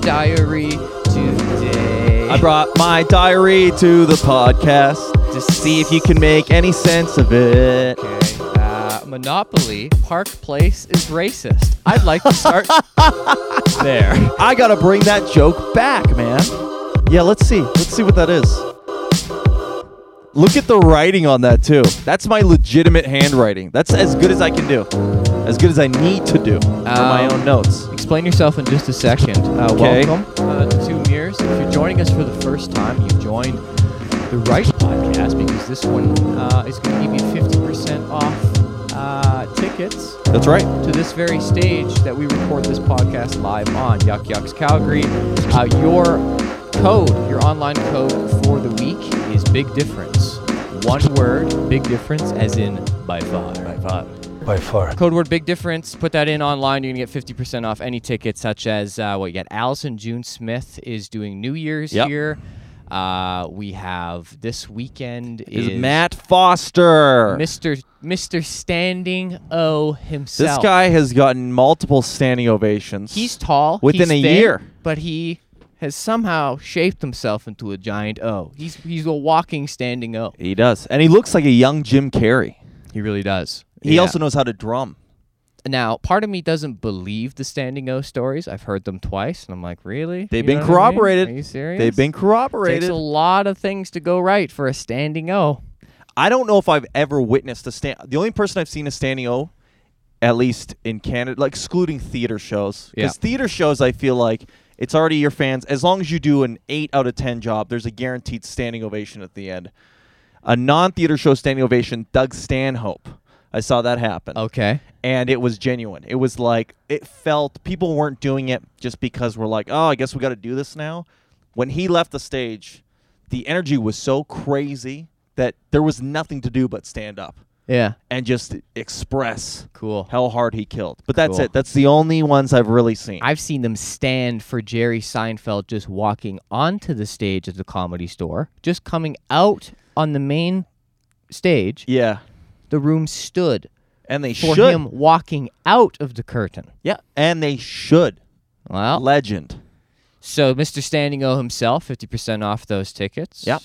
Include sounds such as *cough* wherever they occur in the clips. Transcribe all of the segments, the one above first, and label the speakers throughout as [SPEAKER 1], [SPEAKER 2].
[SPEAKER 1] diary today.
[SPEAKER 2] I brought my diary to the podcast to see if you can make any sense of it.
[SPEAKER 1] Okay. Uh, Monopoly Park Place is racist. I'd like to
[SPEAKER 2] *laughs*
[SPEAKER 1] start there.
[SPEAKER 2] I gotta bring that joke back, man. Yeah, let's see. Let's see what that is. Look at the writing on that, too. That's my legitimate handwriting. That's as good as I can do, as good as I need to do for my
[SPEAKER 1] Um,
[SPEAKER 2] own notes.
[SPEAKER 1] Explain yourself in just a second. Uh,
[SPEAKER 2] Okay.
[SPEAKER 1] Welcome uh, to Mirrors. If you're joining us for the first time, you've joined the right podcast because this one uh, is going to give you 50% off uh, tickets
[SPEAKER 2] That's right.
[SPEAKER 1] to this very stage that we record this podcast live on Yuck Yucks Calgary. Uh, your code, your online code for the week is Big Difference. One word, Big Difference, as in by far. By far.
[SPEAKER 3] By far.
[SPEAKER 1] Code word Big Difference. Put that in online. You're gonna get 50% off any ticket, such as uh, what you got. Allison June Smith is doing New Year's
[SPEAKER 2] Yep.
[SPEAKER 1] here. Uh, we have this weekend
[SPEAKER 2] Is,
[SPEAKER 1] is,
[SPEAKER 2] Matt Foster.
[SPEAKER 1] Mr. Mr. Standing O himself.
[SPEAKER 2] This guy has gotten multiple standing ovations.
[SPEAKER 1] He's tall. he's
[SPEAKER 2] Within a
[SPEAKER 1] thin,
[SPEAKER 2] year.
[SPEAKER 1] but he has somehow shaped himself into a giant O. He's he's a walking standing O.
[SPEAKER 2] He does, and he looks like a young Jim Carrey.
[SPEAKER 1] He really does.
[SPEAKER 2] He
[SPEAKER 1] Yeah.
[SPEAKER 2] also knows how to drum.
[SPEAKER 1] now part of me doesn't believe the standing O stories. I've heard them twice, and I'm like, really?
[SPEAKER 2] They've
[SPEAKER 1] You
[SPEAKER 2] been
[SPEAKER 1] know what I mean?
[SPEAKER 2] corroborated.
[SPEAKER 1] Are you serious?
[SPEAKER 2] They've been
[SPEAKER 1] Takes
[SPEAKER 2] corroborated.
[SPEAKER 1] a lot of things to go right for a standing O.
[SPEAKER 2] I don't know if I've ever witnessed a stand. The only person I've seen a standing O, at least in Canada, like excluding theater shows,
[SPEAKER 1] Yeah.
[SPEAKER 2] because theater shows I feel like it's already your fans. As long as you do an eight out of ten job, there's a guaranteed standing ovation at the end. A non-theater show standing ovation, Doug Stanhope. I saw that happen.
[SPEAKER 1] Okay.
[SPEAKER 2] and it was genuine. It was like it felt people weren't doing it just because we're like, oh, I guess we got to do this now. When he left the stage, the energy was so crazy that there was nothing to do but stand up
[SPEAKER 1] Yeah.
[SPEAKER 2] and just express
[SPEAKER 1] Cool.
[SPEAKER 2] how hard he killed. But that's
[SPEAKER 1] Cool.
[SPEAKER 2] it. That's the only ones I've really seen.
[SPEAKER 1] I've seen them stand for Jerry Seinfeld just walking onto the stage at the comedy store, just coming out on the main stage.
[SPEAKER 2] yeah,
[SPEAKER 1] The room stood
[SPEAKER 2] and they
[SPEAKER 1] for
[SPEAKER 2] should.
[SPEAKER 1] him walking out of the curtain.
[SPEAKER 2] Yeah, and they should.
[SPEAKER 1] Well,
[SPEAKER 2] Legend.
[SPEAKER 1] so Mr. Standing O himself, 50% off those tickets.
[SPEAKER 2] Yep.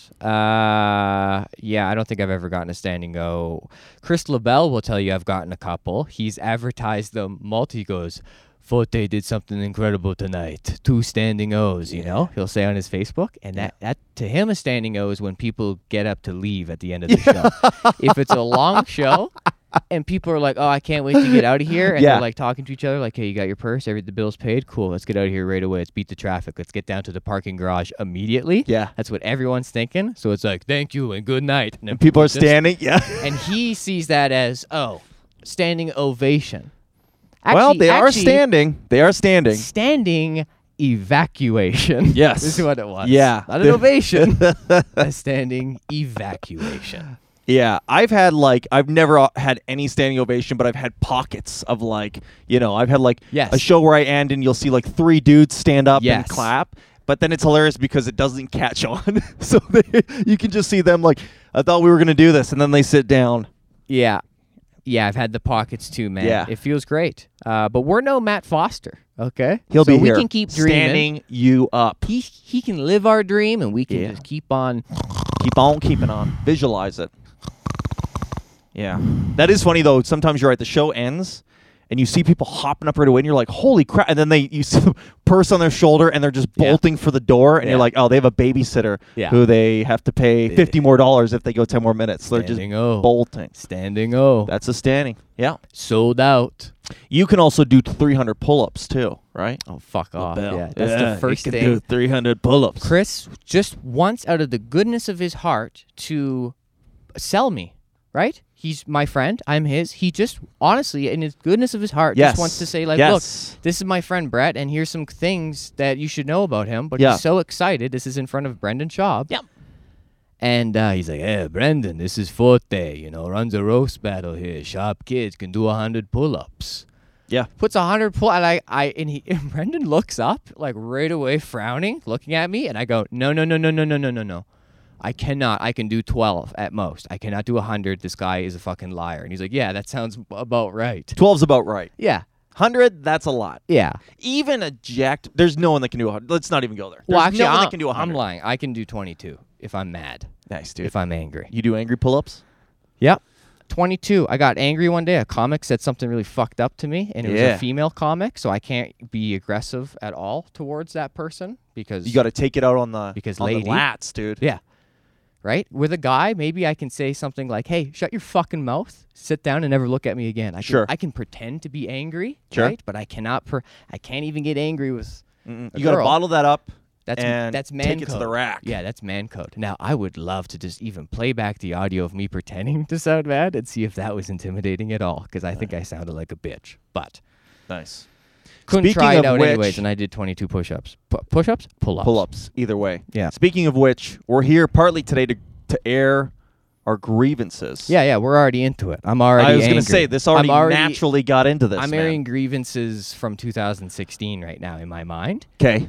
[SPEAKER 1] Uh, yeah, I don't think I've ever gotten a Standing O. Chris LaBelle will tell you I've gotten a couple. He's advertised them multi goes, Forte did something incredible tonight. Two standing O's, you know? He'll say on his Facebook. And that, that to him, a standing O is when people get up to leave at the end of the
[SPEAKER 2] *laughs*
[SPEAKER 1] show. if it's a long show and people are like, oh, I can't wait to get out of here. And
[SPEAKER 2] Yeah.
[SPEAKER 1] they're like talking to each other, like, hey, you got your purse? Every, the bill's paid? Cool. Let's get out of here right away. Let's beat the traffic. Let's get down to the parking garage immediately.
[SPEAKER 2] Yeah.
[SPEAKER 1] That's what everyone's thinking. So it's like, thank you and good night. And then
[SPEAKER 2] People are
[SPEAKER 1] just-
[SPEAKER 2] standing. Yeah.
[SPEAKER 1] And he sees that as, oh, standing ovation.
[SPEAKER 2] well,
[SPEAKER 1] Actually-
[SPEAKER 2] they are
[SPEAKER 1] actually,
[SPEAKER 2] standing. They are standing.
[SPEAKER 1] standing evacuation. *laughs*
[SPEAKER 2] Yes.
[SPEAKER 1] this is what it was.
[SPEAKER 2] Yeah.
[SPEAKER 1] Not an
[SPEAKER 2] *laughs*
[SPEAKER 1] ovation. a standing evacuation.
[SPEAKER 2] Yeah, I've had like I've never uh, had any standing ovation, but I've had pockets of like you know I've had like
[SPEAKER 1] Yes.
[SPEAKER 2] a show where I end and you'll see like three dudes stand up and
[SPEAKER 1] Yes.
[SPEAKER 2] clap, but then it's hilarious because it doesn't catch on, *laughs* so they, you can just see them like I thought we were gonna do this, and then they sit down.
[SPEAKER 1] Yeah. Yeah, I've had the pockets too, man.
[SPEAKER 2] Yeah.
[SPEAKER 1] It feels great. Uh, but we're no Matt Foster, okay?
[SPEAKER 2] He'll
[SPEAKER 1] so
[SPEAKER 2] be here
[SPEAKER 1] we can keep dreaming.
[SPEAKER 2] standing you up.
[SPEAKER 1] He, he can live our dream and we can
[SPEAKER 2] Yeah.
[SPEAKER 1] just keep on.
[SPEAKER 2] Keep on keeping on. Visualize it. Yeah, that is funny though. Sometimes you're right. The show ends. And you see people hopping up right away, and you're like, "Holy crap!" And then they, you see the *laughs* purse on their shoulder, and they're just
[SPEAKER 1] Yeah.
[SPEAKER 2] bolting for the door, and you're
[SPEAKER 1] Yeah.
[SPEAKER 2] like, "Oh, they have a babysitter
[SPEAKER 1] Yeah.
[SPEAKER 2] who they have to pay fifty more dollars if they go ten more minutes." They're just
[SPEAKER 1] Standing O.
[SPEAKER 2] bolting.
[SPEAKER 1] Standing O.
[SPEAKER 2] That's a standing. Yeah.
[SPEAKER 1] sold out.
[SPEAKER 2] You can also do 300 pull-ups too, right?
[SPEAKER 1] Oh, fuck off.
[SPEAKER 2] Bell.
[SPEAKER 1] Yeah, that's
[SPEAKER 2] Yeah,
[SPEAKER 1] the first
[SPEAKER 2] you can
[SPEAKER 1] thing.
[SPEAKER 2] Do 300 pull-ups.
[SPEAKER 1] Chris just wants out of the goodness of his heart to sell me, right? He's my friend. I'm his. He just honestly, in his goodness of his heart,
[SPEAKER 2] Yes.
[SPEAKER 1] just wants to say, like,
[SPEAKER 2] Yes.
[SPEAKER 1] look, this is my friend Brett, and here's some things that you should know about him. But
[SPEAKER 2] Yeah.
[SPEAKER 1] he's so excited. This is in front of Brendan Schaub.
[SPEAKER 2] Yep.
[SPEAKER 1] And uh, he's like, hey, Brendan, this is Forte. You know, runs a roast battle here. Sharp kids can do 100 pull ups
[SPEAKER 2] Yeah.
[SPEAKER 1] puts a hundred pull, and I, I, and he, *laughs* and Brendan looks up like right away, frowning, looking at me, and I go, no, no, no, no, no, no, no, no, no, I cannot. I can do twelve at most. I cannot do a hundred. This guy is a fucking liar. And he's like, yeah, that sounds about right.
[SPEAKER 2] 12's about right.
[SPEAKER 1] Yeah.
[SPEAKER 2] Hundred, that's a lot.
[SPEAKER 1] Yeah.
[SPEAKER 2] Even a jacked, there's no one that can do a hundred. Let's not even go there.
[SPEAKER 1] Well,
[SPEAKER 2] There's
[SPEAKER 1] actually,
[SPEAKER 2] no one
[SPEAKER 1] I'm,
[SPEAKER 2] that can do a
[SPEAKER 1] I'm
[SPEAKER 2] hundred.
[SPEAKER 1] lying. I can do 22 if I'm mad,
[SPEAKER 2] Nice, dude.
[SPEAKER 1] if I'm angry.
[SPEAKER 2] you do angry pull-ups?
[SPEAKER 1] Yep. 22. I got angry one day. A comic said something really fucked up to me, and it was
[SPEAKER 2] Yeah.
[SPEAKER 1] a female comic, so I can't be aggressive at all towards that person because
[SPEAKER 2] You got to take it out on the
[SPEAKER 1] Because
[SPEAKER 2] on
[SPEAKER 1] lady.
[SPEAKER 2] the lats, dude.
[SPEAKER 1] Yeah. Right? With a guy, maybe I can say something like, "Hey, shut your fucking mouth. Sit down and never look at me again." I can,
[SPEAKER 2] Sure.
[SPEAKER 1] I can pretend to be angry,
[SPEAKER 2] Sure.
[SPEAKER 1] right? But I cannot. Per- I can't even get angry with.
[SPEAKER 2] Mm-mm.
[SPEAKER 1] a
[SPEAKER 2] You got to
[SPEAKER 1] girl.
[SPEAKER 2] bottle that up.
[SPEAKER 1] That's
[SPEAKER 2] and
[SPEAKER 1] that's man
[SPEAKER 2] take it to the
[SPEAKER 1] code.
[SPEAKER 2] rack.
[SPEAKER 1] Yeah, that's man code. Now, I would love to just even play back the audio of me pretending to sound mad and see if that was intimidating at all, because I think I sounded like a bitch. But
[SPEAKER 2] Nice.
[SPEAKER 1] couldn't
[SPEAKER 2] Speaking
[SPEAKER 1] try
[SPEAKER 2] of
[SPEAKER 1] it out
[SPEAKER 2] which-
[SPEAKER 1] anyways, and I did 22 push-ups. Pu- push-ups, pull-ups,
[SPEAKER 2] Pull-ups, either way.
[SPEAKER 1] Yeah.
[SPEAKER 2] Speaking of which, we're here partly today to to air our grievances.
[SPEAKER 1] Yeah, yeah, we're already into it. I'm already.
[SPEAKER 2] I was
[SPEAKER 1] going
[SPEAKER 2] gonna say this already, naturally got into this.
[SPEAKER 1] I'm airing grievances from 2016 right now in my mind.
[SPEAKER 2] Okay.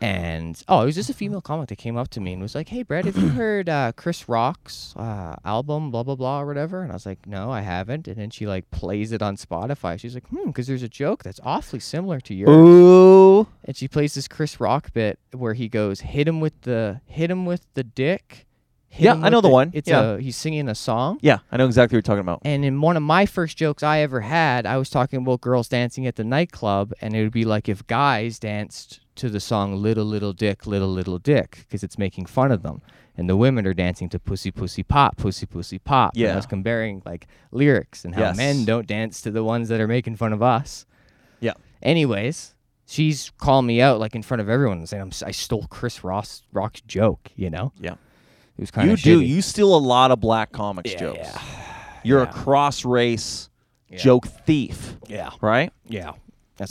[SPEAKER 1] And oh, it was just a female comic that came up to me and was like, "Hey, Brad,
[SPEAKER 2] *clears throat*
[SPEAKER 1] have you heard uh, Chris Rock's uh, album, blah blah blah, or whatever?" And I was like, "No, I haven't." And then she like plays it on Spotify. She's like, "Hmm," because there's a joke that's awfully similar to yours.
[SPEAKER 2] Ooh.
[SPEAKER 1] And she plays this Chris Rock bit where he goes, "Hit him with the, hit him with the dick." hit
[SPEAKER 2] Yeah,
[SPEAKER 1] him
[SPEAKER 2] I know
[SPEAKER 1] with
[SPEAKER 2] the one.
[SPEAKER 1] It's
[SPEAKER 2] Yeah.
[SPEAKER 1] a he's singing a song.
[SPEAKER 2] Yeah, I know exactly what you're talking about.
[SPEAKER 1] And in one of my first jokes I ever had, I was talking about girls dancing at the nightclub, and it would be like if guys danced to the song Little Little Dick, Little Little Dick, because it's making fun of them. And the women are dancing to Pussy Pussy Pop, Pussy Pussy Pop. And
[SPEAKER 2] Yeah.
[SPEAKER 1] I was comparing like lyrics and how
[SPEAKER 2] Yes.
[SPEAKER 1] men don't dance to the ones that are making fun of us.
[SPEAKER 2] Yeah.
[SPEAKER 1] Anyways, she's calling me out like in front of everyone and saying I'm, si stole Chris Ross Rock's joke, you know?
[SPEAKER 2] Yeah.
[SPEAKER 1] It was kind
[SPEAKER 2] you
[SPEAKER 1] of
[SPEAKER 2] do. You steal a lot of black comics
[SPEAKER 1] Yeah,
[SPEAKER 2] jokes.
[SPEAKER 1] yeah.
[SPEAKER 2] You're a
[SPEAKER 1] Yeah.
[SPEAKER 2] cross race
[SPEAKER 1] Yeah.
[SPEAKER 2] joke thief,
[SPEAKER 1] Yeah.
[SPEAKER 2] right?
[SPEAKER 1] Yeah.
[SPEAKER 2] That's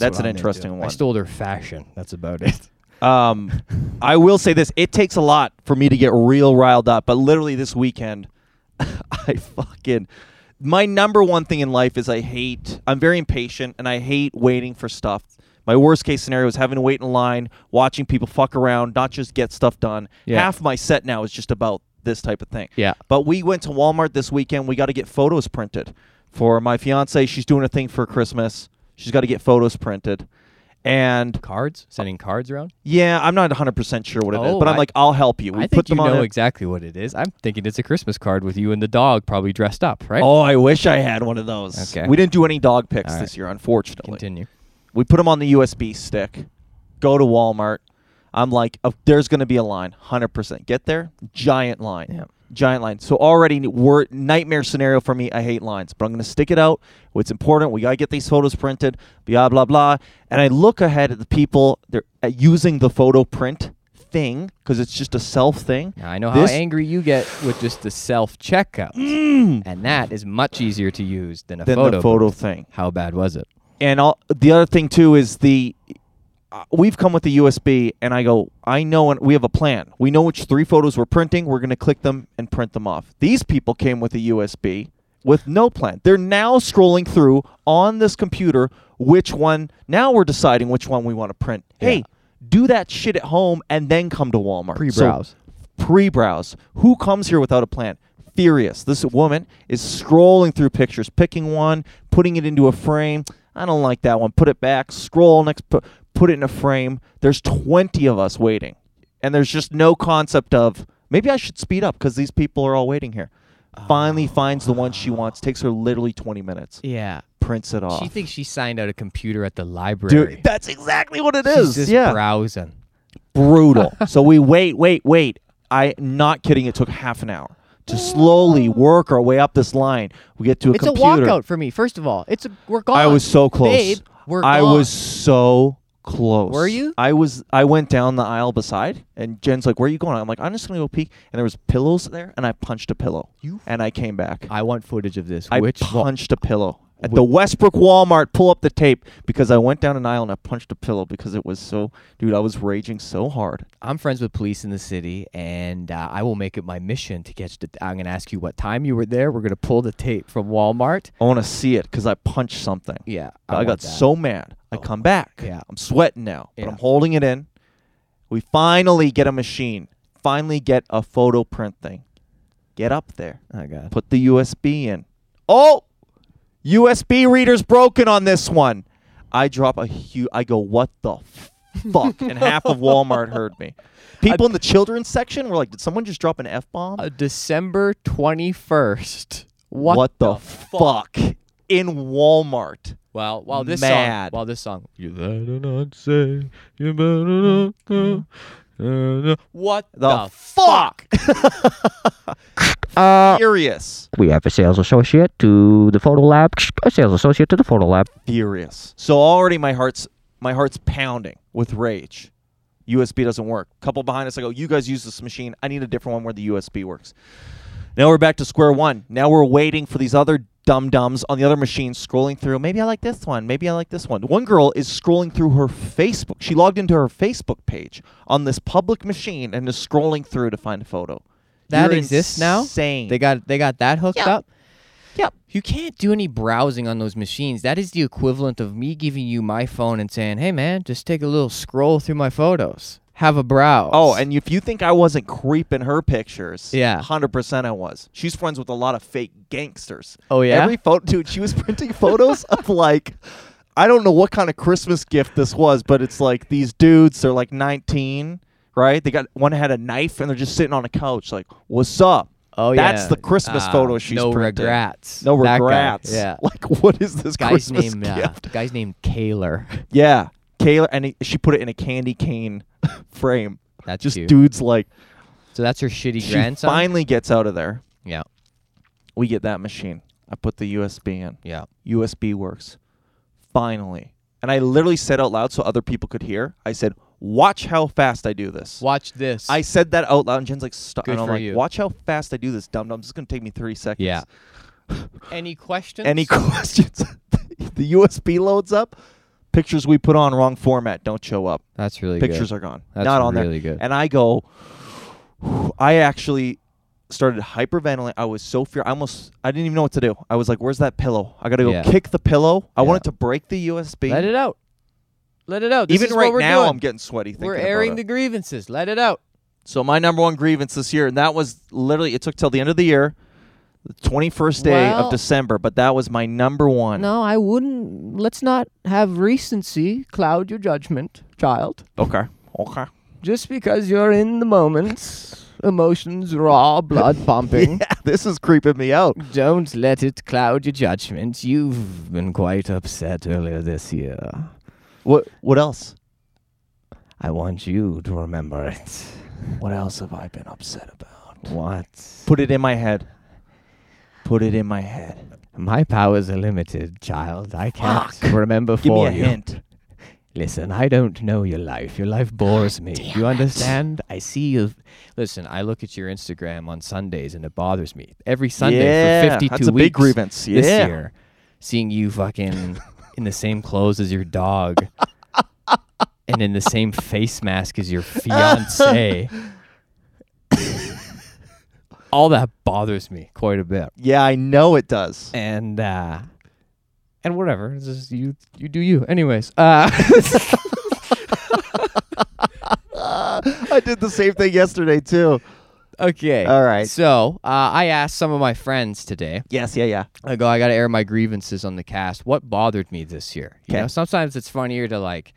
[SPEAKER 1] what
[SPEAKER 2] an
[SPEAKER 1] I'm into.
[SPEAKER 2] interesting
[SPEAKER 1] I
[SPEAKER 2] one.
[SPEAKER 1] stole their fashion. That's about it.
[SPEAKER 2] Um, I will say this: it takes a lot for me to get real riled up. But literally this weekend, *laughs* I fucking my number one thing in life is I hate. I'm very impatient, and I hate waiting for stuff. My worst case scenario is having to wait in line, watching people fuck around, not just get stuff done.
[SPEAKER 1] Yeah.
[SPEAKER 2] Half my set now is just about this type of thing.
[SPEAKER 1] Yeah.
[SPEAKER 2] But we went to Walmart this weekend. We got to get photos printed for my fiance. She's doing a thing for Christmas. She's got to get photos printed. And
[SPEAKER 1] *laughs* Cards? Sending cards around?
[SPEAKER 2] yeah, I'm not 100% sure what it is,
[SPEAKER 1] Oh,
[SPEAKER 2] but I'm
[SPEAKER 1] I-
[SPEAKER 2] like, I'll help you. We
[SPEAKER 1] I
[SPEAKER 2] put
[SPEAKER 1] think you
[SPEAKER 2] them on.
[SPEAKER 1] know
[SPEAKER 2] a-
[SPEAKER 1] exactly what it is. I'm thinking it's a Christmas card with you and the dog probably dressed up, right?
[SPEAKER 2] oh, I wish I had one of those.
[SPEAKER 1] Okay.
[SPEAKER 2] We didn't do any dog picks
[SPEAKER 1] All right.
[SPEAKER 2] this year, unfortunately.
[SPEAKER 1] Continue.
[SPEAKER 2] We put them on the USB stick, go to Walmart. I'm like, oh, there's going to be a line, 100%. Get there, giant line.
[SPEAKER 1] Yeah.
[SPEAKER 2] Giant line. So already, we're nightmare scenario for me. I hate lines, but I'm going to stick it out. It's important. We got to get these photos printed, blah, blah, blah. And I look ahead at the people they're uh, using the photo print thing because it's just a self thing.
[SPEAKER 1] Now, I know
[SPEAKER 2] This-
[SPEAKER 1] how angry you get with just the self checkout. And that is much easier to use than a
[SPEAKER 2] Mm. than
[SPEAKER 1] photo.
[SPEAKER 2] the photo
[SPEAKER 1] booth.
[SPEAKER 2] thing.
[SPEAKER 1] How bad was it?
[SPEAKER 2] And all, the other thing too is the uh, we've come with the USB, and I go, I know, and we have a plan. We know which three photos we're printing. We're going to click them and print them off. These people came with a USB with no plan. They're now scrolling through on this computer which one. Now we're deciding which one we want to print. Hey,
[SPEAKER 1] Yeah.
[SPEAKER 2] do that shit at home and then come to Walmart. So
[SPEAKER 1] Pre-browse.
[SPEAKER 2] pre-browse. Who comes here without a plan? Furious. This woman is scrolling through pictures, picking one, putting it into a frame. I don't like that one. Put it back. Scroll next. Put, put it in a frame. There's 20 of us waiting, and there's just no concept of maybe I should speed up because these people are all waiting here. Finally
[SPEAKER 1] Ah.
[SPEAKER 2] finds the one she wants. Takes her literally 20 minutes.
[SPEAKER 1] Yeah.
[SPEAKER 2] Prints it off.
[SPEAKER 1] She thinks she signed out a computer at the library.
[SPEAKER 2] Dude, that's exactly what it
[SPEAKER 1] She's
[SPEAKER 2] is.
[SPEAKER 1] just
[SPEAKER 2] yeah
[SPEAKER 1] browsing. *laughs*
[SPEAKER 2] brutal. so we wait, wait, wait. I not kidding. It took half an hour to slowly work our way up this line. We get to a
[SPEAKER 1] Oh. It's
[SPEAKER 2] computer.
[SPEAKER 1] a walkout for me. First of all, it's a we're gone.
[SPEAKER 2] I was so close.
[SPEAKER 1] Babe, we're
[SPEAKER 2] I
[SPEAKER 1] gone.
[SPEAKER 2] was so close.
[SPEAKER 1] Were you?
[SPEAKER 2] I was. I went down the aisle beside, and Jen's like, "Where are you going?" I'm like, "I'm just gonna go pee." And there was pillows there, and I punched a pillow.
[SPEAKER 1] You-
[SPEAKER 2] and I came back.
[SPEAKER 1] I want footage of this.
[SPEAKER 2] I
[SPEAKER 1] Which wa-
[SPEAKER 2] punched a pillow at the Westbrook Walmart. Pull up the tape because I went down an aisle and I punched a pillow because it was so, dude. I was raging so hard.
[SPEAKER 1] I'm friends with police in the city, and uh, I will make it my mission to catch the. I'm going to ask you what time you were there. We're going to pull the tape from Walmart.
[SPEAKER 2] I want to see it because I punched something.
[SPEAKER 1] Yeah,
[SPEAKER 2] I,
[SPEAKER 1] want
[SPEAKER 2] got
[SPEAKER 1] that. Oh,
[SPEAKER 2] so mad. I come back.
[SPEAKER 1] yeah.
[SPEAKER 2] I'm sweating now, but
[SPEAKER 1] Yeah.
[SPEAKER 2] I'm holding it in. We finally get a machine. Finally get a photo print thing. Get up there.
[SPEAKER 1] Oh god.
[SPEAKER 2] Put the USB in. Oh, USB reader's broken on this one. I drop a huge. I go, what the fuck? and half of Walmart heard
[SPEAKER 1] *laughs*
[SPEAKER 2] me. People in the children's section were like, did someone just drop an f bomb?
[SPEAKER 1] Uh, December 21st. What,
[SPEAKER 2] what, the, fuck? In Walmart.
[SPEAKER 1] Well, while this song,
[SPEAKER 2] Mad.
[SPEAKER 1] while this song,
[SPEAKER 3] You better not say. You better not go. Uh,
[SPEAKER 1] what the,
[SPEAKER 2] The fuck? *laughs* uh, furious.
[SPEAKER 4] We have a sales associate to the photo lab. A sales associate to the photo lab.
[SPEAKER 2] Furious. So already my heart's my heart's pounding with rage. USB doesn't work. Couple behind us, I go, you guys use this machine. I need a different one where the USB works. Now we're back to square one. Now we're waiting for these other dum dums on the other machine scrolling through. Maybe I like this one. Maybe I like this one. One girl is scrolling through her Facebook. She logged into her Facebook page on this public machine and is scrolling through to find a photo.
[SPEAKER 1] That
[SPEAKER 2] You're
[SPEAKER 1] exists now.
[SPEAKER 2] insane.
[SPEAKER 1] They got they got that hooked
[SPEAKER 2] Yep.
[SPEAKER 1] up.
[SPEAKER 2] Yep.
[SPEAKER 1] You can't do any browsing on those machines. That is the equivalent of me giving you my phone and saying, "Hey, man, just take a little scroll through my photos. Have a browse."
[SPEAKER 2] Oh, and if you think I wasn't creeping her pictures,
[SPEAKER 1] Yeah.
[SPEAKER 2] hundred percent I was. She's friends with a lot of fake gangsters.
[SPEAKER 1] Oh, yeah?
[SPEAKER 2] every photo, dude. She was *laughs* printing photos of like, I don't know what kind of Christmas gift this was, but it's like these dudes. They're like nineteen, right? They got one had a knife and they're just sitting on a couch, like, "What's up?"
[SPEAKER 1] Oh,
[SPEAKER 2] That's
[SPEAKER 1] yeah.
[SPEAKER 2] the Christmas
[SPEAKER 1] Ah,
[SPEAKER 2] photo she's
[SPEAKER 1] no
[SPEAKER 2] printing.
[SPEAKER 1] regrets.
[SPEAKER 2] No
[SPEAKER 1] That guy,
[SPEAKER 2] regrets.
[SPEAKER 1] yeah.
[SPEAKER 2] *laughs* Like, what is this
[SPEAKER 1] Guy's
[SPEAKER 2] Christmas
[SPEAKER 1] name.
[SPEAKER 2] gift?
[SPEAKER 1] Uh, guy's name Kaler.
[SPEAKER 2] *laughs* Yeah, Kayla, and he- she put it in a candy cane *laughs* frame.
[SPEAKER 1] That's
[SPEAKER 2] just
[SPEAKER 1] cute.
[SPEAKER 2] dudes like.
[SPEAKER 1] So that's her shitty
[SPEAKER 2] She
[SPEAKER 1] grandson.
[SPEAKER 2] finally gets out of there.
[SPEAKER 1] yeah.
[SPEAKER 2] We get that machine. I put the USB in.
[SPEAKER 1] Yeah.
[SPEAKER 2] USB works. Finally. And I literally said out loud so other people could hear. I said, "Watch how fast I do this."
[SPEAKER 1] Watch this.
[SPEAKER 2] I said that out loud, and Jen's like, "Stop!"
[SPEAKER 1] Good
[SPEAKER 2] And I'm
[SPEAKER 1] for
[SPEAKER 2] like,
[SPEAKER 1] you.
[SPEAKER 2] "Watch how fast I do this, dum dum. This is gonna take me 30 seconds." *laughs*
[SPEAKER 1] Yeah. Any questions?
[SPEAKER 2] Any *laughs* questions? the USB loads up. Pictures we put on wrong format don't show up.
[SPEAKER 1] That's really
[SPEAKER 2] Pictures
[SPEAKER 1] good.
[SPEAKER 2] are gone.
[SPEAKER 1] That's
[SPEAKER 2] Not on
[SPEAKER 1] really
[SPEAKER 2] there.
[SPEAKER 1] good.
[SPEAKER 2] And I go, *sighs* I actually started hyperventilating. I was so fear. I almost, I didn't even know what to do. I was like, where's that pillow? I got to go
[SPEAKER 1] Yeah.
[SPEAKER 2] kick the pillow. I
[SPEAKER 1] Yeah.
[SPEAKER 2] wanted to break the USB.
[SPEAKER 1] Let it out. Let it out. This
[SPEAKER 2] even
[SPEAKER 1] is
[SPEAKER 2] right
[SPEAKER 1] what we're
[SPEAKER 2] now,
[SPEAKER 1] doing.
[SPEAKER 2] I'm getting sweaty. Thinking
[SPEAKER 1] We're
[SPEAKER 2] about
[SPEAKER 1] airing
[SPEAKER 2] it.
[SPEAKER 1] the grievances. Let it out.
[SPEAKER 2] So my number one grievance this year, and that was literally, it took till the end of the year, the 21st day
[SPEAKER 1] Well-
[SPEAKER 2] of December, but that was my number one.
[SPEAKER 1] No, I wouldn't. Let's not have recency cloud your judgment, child.
[SPEAKER 2] Okay. Okay.
[SPEAKER 1] Just because you're in the moment, emotions raw, blood pumping.
[SPEAKER 2] *laughs* Yeah, this is creeping me out.
[SPEAKER 1] Don't let it cloud your judgment. You've been quite upset earlier this year.
[SPEAKER 2] What? What else?
[SPEAKER 1] I want you to remember it.
[SPEAKER 2] *laughs* What else have I been upset about?
[SPEAKER 1] What?
[SPEAKER 2] Put it in my head. Put it in my head.
[SPEAKER 1] My powers are limited, child. I can't remember
[SPEAKER 2] Give
[SPEAKER 1] for
[SPEAKER 2] me a
[SPEAKER 1] you.
[SPEAKER 2] hint.
[SPEAKER 1] Listen, I don't know your life. Your life bores me. you understand? I see you. Listen, I look at your Instagram on Sundays and it bothers me. Every Sunday
[SPEAKER 2] yeah,
[SPEAKER 1] for 52
[SPEAKER 2] that's a
[SPEAKER 1] weeks
[SPEAKER 2] big grievance.
[SPEAKER 1] this
[SPEAKER 2] yeah.
[SPEAKER 1] year, seeing you fucking in the same clothes as your *laughs* dog and in the same face mask as your *laughs* fiance. All that bothers me quite a bit.
[SPEAKER 2] Yeah, I know it does.
[SPEAKER 1] And uh and whatever. It's just you you do you. Anyways, uh *laughs*
[SPEAKER 2] I did the same thing yesterday too.
[SPEAKER 1] Okay.
[SPEAKER 2] All right.
[SPEAKER 1] So uh, I asked some of my friends today.
[SPEAKER 2] Yes, yeah, *laughs* yeah.
[SPEAKER 1] I go, I got to air my grievances on the cast. What bothered me this year? You
[SPEAKER 2] 'Kay.
[SPEAKER 1] know, sometimes it's funnier to like,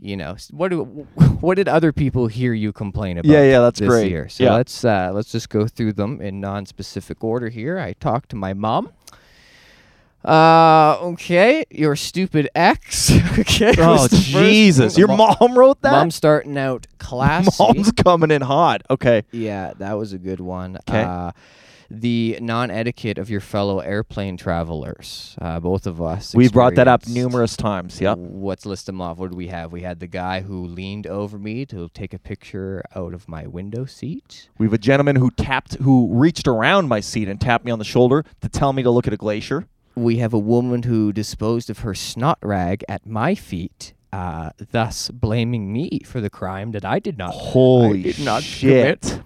[SPEAKER 1] you know, s- what do *laughs* what did other people hear you complain about?
[SPEAKER 2] Yeah, yeah, that's
[SPEAKER 1] this
[SPEAKER 2] great.
[SPEAKER 1] Year? So
[SPEAKER 2] Yeah.
[SPEAKER 1] let's uh, let's just go through them in non-specific order here. I talked to my mom. Uh, okay, your stupid ex. *laughs* okay.
[SPEAKER 2] Oh
[SPEAKER 1] was the first-
[SPEAKER 2] Jesus, your
[SPEAKER 1] Mo-
[SPEAKER 2] mom wrote that.
[SPEAKER 1] Mom's starting out classy.
[SPEAKER 2] *laughs* Mom's coming in hot. Okay.
[SPEAKER 1] Yeah, that was a good one.
[SPEAKER 2] 'Kay.
[SPEAKER 1] Uh, the non etiquette of your fellow airplane travelers. Uh, both of us.
[SPEAKER 2] We brought that up
[SPEAKER 1] experienced-
[SPEAKER 2] numerous times. Yep.
[SPEAKER 1] Let's list them off. What do we have? We had the guy who leaned over me to take a picture out of my window seat.
[SPEAKER 2] We have a gentleman who tapped, who reached around my seat and tapped me on the shoulder to tell me to look at a glacier.
[SPEAKER 1] We have a woman who disposed of her snot rag at my feet, uh, thus blaming me for the crime that I did not.
[SPEAKER 2] *laughs* Holy
[SPEAKER 1] did not
[SPEAKER 2] shit.
[SPEAKER 1] commit.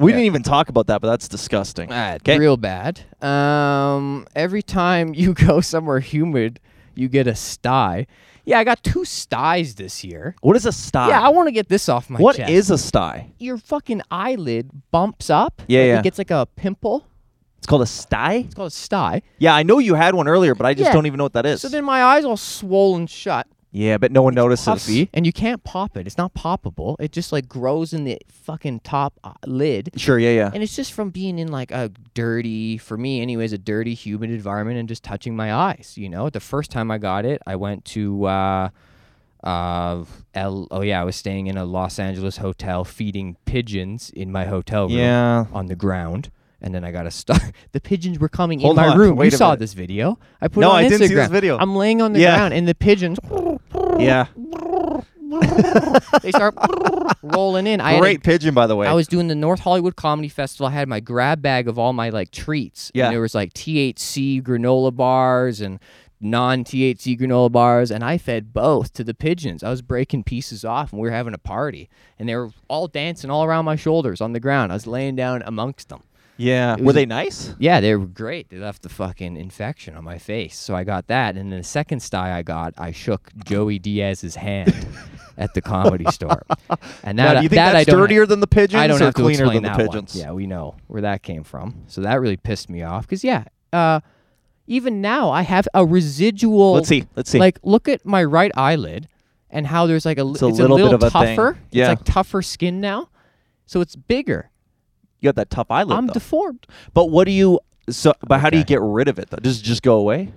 [SPEAKER 2] We
[SPEAKER 1] Yeah.
[SPEAKER 2] didn't even talk about that, but that's disgusting.
[SPEAKER 1] Uh,
[SPEAKER 2] 'Kay.
[SPEAKER 1] real bad. Um, every time *laughs* you go somewhere humid, you get a sty. Yeah, I got two styes this year.
[SPEAKER 2] What is a sty?
[SPEAKER 1] Yeah, I want to get this off my
[SPEAKER 2] Ah. What
[SPEAKER 1] chest.
[SPEAKER 2] is a sty?
[SPEAKER 1] your fucking eyelid bumps up?
[SPEAKER 2] Yeah,
[SPEAKER 1] like
[SPEAKER 2] yeah.
[SPEAKER 1] It gets like a pimple.
[SPEAKER 2] It's called a sty.
[SPEAKER 1] It's called a sty.
[SPEAKER 2] Yeah, I know you had one earlier, but I just
[SPEAKER 1] Yeah.
[SPEAKER 2] don't even know what that is.
[SPEAKER 1] So then my eyes all swollen shut,
[SPEAKER 2] yeah, but no one notices.
[SPEAKER 1] puffy, and you can't pop it. It's not poppable. It just like grows in the fucking top uh, lid.
[SPEAKER 2] Sure. Yeah. Yeah.
[SPEAKER 1] And it's just from being in like a dirty, for me anyways, a dirty, humid environment and just touching my eyes. You know, the first time I got it, I went to, uh, uh, L- oh yeah, I was staying in a Los Angeles hotel feeding pigeons in my hotel room
[SPEAKER 2] Yeah.
[SPEAKER 1] on the ground. And then I got a star. *laughs* The pigeons were coming
[SPEAKER 2] Hold
[SPEAKER 1] in my
[SPEAKER 2] on,
[SPEAKER 1] room.
[SPEAKER 2] wait
[SPEAKER 1] you
[SPEAKER 2] a
[SPEAKER 1] saw
[SPEAKER 2] minute.
[SPEAKER 1] this video. I put
[SPEAKER 2] No,
[SPEAKER 1] it on
[SPEAKER 2] I didn't see this
[SPEAKER 1] Instagram.
[SPEAKER 2] video.
[SPEAKER 1] I'm laying on the
[SPEAKER 2] Yeah.
[SPEAKER 1] ground and the pigeons,
[SPEAKER 2] Yeah.
[SPEAKER 1] they
[SPEAKER 2] *laughs*
[SPEAKER 1] start *laughs* rolling in. I had a
[SPEAKER 2] Great pigeon, by the way.
[SPEAKER 1] I was doing the North Hollywood Comedy Festival. I had my grab bag of all my like treats.
[SPEAKER 2] Yeah.
[SPEAKER 1] And there was like THC granola bars and non THC granola bars. And I fed both to the pigeons. I was breaking pieces off and we were having a party. And they were all dancing all around my shoulders on the ground. I was laying down amongst them.
[SPEAKER 2] yeah. Were
[SPEAKER 1] was-
[SPEAKER 2] they nice?
[SPEAKER 1] Yeah, they were great. They left the fucking infection on my face. So I got that. And then the second sty I got, I shook Joey Diaz's
[SPEAKER 2] *laughs*
[SPEAKER 1] hand. At the comedy store, and that
[SPEAKER 2] now, do you think
[SPEAKER 1] that I
[SPEAKER 2] that's
[SPEAKER 1] don't ha-
[SPEAKER 2] dirtier than the pigeons
[SPEAKER 1] I don't
[SPEAKER 2] or
[SPEAKER 1] have to
[SPEAKER 2] cleaner
[SPEAKER 1] explain
[SPEAKER 2] than the
[SPEAKER 1] that
[SPEAKER 2] pigeons?
[SPEAKER 1] One. Yeah, we know where that came from. So that really pissed me off. Cause yeah, uh, even now I have a residual.
[SPEAKER 2] Let's see. Let's see.
[SPEAKER 1] Like, look at my right eyelid, and how there's like a. li-
[SPEAKER 2] It's a little bit of a thing.
[SPEAKER 1] tougher.
[SPEAKER 2] Yeah.
[SPEAKER 1] It's like tougher skin now, so it's bigger.
[SPEAKER 2] you got that tough eyelid.
[SPEAKER 1] I'm
[SPEAKER 2] though.
[SPEAKER 1] deformed.
[SPEAKER 2] but what do you? So, but how do you
[SPEAKER 1] Okay.
[SPEAKER 2] get rid of it? Though? Does it just go away?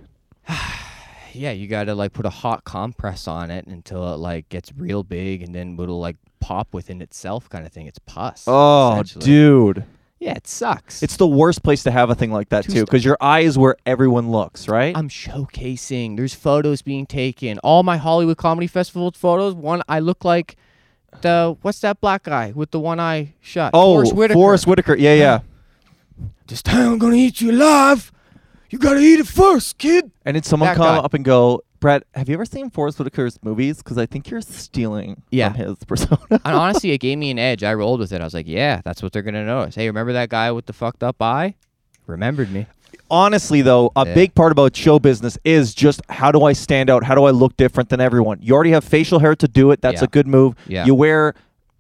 [SPEAKER 1] Yeah, you gotta like put a hot compress on it until it like gets real big, and then it'll like pop within itself, kind of thing. It's pus.
[SPEAKER 2] Oh,
[SPEAKER 1] essentially.
[SPEAKER 2] dude.
[SPEAKER 1] Yeah, it sucks.
[SPEAKER 2] It's the worst place to have a thing like that too, because your eye is where everyone looks, right?
[SPEAKER 1] I'm showcasing. There's photos being taken. All my Hollywood Comedy Festival photos. One, I look like the what's that black guy with the one eye shut?
[SPEAKER 2] oh,
[SPEAKER 1] Forrest Whitaker.
[SPEAKER 2] Forrest Whitaker. Yeah, yeah.
[SPEAKER 1] This time I'm gonna eat you alive. You gotta eat it first, kid.
[SPEAKER 2] And then someone
[SPEAKER 1] That
[SPEAKER 2] come
[SPEAKER 1] guy.
[SPEAKER 2] up and go, Brett, have you ever seen Forrest Whitaker's movies? Because I think you're stealing
[SPEAKER 1] Yeah.
[SPEAKER 2] from his *laughs* persona.
[SPEAKER 1] *laughs* And honestly, it gave me an edge. I rolled with it. I was like, yeah, that's what they're gonna notice. Hey, remember that guy with the fucked up eye? Remembered me.
[SPEAKER 2] Honestly, though, a
[SPEAKER 1] Yeah.
[SPEAKER 2] big part about show business is just how do I stand out? How do I look different than everyone? You already have facial hair to do it. That's
[SPEAKER 1] Yeah.
[SPEAKER 2] a good move.
[SPEAKER 1] Yeah. Mm.
[SPEAKER 2] You wear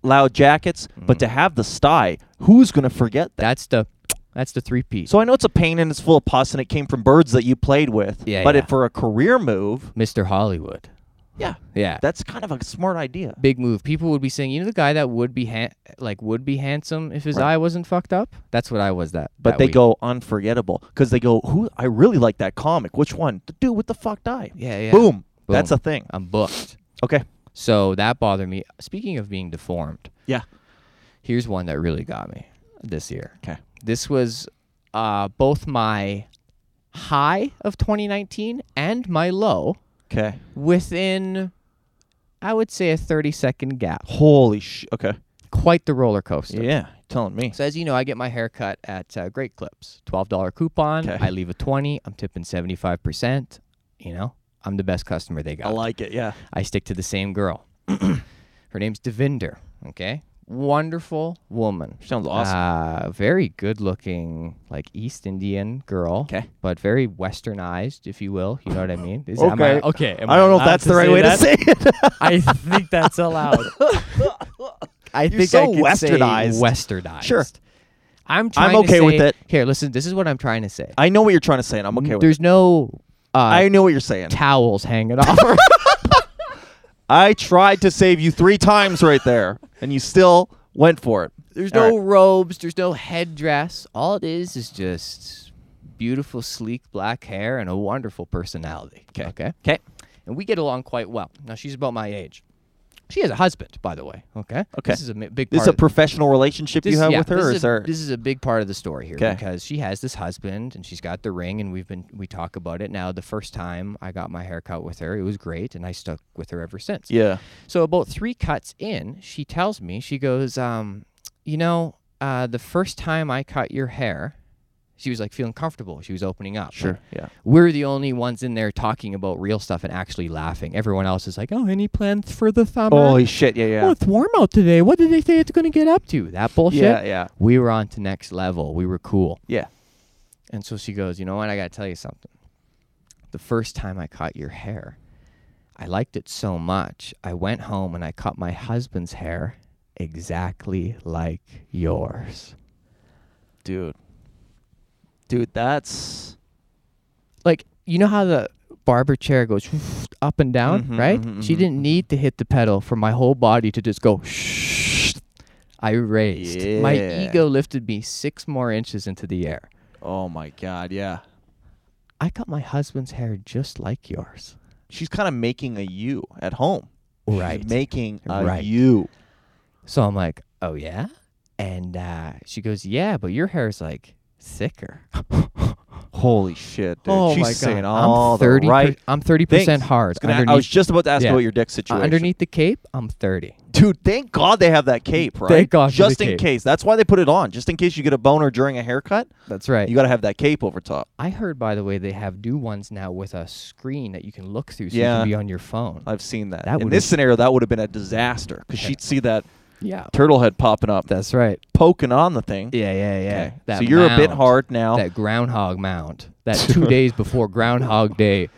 [SPEAKER 2] loud jackets, but to have the sty, who's going to forget that?
[SPEAKER 1] That's the that's the three piece.
[SPEAKER 2] So I know it's a pain and it's full of pus and it came from birds that you played with.
[SPEAKER 1] Yeah,
[SPEAKER 2] but
[SPEAKER 1] yeah.
[SPEAKER 2] if for a career move,
[SPEAKER 1] Mr. Hollywood.
[SPEAKER 2] yeah,
[SPEAKER 1] Yeah.
[SPEAKER 2] that's kind of a smart idea.
[SPEAKER 1] big move. People would be saying, you know, the guy that would be ha- like would be handsome if his
[SPEAKER 2] Right.
[SPEAKER 1] eye wasn't fucked up. That's what I was. That,
[SPEAKER 2] But
[SPEAKER 1] that
[SPEAKER 2] they
[SPEAKER 1] week.
[SPEAKER 2] go unforgettable because they go, "Who? I really like that comic. Which one? The dude with the fucked eye."
[SPEAKER 1] yeah, yeah,
[SPEAKER 2] Boom. That's a
[SPEAKER 1] Boom.
[SPEAKER 2] thing.
[SPEAKER 1] I'm booked.
[SPEAKER 2] Okay.
[SPEAKER 1] So that bothered me. Speaking of being deformed,
[SPEAKER 2] Yeah.
[SPEAKER 1] here's one that really got me this year.
[SPEAKER 2] 'Kay.
[SPEAKER 1] This was uh, both my high of 2019 and my low
[SPEAKER 2] Okay.
[SPEAKER 1] within, I would say, a 30 second gap.
[SPEAKER 2] Holy sh. Okay.
[SPEAKER 1] Quite the roller coaster.
[SPEAKER 2] Yeah. Telling me.
[SPEAKER 1] So as you know, I get my hair cut at uh, Great Clips. Twelve dollar coupon.
[SPEAKER 2] Okay.
[SPEAKER 1] I leave a twenty. I'm tipping seventy five percent. You know, I'm the best customer they
[SPEAKER 2] I
[SPEAKER 1] got.
[SPEAKER 2] like it. Yeah.
[SPEAKER 1] I stick to the same girl. *clears throat* Her name's Devinder. Okay, wonderful woman.
[SPEAKER 2] Sounds awesome.
[SPEAKER 1] Uh, very good looking, like East Indian girl.
[SPEAKER 2] 'Kay.
[SPEAKER 1] But very westernized, if you will. You know what I mean? Is- am I-
[SPEAKER 2] Okay.
[SPEAKER 1] okay. am
[SPEAKER 2] I don't know if
[SPEAKER 1] allowed
[SPEAKER 2] that's the right
[SPEAKER 1] say
[SPEAKER 2] way
[SPEAKER 1] that?
[SPEAKER 2] to *laughs* say it.
[SPEAKER 1] I think that's allowed. I
[SPEAKER 2] You're
[SPEAKER 1] think I
[SPEAKER 2] so
[SPEAKER 1] could say
[SPEAKER 2] westernized.
[SPEAKER 1] westernized.
[SPEAKER 2] Sure.
[SPEAKER 1] I'm trying to
[SPEAKER 2] okay with
[SPEAKER 1] say-
[SPEAKER 2] it.
[SPEAKER 1] Here, listen, this is what I'm trying to say.
[SPEAKER 2] I know what you're trying to say, and I'm okay with it.
[SPEAKER 1] There's no uh,
[SPEAKER 2] I know what you're saying.
[SPEAKER 1] towels *laughs* hanging off her.
[SPEAKER 2] I tried to save you three times right there, *laughs* and you still went for it.
[SPEAKER 1] There's
[SPEAKER 2] All
[SPEAKER 1] no
[SPEAKER 2] right.
[SPEAKER 1] robes. There's no headdress. All it is is just beautiful, sleek black hair and a wonderful personality. Okay. Okay.
[SPEAKER 2] Okay.
[SPEAKER 1] And we get along quite well. Now she's about my age. She has a husband, by the way. Okay.
[SPEAKER 2] Okay.
[SPEAKER 1] This is a mi- big.
[SPEAKER 2] This
[SPEAKER 1] part
[SPEAKER 2] is a
[SPEAKER 1] of-
[SPEAKER 2] professional relationship you
[SPEAKER 1] This-
[SPEAKER 2] have
[SPEAKER 1] yeah,
[SPEAKER 2] with her,
[SPEAKER 1] this
[SPEAKER 2] or
[SPEAKER 1] is,
[SPEAKER 2] is
[SPEAKER 1] a,
[SPEAKER 2] there?
[SPEAKER 1] this is a big part of the story here
[SPEAKER 2] 'Kay.
[SPEAKER 1] because she has this husband and she's got the ring and we've been we talk about it now. The first time I got my haircut with her, it was great, and I stuck with her ever since.
[SPEAKER 2] yeah.
[SPEAKER 1] So about three cuts in, she tells me, she goes, um, you know, uh, the first time I cut your hair, she was like feeling comfortable. She was opening up.
[SPEAKER 2] Sure. Yeah.
[SPEAKER 1] We're the only ones in there talking about real stuff and actually laughing. Everyone else is like, oh, any plans for the summer?
[SPEAKER 2] Holy shit. Yeah.
[SPEAKER 1] Oh,
[SPEAKER 2] Yeah.
[SPEAKER 1] it's warm out today. What did they say it's going to get up to? That bullshit.
[SPEAKER 2] Yeah. Yeah.
[SPEAKER 1] We were on to next level. We were cool.
[SPEAKER 2] Yeah.
[SPEAKER 1] And so she goes, You know what? I got to tell you something. The first time I cut your hair, I liked it so much. I went home and I cut my husband's hair exactly like yours.
[SPEAKER 2] Dude. Dude, that's
[SPEAKER 1] Like you know how the barber chair goes *laughs* up and down,
[SPEAKER 2] Mhm,
[SPEAKER 1] right?
[SPEAKER 2] mhm,
[SPEAKER 1] She
[SPEAKER 2] mhm.
[SPEAKER 1] didn't need to hit the pedal for my whole body to just go. *laughs* Shh. I raised. My
[SPEAKER 2] Yeah.
[SPEAKER 1] ego lifted me six more inches into the air.
[SPEAKER 2] Oh my god, yeah.
[SPEAKER 1] I cut my husband's hair just like yours.
[SPEAKER 2] She's kind of making a you at home. She's
[SPEAKER 1] Right.
[SPEAKER 2] making a
[SPEAKER 1] Right.
[SPEAKER 2] you.
[SPEAKER 1] So I'm like, oh yeah? And uh, she goes, yeah, but your hair's like thicker.
[SPEAKER 2] Holy shit, dude.
[SPEAKER 1] oh
[SPEAKER 2] She's
[SPEAKER 1] my god.
[SPEAKER 2] saying all
[SPEAKER 1] I'm 30
[SPEAKER 2] the right
[SPEAKER 1] I'm 30%
[SPEAKER 2] things. I
[SPEAKER 1] hard.
[SPEAKER 2] was gonna- I
[SPEAKER 1] Underneath-
[SPEAKER 2] was just about to ask
[SPEAKER 1] yeah.
[SPEAKER 2] about your dick
[SPEAKER 1] uh,
[SPEAKER 2] situation.
[SPEAKER 1] underneath the cape, I'm 30.
[SPEAKER 2] Dude, thank God they have that cape, right?
[SPEAKER 1] God for the
[SPEAKER 2] Just in
[SPEAKER 1] cape.
[SPEAKER 2] case. That's why they put it on. Just in case you get a boner during a haircut,
[SPEAKER 1] That's right.
[SPEAKER 2] you got to have that cape over top.
[SPEAKER 1] I heard, by the way, they have new ones now with a screen that you can look through so you
[SPEAKER 2] Yeah. Uh,
[SPEAKER 1] can be on your phone.
[SPEAKER 2] I've seen that.
[SPEAKER 1] That
[SPEAKER 2] in
[SPEAKER 1] would've-
[SPEAKER 2] this scenario, that would have been a disaster because
[SPEAKER 1] Yeah.
[SPEAKER 2] she'd see that
[SPEAKER 1] yeah.
[SPEAKER 2] turtle head popping up,
[SPEAKER 1] That's right.
[SPEAKER 2] poking on the thing.
[SPEAKER 1] Yeah, yeah, yeah.
[SPEAKER 2] Okay.
[SPEAKER 1] That
[SPEAKER 2] so you're a bit
[SPEAKER 1] mound,
[SPEAKER 2] hard now.
[SPEAKER 1] That groundhog mount. That two days before Groundhog Day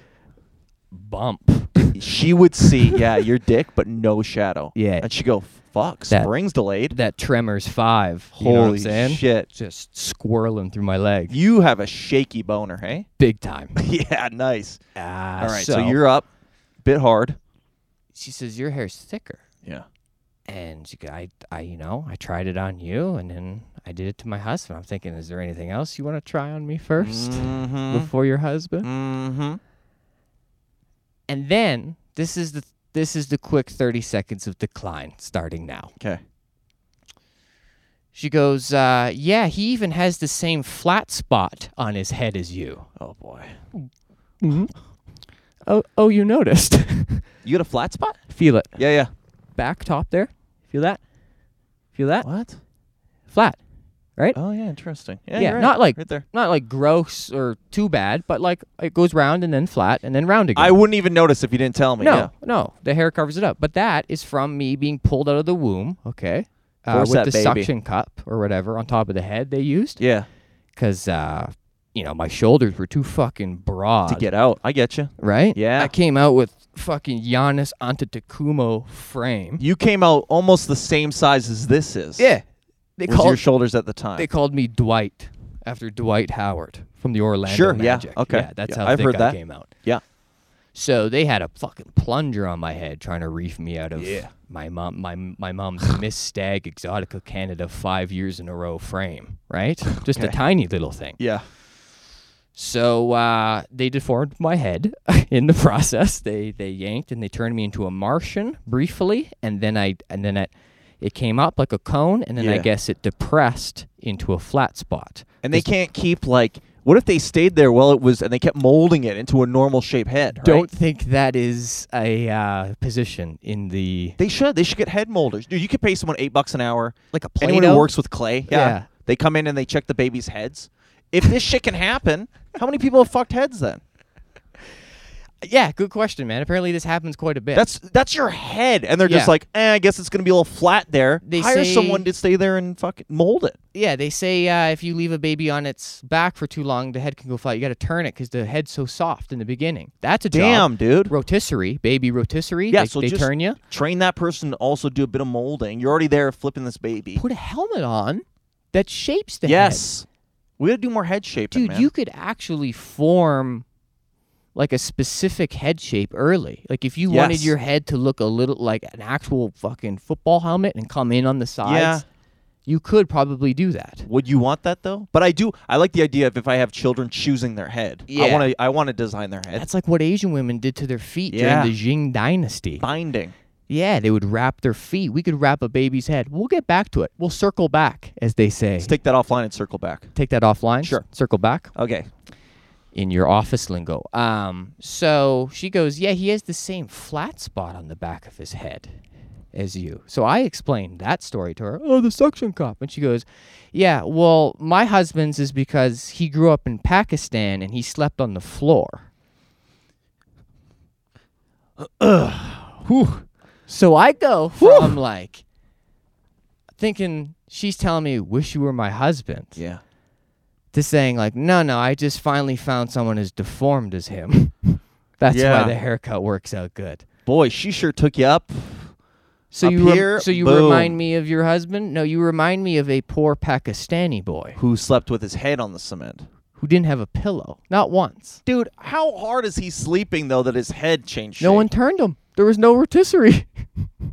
[SPEAKER 1] bump.
[SPEAKER 2] *laughs* she would see, yeah,
[SPEAKER 1] *laughs*
[SPEAKER 2] your dick, but no shadow.
[SPEAKER 1] Yeah.
[SPEAKER 2] And she'd go, fuck,
[SPEAKER 1] That-
[SPEAKER 2] spring's delayed.
[SPEAKER 1] that Tremors five. you
[SPEAKER 2] Holy
[SPEAKER 1] know what I'm saying?
[SPEAKER 2] shit.
[SPEAKER 1] Just squirreling through my leg,
[SPEAKER 2] You have a shaky boner, hey? *laughs*
[SPEAKER 1] big time.
[SPEAKER 2] yeah, nice.
[SPEAKER 1] Ah,
[SPEAKER 2] All right, so, you're up, bit hard.
[SPEAKER 1] She says your hair's thicker,
[SPEAKER 2] Yeah.
[SPEAKER 1] and she, go- I, I, you know, I tried it on you, and then I did it to my husband. I'm thinking, is there anything else you want to try on me 1st
[SPEAKER 2] Mm-hmm.
[SPEAKER 1] before your husband?
[SPEAKER 2] mm-hmm.
[SPEAKER 1] And then this is the this is the quick 30 seconds of decline starting now.
[SPEAKER 2] Okay.
[SPEAKER 1] She goes, uh, yeah, he even has the same flat spot on his head as you.
[SPEAKER 2] Oh boy.
[SPEAKER 1] Mm-hmm. Oh, oh, you noticed. *laughs*
[SPEAKER 2] You got a flat spot?
[SPEAKER 1] Feel it.
[SPEAKER 2] Yeah, yeah.
[SPEAKER 1] back top there. Feel that? Feel that?
[SPEAKER 2] What?
[SPEAKER 1] Flat.
[SPEAKER 2] Oh yeah, interesting.
[SPEAKER 1] Yeah,
[SPEAKER 2] Yeah, you're right.
[SPEAKER 1] not like-
[SPEAKER 2] right there.
[SPEAKER 1] Not like gross or too bad, but like it goes round and then flat and then round again.
[SPEAKER 2] I wouldn't even notice if you didn't tell me.
[SPEAKER 1] no,
[SPEAKER 2] yeah.
[SPEAKER 1] no, the hair covers it up. But that is from me being pulled out of the womb, okay, uh,
[SPEAKER 2] Force
[SPEAKER 1] with
[SPEAKER 2] that
[SPEAKER 1] the
[SPEAKER 2] baby.
[SPEAKER 1] suction cup or whatever on top of the head they used,
[SPEAKER 2] Yeah.
[SPEAKER 1] because uh, you know my shoulders were too fucking broad,
[SPEAKER 2] To get out. I get you.
[SPEAKER 1] right?
[SPEAKER 2] Yeah.
[SPEAKER 1] I came out with fucking Giannis Antetokounmpo frame.
[SPEAKER 2] You came out almost the same size as this is.
[SPEAKER 1] they
[SPEAKER 2] Was your
[SPEAKER 1] called
[SPEAKER 2] shoulders at the time.
[SPEAKER 1] They called me Dwight after Dwight Howard from the Orlando
[SPEAKER 2] Sure, yeah,
[SPEAKER 1] Magic.
[SPEAKER 2] okay.
[SPEAKER 1] that's
[SPEAKER 2] Yeah,
[SPEAKER 1] how
[SPEAKER 2] I've
[SPEAKER 1] thick
[SPEAKER 2] heard
[SPEAKER 1] I
[SPEAKER 2] that.
[SPEAKER 1] came out.
[SPEAKER 2] Yeah.
[SPEAKER 1] So they had a fucking plunger on my head trying to reef me out of
[SPEAKER 2] Yeah.
[SPEAKER 1] my mom my my mom's
[SPEAKER 2] *laughs*
[SPEAKER 1] Miss Stag Exotica Canada 5 years in a row frame,
[SPEAKER 2] *sighs*
[SPEAKER 1] right? Just a
[SPEAKER 2] Okay.
[SPEAKER 1] tiny little thing.
[SPEAKER 2] Yeah.
[SPEAKER 1] So uh, they deformed my head *laughs* in the process. They they yanked and they turned me into a Martian briefly, and then I and then it it came up like a cone, and then I
[SPEAKER 2] Yeah.
[SPEAKER 1] guess it depressed into a flat spot.
[SPEAKER 2] And they can't keep like what if they stayed there while it was and they kept molding it into a normal shape head, right?
[SPEAKER 1] Don't think that is a uh, position in the
[SPEAKER 2] they should. They should get head molders. Dude, you could pay someone eight bucks an hour.
[SPEAKER 1] like a
[SPEAKER 2] Anyone who works with clay. Yeah.
[SPEAKER 1] Yeah.
[SPEAKER 2] They come in and they check the baby's heads. If this shit can happen, how many people have fucked heads then?
[SPEAKER 1] Yeah, good question, man. Apparently, this happens quite a bit.
[SPEAKER 2] *laughs* That's that's your head, and they're just
[SPEAKER 1] Yeah.
[SPEAKER 2] like, eh, I guess it's gonna be a little flat there.
[SPEAKER 1] They
[SPEAKER 2] Hire
[SPEAKER 1] say-
[SPEAKER 2] someone to stay there and fucking mold it.
[SPEAKER 1] yeah. They say uh, if you leave a baby on its back for too long, the head can go flat. You got to turn it because the head's so soft in the beginning. That's a job.
[SPEAKER 2] Damn, dude.
[SPEAKER 1] rotisserie, baby rotisserie.
[SPEAKER 2] Yeah,
[SPEAKER 1] they,
[SPEAKER 2] so
[SPEAKER 1] they
[SPEAKER 2] just
[SPEAKER 1] turn you.
[SPEAKER 2] Train that person to also do a bit of molding. You're already there flipping this baby.
[SPEAKER 1] Put a helmet on that shapes the head.
[SPEAKER 2] Yes, we gotta do more head shaping,
[SPEAKER 1] dude,
[SPEAKER 2] man.
[SPEAKER 1] you could actually form like a specific head shape early. Like if you wanted
[SPEAKER 2] Yes.
[SPEAKER 1] your head to look a little like an actual fucking football helmet and come in on the sides, you could probably do that.
[SPEAKER 2] Would you want that though? But I do. I like the idea of if I have children choosing their head. I
[SPEAKER 1] Yeah.
[SPEAKER 2] want to. I want to design their head.
[SPEAKER 1] That's like what Asian women did to their feet
[SPEAKER 2] Yeah.
[SPEAKER 1] during the Jing Dynasty.
[SPEAKER 2] binding.
[SPEAKER 1] Yeah, they would wrap their feet. We could wrap a baby's head. We'll get back to it. We'll circle back, as they say.
[SPEAKER 2] Let's take that offline and circle back.
[SPEAKER 1] Take that offline.
[SPEAKER 2] Sure.
[SPEAKER 1] Circle back.
[SPEAKER 2] Okay.
[SPEAKER 1] in your office lingo. Um, so she goes, Yeah, he has the same flat spot on the back of his head as you. So I explained that story to her. Oh, the suction cup. And she goes, Yeah, well, my husband's is because he grew up in Pakistan and he slept on the floor. *clears throat*
[SPEAKER 2] Whew.
[SPEAKER 1] So I go from like thinking she's telling me, Wish you were my husband,
[SPEAKER 2] Yeah.
[SPEAKER 1] to saying, like, No, no, I just finally found someone as deformed as him. *laughs* That's
[SPEAKER 2] Yeah.
[SPEAKER 1] why the haircut works out good.
[SPEAKER 2] Boy, she sure took you up.
[SPEAKER 1] So
[SPEAKER 2] Up
[SPEAKER 1] you rem-
[SPEAKER 2] here,
[SPEAKER 1] so you
[SPEAKER 2] boom.
[SPEAKER 1] remind me of your husband? No, you remind me of a poor Pakistani boy
[SPEAKER 2] Who slept with his head on the cement?
[SPEAKER 1] who didn't have a pillow. Not once.
[SPEAKER 2] Dude, how hard is he sleeping though that his head changed?
[SPEAKER 1] No
[SPEAKER 2] shape?
[SPEAKER 1] one turned him. There was no rotisserie. *laughs*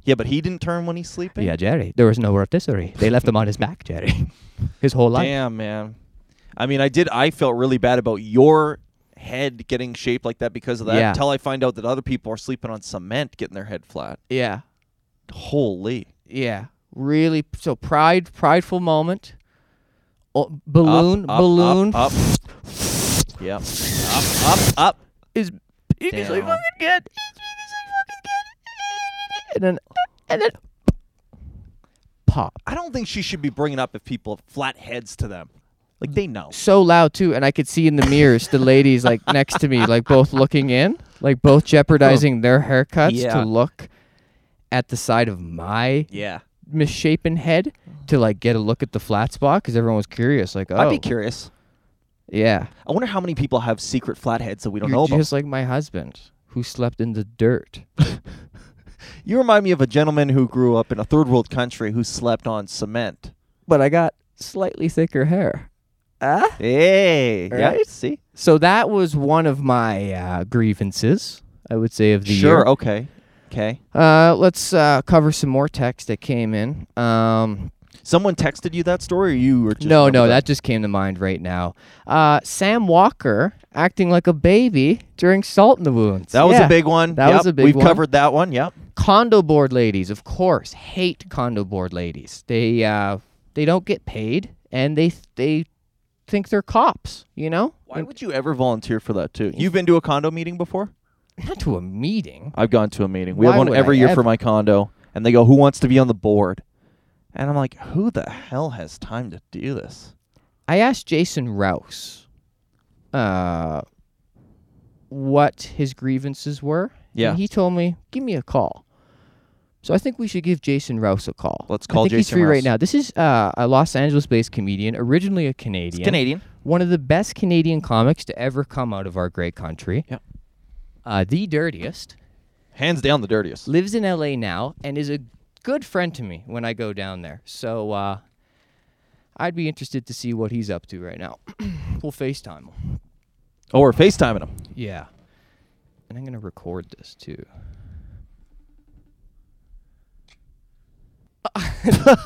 [SPEAKER 2] Yeah, but he didn't turn when he's sleeping.
[SPEAKER 1] yeah, Jerry. There was no rotisserie. They left him on his back, Jerry. *laughs* His whole life.
[SPEAKER 2] Damn, man. I mean, I did. I felt really bad about your head getting shaped like that because of that.
[SPEAKER 1] Yeah.
[SPEAKER 2] Until I find out that other people are sleeping on cement, getting their head flat.
[SPEAKER 1] Yeah.
[SPEAKER 2] Holy.
[SPEAKER 1] Yeah. Really. So pride, prideful moment. Oh, balloon,
[SPEAKER 2] Up, up,
[SPEAKER 1] balloon.
[SPEAKER 2] Up. up. yep. Up. Up. Up.
[SPEAKER 1] Is it is like
[SPEAKER 2] Down.
[SPEAKER 1] fucking good. It's big as I fucking good. And then and then pop.
[SPEAKER 2] I don't think she should be bringing up if people have flat heads to them. Like they know.
[SPEAKER 1] So loud too, and I could see in the mirrors the ladies
[SPEAKER 2] *laughs*
[SPEAKER 1] like next to me, like both looking in, like both jeopardizing their haircuts
[SPEAKER 2] Yeah.
[SPEAKER 1] to look at the side of my
[SPEAKER 2] Yeah.
[SPEAKER 1] misshapen head to like get a look at the flat spot because everyone was curious, like oh
[SPEAKER 2] I'd be curious.
[SPEAKER 1] yeah,
[SPEAKER 2] I wonder how many people have secret flatheads that we don't know
[SPEAKER 1] you're
[SPEAKER 2] about.
[SPEAKER 1] just like my husband who slept in the
[SPEAKER 2] *laughs*
[SPEAKER 1] dirt.
[SPEAKER 2] You remind me of a gentleman who grew up in a third world country who slept on cement.
[SPEAKER 1] but I got slightly thicker hair. Ah.
[SPEAKER 2] Hey, yeah,
[SPEAKER 1] Right?
[SPEAKER 2] see,
[SPEAKER 1] So that was one of my uh, grievances, I would say, of the
[SPEAKER 2] sure,
[SPEAKER 1] year.
[SPEAKER 2] okay, okay.
[SPEAKER 1] Uh, let's uh, cover some more text that came in. Um,
[SPEAKER 2] Someone texted you that story, or you were just
[SPEAKER 1] no, no,
[SPEAKER 2] remember
[SPEAKER 1] that just came to mind right now. Uh, Sam Walker acting like a baby during Salt in the Wounds.
[SPEAKER 2] that was
[SPEAKER 1] Yeah.
[SPEAKER 2] a big one.
[SPEAKER 1] That was a
[SPEAKER 2] Yep,
[SPEAKER 1] big
[SPEAKER 2] We've
[SPEAKER 1] one.
[SPEAKER 2] covered that one. Yep.
[SPEAKER 1] condo board ladies, of course, hate condo board ladies. They uh, they don't get paid, and they they think they're cops. You know,
[SPEAKER 2] Why would you ever volunteer for that too? You've been to a condo meeting before?
[SPEAKER 1] not to a meeting.
[SPEAKER 2] I've gone to a meeting. We
[SPEAKER 1] Why
[SPEAKER 2] have one
[SPEAKER 1] would
[SPEAKER 2] every
[SPEAKER 1] I
[SPEAKER 2] year
[SPEAKER 1] ever?
[SPEAKER 2] for my condo, and they go, "Who wants to be on the board?" And I'm like, "Who the hell has time to do this?"
[SPEAKER 1] I asked Jason Rouse uh, what his grievances were.
[SPEAKER 2] Yeah.
[SPEAKER 1] And he told me, give me a call. So I think we should give Jason Rouse a call.
[SPEAKER 2] Let's
[SPEAKER 1] I
[SPEAKER 2] call
[SPEAKER 1] think he's
[SPEAKER 2] Jason
[SPEAKER 1] free
[SPEAKER 2] Rouse.
[SPEAKER 1] right now. This is uh, a Los Angeles based comedian, originally a Canadian.
[SPEAKER 2] Canadian.
[SPEAKER 1] One of the best Canadian comics to ever come out of our great country.
[SPEAKER 2] Yep.
[SPEAKER 1] Uh, the dirtiest.
[SPEAKER 2] Hands down, the dirtiest.
[SPEAKER 1] Lives in LA now and is a good friend to me when I go down there. So uh, I'd be interested to see what he's up to right now. *clears throat* we'll FaceTime him.
[SPEAKER 2] Oh, we're FaceTiming him.
[SPEAKER 1] Yeah. And I'm going to record this too. *laughs*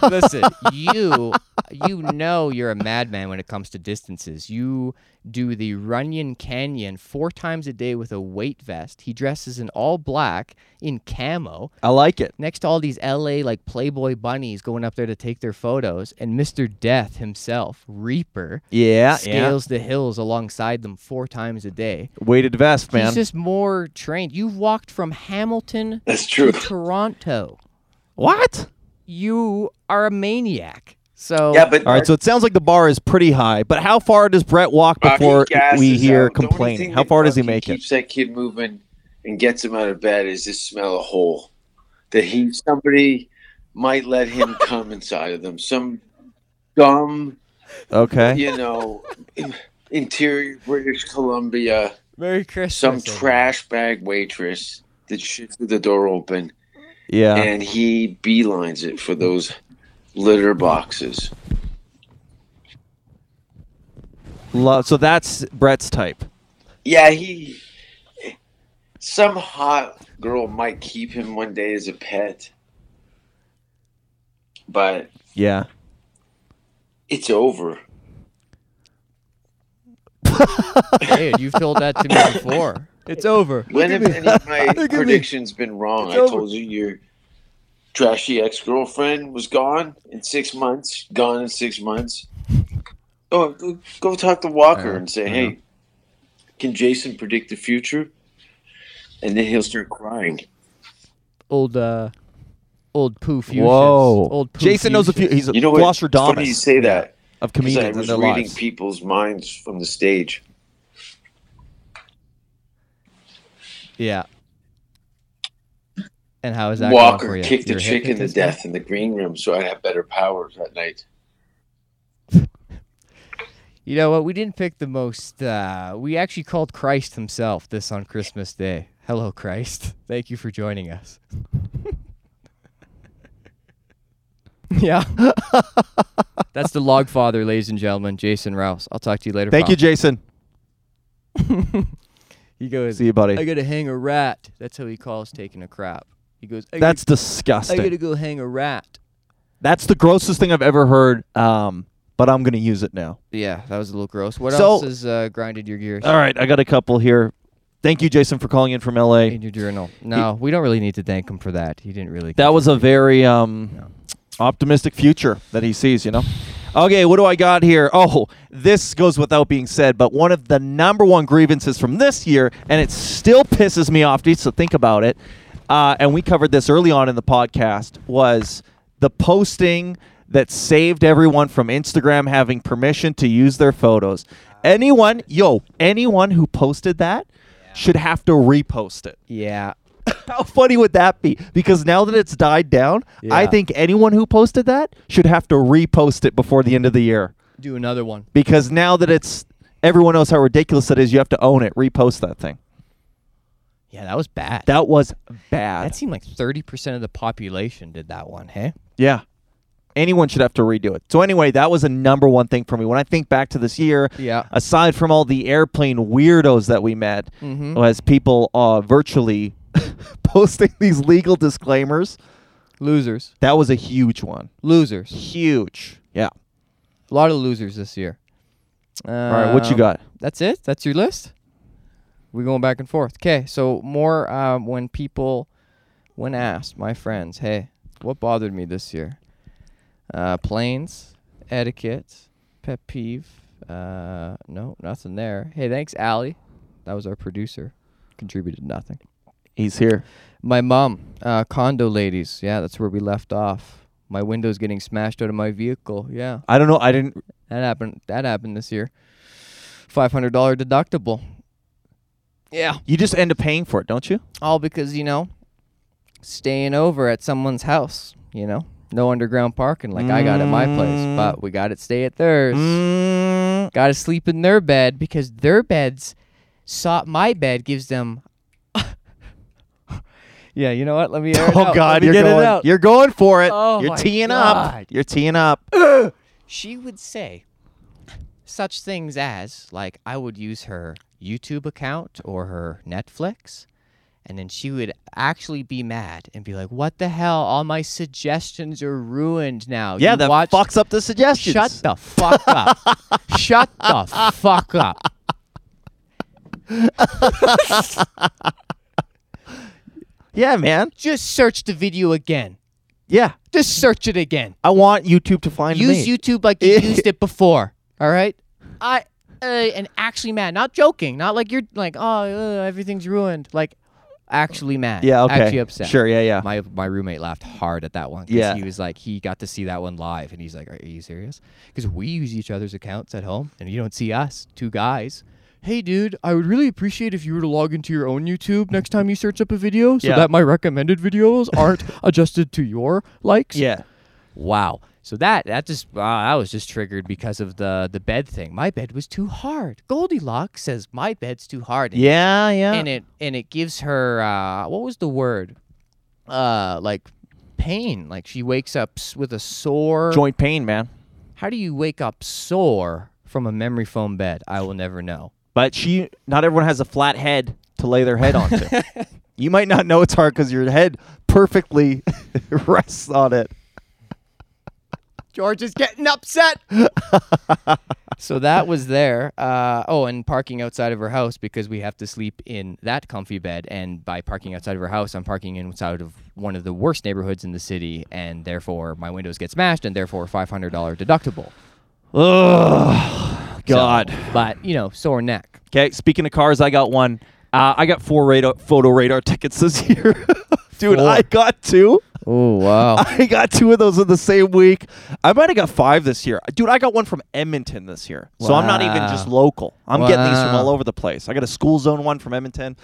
[SPEAKER 1] Listen, you you know you're a madman when it comes to distances. You do the Runyon Canyon four times a day with a weight vest. He dresses in all black in camo
[SPEAKER 2] I like it.
[SPEAKER 1] next to all these LA like Playboy bunnies going up there to take their photos and Mr. Death himself, Reaper,
[SPEAKER 2] Yeah, yeah.
[SPEAKER 1] scales the hills alongside them four times a day.
[SPEAKER 2] Weighted vest, man.
[SPEAKER 1] He's just more trained. You've walked from Hamilton
[SPEAKER 5] That's true.
[SPEAKER 1] to Toronto.
[SPEAKER 2] what?
[SPEAKER 1] You are a maniac. So
[SPEAKER 5] Yeah, but
[SPEAKER 2] All right, so it sounds like the bar is pretty high, but how far does Brett walk
[SPEAKER 5] Rocky
[SPEAKER 2] before
[SPEAKER 5] gas
[SPEAKER 2] we
[SPEAKER 5] is
[SPEAKER 2] hear
[SPEAKER 5] out. The only
[SPEAKER 2] complaining?
[SPEAKER 5] thing
[SPEAKER 2] How
[SPEAKER 5] that
[SPEAKER 2] far does he
[SPEAKER 5] fucking
[SPEAKER 2] make it?
[SPEAKER 5] Keeps that kid moving and gets him out of bed is this smell of hole that he somebody might
[SPEAKER 2] *laughs*
[SPEAKER 5] let him come inside of them. Some dumb,
[SPEAKER 2] Okay.
[SPEAKER 5] you know, in- interior British Columbia,
[SPEAKER 1] Merry Christmas.
[SPEAKER 5] some
[SPEAKER 1] everyone.
[SPEAKER 5] trash bag waitress that shoots with the door open,
[SPEAKER 2] Yeah.
[SPEAKER 5] and he beelines it for those litter boxes.
[SPEAKER 2] Lo- So that's Brett's type.
[SPEAKER 5] Yeah, he. Some hot girl might keep him one day as a pet, but
[SPEAKER 2] Yeah.
[SPEAKER 5] it's over.
[SPEAKER 1] Dude, you've told that to me
[SPEAKER 5] *laughs*
[SPEAKER 1] before. It's over.
[SPEAKER 5] When have any of my predictions been wrong? I told you your trashy ex girlfriend was gone in six months. Gone in six months. Oh, go talk to Walker and say, "Hey, can Jason predict the future?" And then he'll start crying.
[SPEAKER 1] Old uh old poo fusions.
[SPEAKER 2] Whoa.
[SPEAKER 1] Old poo
[SPEAKER 2] Jason knows a few.
[SPEAKER 1] fusions.
[SPEAKER 2] He's a
[SPEAKER 5] You know what? It's funny you
[SPEAKER 2] Flosserdomus
[SPEAKER 5] say that.
[SPEAKER 2] of
[SPEAKER 5] 'cause I
[SPEAKER 2] comedians and
[SPEAKER 5] was
[SPEAKER 2] their
[SPEAKER 5] reading
[SPEAKER 2] lives.
[SPEAKER 5] people's minds from the stage.
[SPEAKER 1] Yeah. And how is that going for
[SPEAKER 5] Walker
[SPEAKER 1] you?
[SPEAKER 5] kicked
[SPEAKER 1] You're
[SPEAKER 5] a chicken to
[SPEAKER 1] hypnotist?
[SPEAKER 5] death in the green room, so I have better powers that night.
[SPEAKER 1] You know what? We didn't pick the most. Uh, we actually called Christ himself this on Christmas Day. Hello, Christ. *laughs* Thank you for joining us. *laughs* yeah. *laughs* That's the log father, ladies and gentlemen, Jason Rouse. I'll talk to you later.
[SPEAKER 2] Thank
[SPEAKER 1] pal.
[SPEAKER 2] you, Jason.
[SPEAKER 1] He goes,
[SPEAKER 2] See you, buddy.
[SPEAKER 1] I gotta hang a rat. That's how he calls taking a crap. He goes, I
[SPEAKER 2] That's
[SPEAKER 1] gotta, I gotta
[SPEAKER 2] disgusting.
[SPEAKER 1] go hang a rat.
[SPEAKER 2] That's the grossest thing I've ever heard. Um, but I'm gonna use it now.
[SPEAKER 1] Yeah, that was a little gross. What
[SPEAKER 2] So-
[SPEAKER 1] else has uh, grinded your gears
[SPEAKER 2] All right, I got a couple here. Thank you, Jason, for calling in from LA.
[SPEAKER 1] in your journal? No, we don't really need to thank him for that. He didn't really.
[SPEAKER 2] That was a very um, optimistic future that he sees, you know? *laughs* Okay, what do I got here? Oh, this goes without being said, but one of the number one grievances from this year, and it still pisses me off, dude, so think about it. Uh, and we covered this early on in the podcast, was the posting that saved everyone from Instagram having permission to use their photos. Anyone, yo, anyone who posted that should have to repost it.
[SPEAKER 1] yeah.
[SPEAKER 2] How funny would that be? Because now that it's died down, I
[SPEAKER 1] Yeah.
[SPEAKER 2] think anyone who posted that should have to repost it before the end of the year.
[SPEAKER 1] Do another one.
[SPEAKER 2] Because now that it's everyone knows how ridiculous it is, you have to own it, repost that thing.
[SPEAKER 1] Yeah, that was bad.
[SPEAKER 2] That was bad.
[SPEAKER 1] That seemed like 30% of the population did that one, hey?
[SPEAKER 2] yeah. Anyone should have to redo it. So anyway, that was a number one thing for me. When I think back to this year,
[SPEAKER 1] Yeah.
[SPEAKER 2] aside from all the airplane weirdos that we met,
[SPEAKER 1] Mm-hmm.
[SPEAKER 2] was people uh, virtually *laughs* posting these legal disclaimers.
[SPEAKER 1] Losers.
[SPEAKER 2] That was a huge one.
[SPEAKER 1] Losers.
[SPEAKER 2] Huge. Yeah.
[SPEAKER 1] A lot of losers this year. Um,
[SPEAKER 2] All right, what you got?
[SPEAKER 1] That's it? That's your list? We're going back and forth. Okay, so more um, when people, when asked, my friends, hey, what bothered me this year? Uh, planes, etiquette, pet peeve. Uh, no, nothing there. Hey, thanks, Allie. That was our producer. Contributed nothing.
[SPEAKER 2] He's here.
[SPEAKER 1] My mom, uh, condo ladies. Yeah, that's where we left off. My window's getting smashed out of my vehicle. Yeah,
[SPEAKER 2] I don't know. I didn't.
[SPEAKER 1] that happened. That happened this year. Five hundred dollar deductible. Yeah,
[SPEAKER 2] You just end up paying for it, don't you?
[SPEAKER 1] all because you know, staying over at someone's house. You know, no underground parking like I got at my
[SPEAKER 2] Mm.
[SPEAKER 1] place, but we got to stay at theirs. Got to sleep in their bed because their beds, saw my bed gives them. *laughs* yeah, you know what? Let me. air it out.
[SPEAKER 2] Oh
[SPEAKER 1] Let
[SPEAKER 2] God,
[SPEAKER 1] me
[SPEAKER 2] you're
[SPEAKER 1] get
[SPEAKER 2] going.
[SPEAKER 1] it out.
[SPEAKER 2] You're going for it.
[SPEAKER 1] Oh,
[SPEAKER 2] you're
[SPEAKER 1] my
[SPEAKER 2] teeing up.
[SPEAKER 1] God.
[SPEAKER 2] You're teeing *coughs* up.
[SPEAKER 1] she would say such things as like I would use her YouTube account or her Netflix and then she would actually be mad and be like what the hell all my suggestions are ruined now
[SPEAKER 2] yeah,
[SPEAKER 1] You
[SPEAKER 2] that
[SPEAKER 1] watched-
[SPEAKER 2] fucks up the suggestions.
[SPEAKER 1] shut the fuck up shut the fuck up
[SPEAKER 2] Yeah, man.
[SPEAKER 1] just search the video again
[SPEAKER 2] Yeah,
[SPEAKER 1] just search it again
[SPEAKER 2] I want YouTube to find
[SPEAKER 1] use
[SPEAKER 2] me.
[SPEAKER 1] YouTube like you used
[SPEAKER 2] *laughs*
[SPEAKER 1] it before. All right. I uh, and actually mad, not joking, not like you're like oh uh, everything's ruined, like actually mad.
[SPEAKER 2] Yeah. Okay.
[SPEAKER 1] Actually upset.
[SPEAKER 2] Sure. Yeah. Yeah.
[SPEAKER 1] My my roommate laughed hard at that one. 'cause
[SPEAKER 2] Yeah.
[SPEAKER 1] He was like he got to see that one live, and he's like, "Are you serious?" Because we use each other's accounts at home, and you don't see us two guys. Hey, dude, I would really appreciate if you were to log into your own YouTube next time you search up a video so
[SPEAKER 2] Yeah.
[SPEAKER 1] that my recommended videos aren't *laughs* adjusted to your likes.
[SPEAKER 2] yeah.
[SPEAKER 1] Wow. So that that just wow, that was just triggered because of the the bed thing. My bed was too hard. Goldilocks says my bed's too hard. And-
[SPEAKER 2] Yeah. Yeah.
[SPEAKER 1] And it and it gives her uh, what was the word? Uh, like pain. Like she wakes up s- with a sore.
[SPEAKER 2] Joint pain, man.
[SPEAKER 1] How do you wake up sore from a memory foam bed? I will never know.
[SPEAKER 2] But she, not everyone has a flat head to lay their head onto. *laughs* you might not know it's hard because your head perfectly *laughs* rests on it.
[SPEAKER 1] George is getting upset. *laughs* so that was there. Uh, oh, and parking outside of her house because we have to sleep in that comfy bed. And by parking outside of her house, I'm parking inside of one of the worst neighborhoods in the city, and therefore my windows get smashed, and therefore $500 deductible.
[SPEAKER 2] Ugh.
[SPEAKER 1] So-
[SPEAKER 2] God.
[SPEAKER 1] but you know, sore neck.
[SPEAKER 2] Okay, speaking of cars, I got one. Uh, I got four radar, photo radar *laughs* tickets this year. Dude,
[SPEAKER 1] Four.
[SPEAKER 2] I got two. *laughs*
[SPEAKER 1] Oh wow.
[SPEAKER 2] I got two of those in the same week. I might have got five this year. Dude, I got one from Edmonton this year. So I'm not even
[SPEAKER 1] Wow.
[SPEAKER 2] just local. I'm getting these from
[SPEAKER 1] Wow.
[SPEAKER 2] all over the place. I got a school zone one from Edmonton.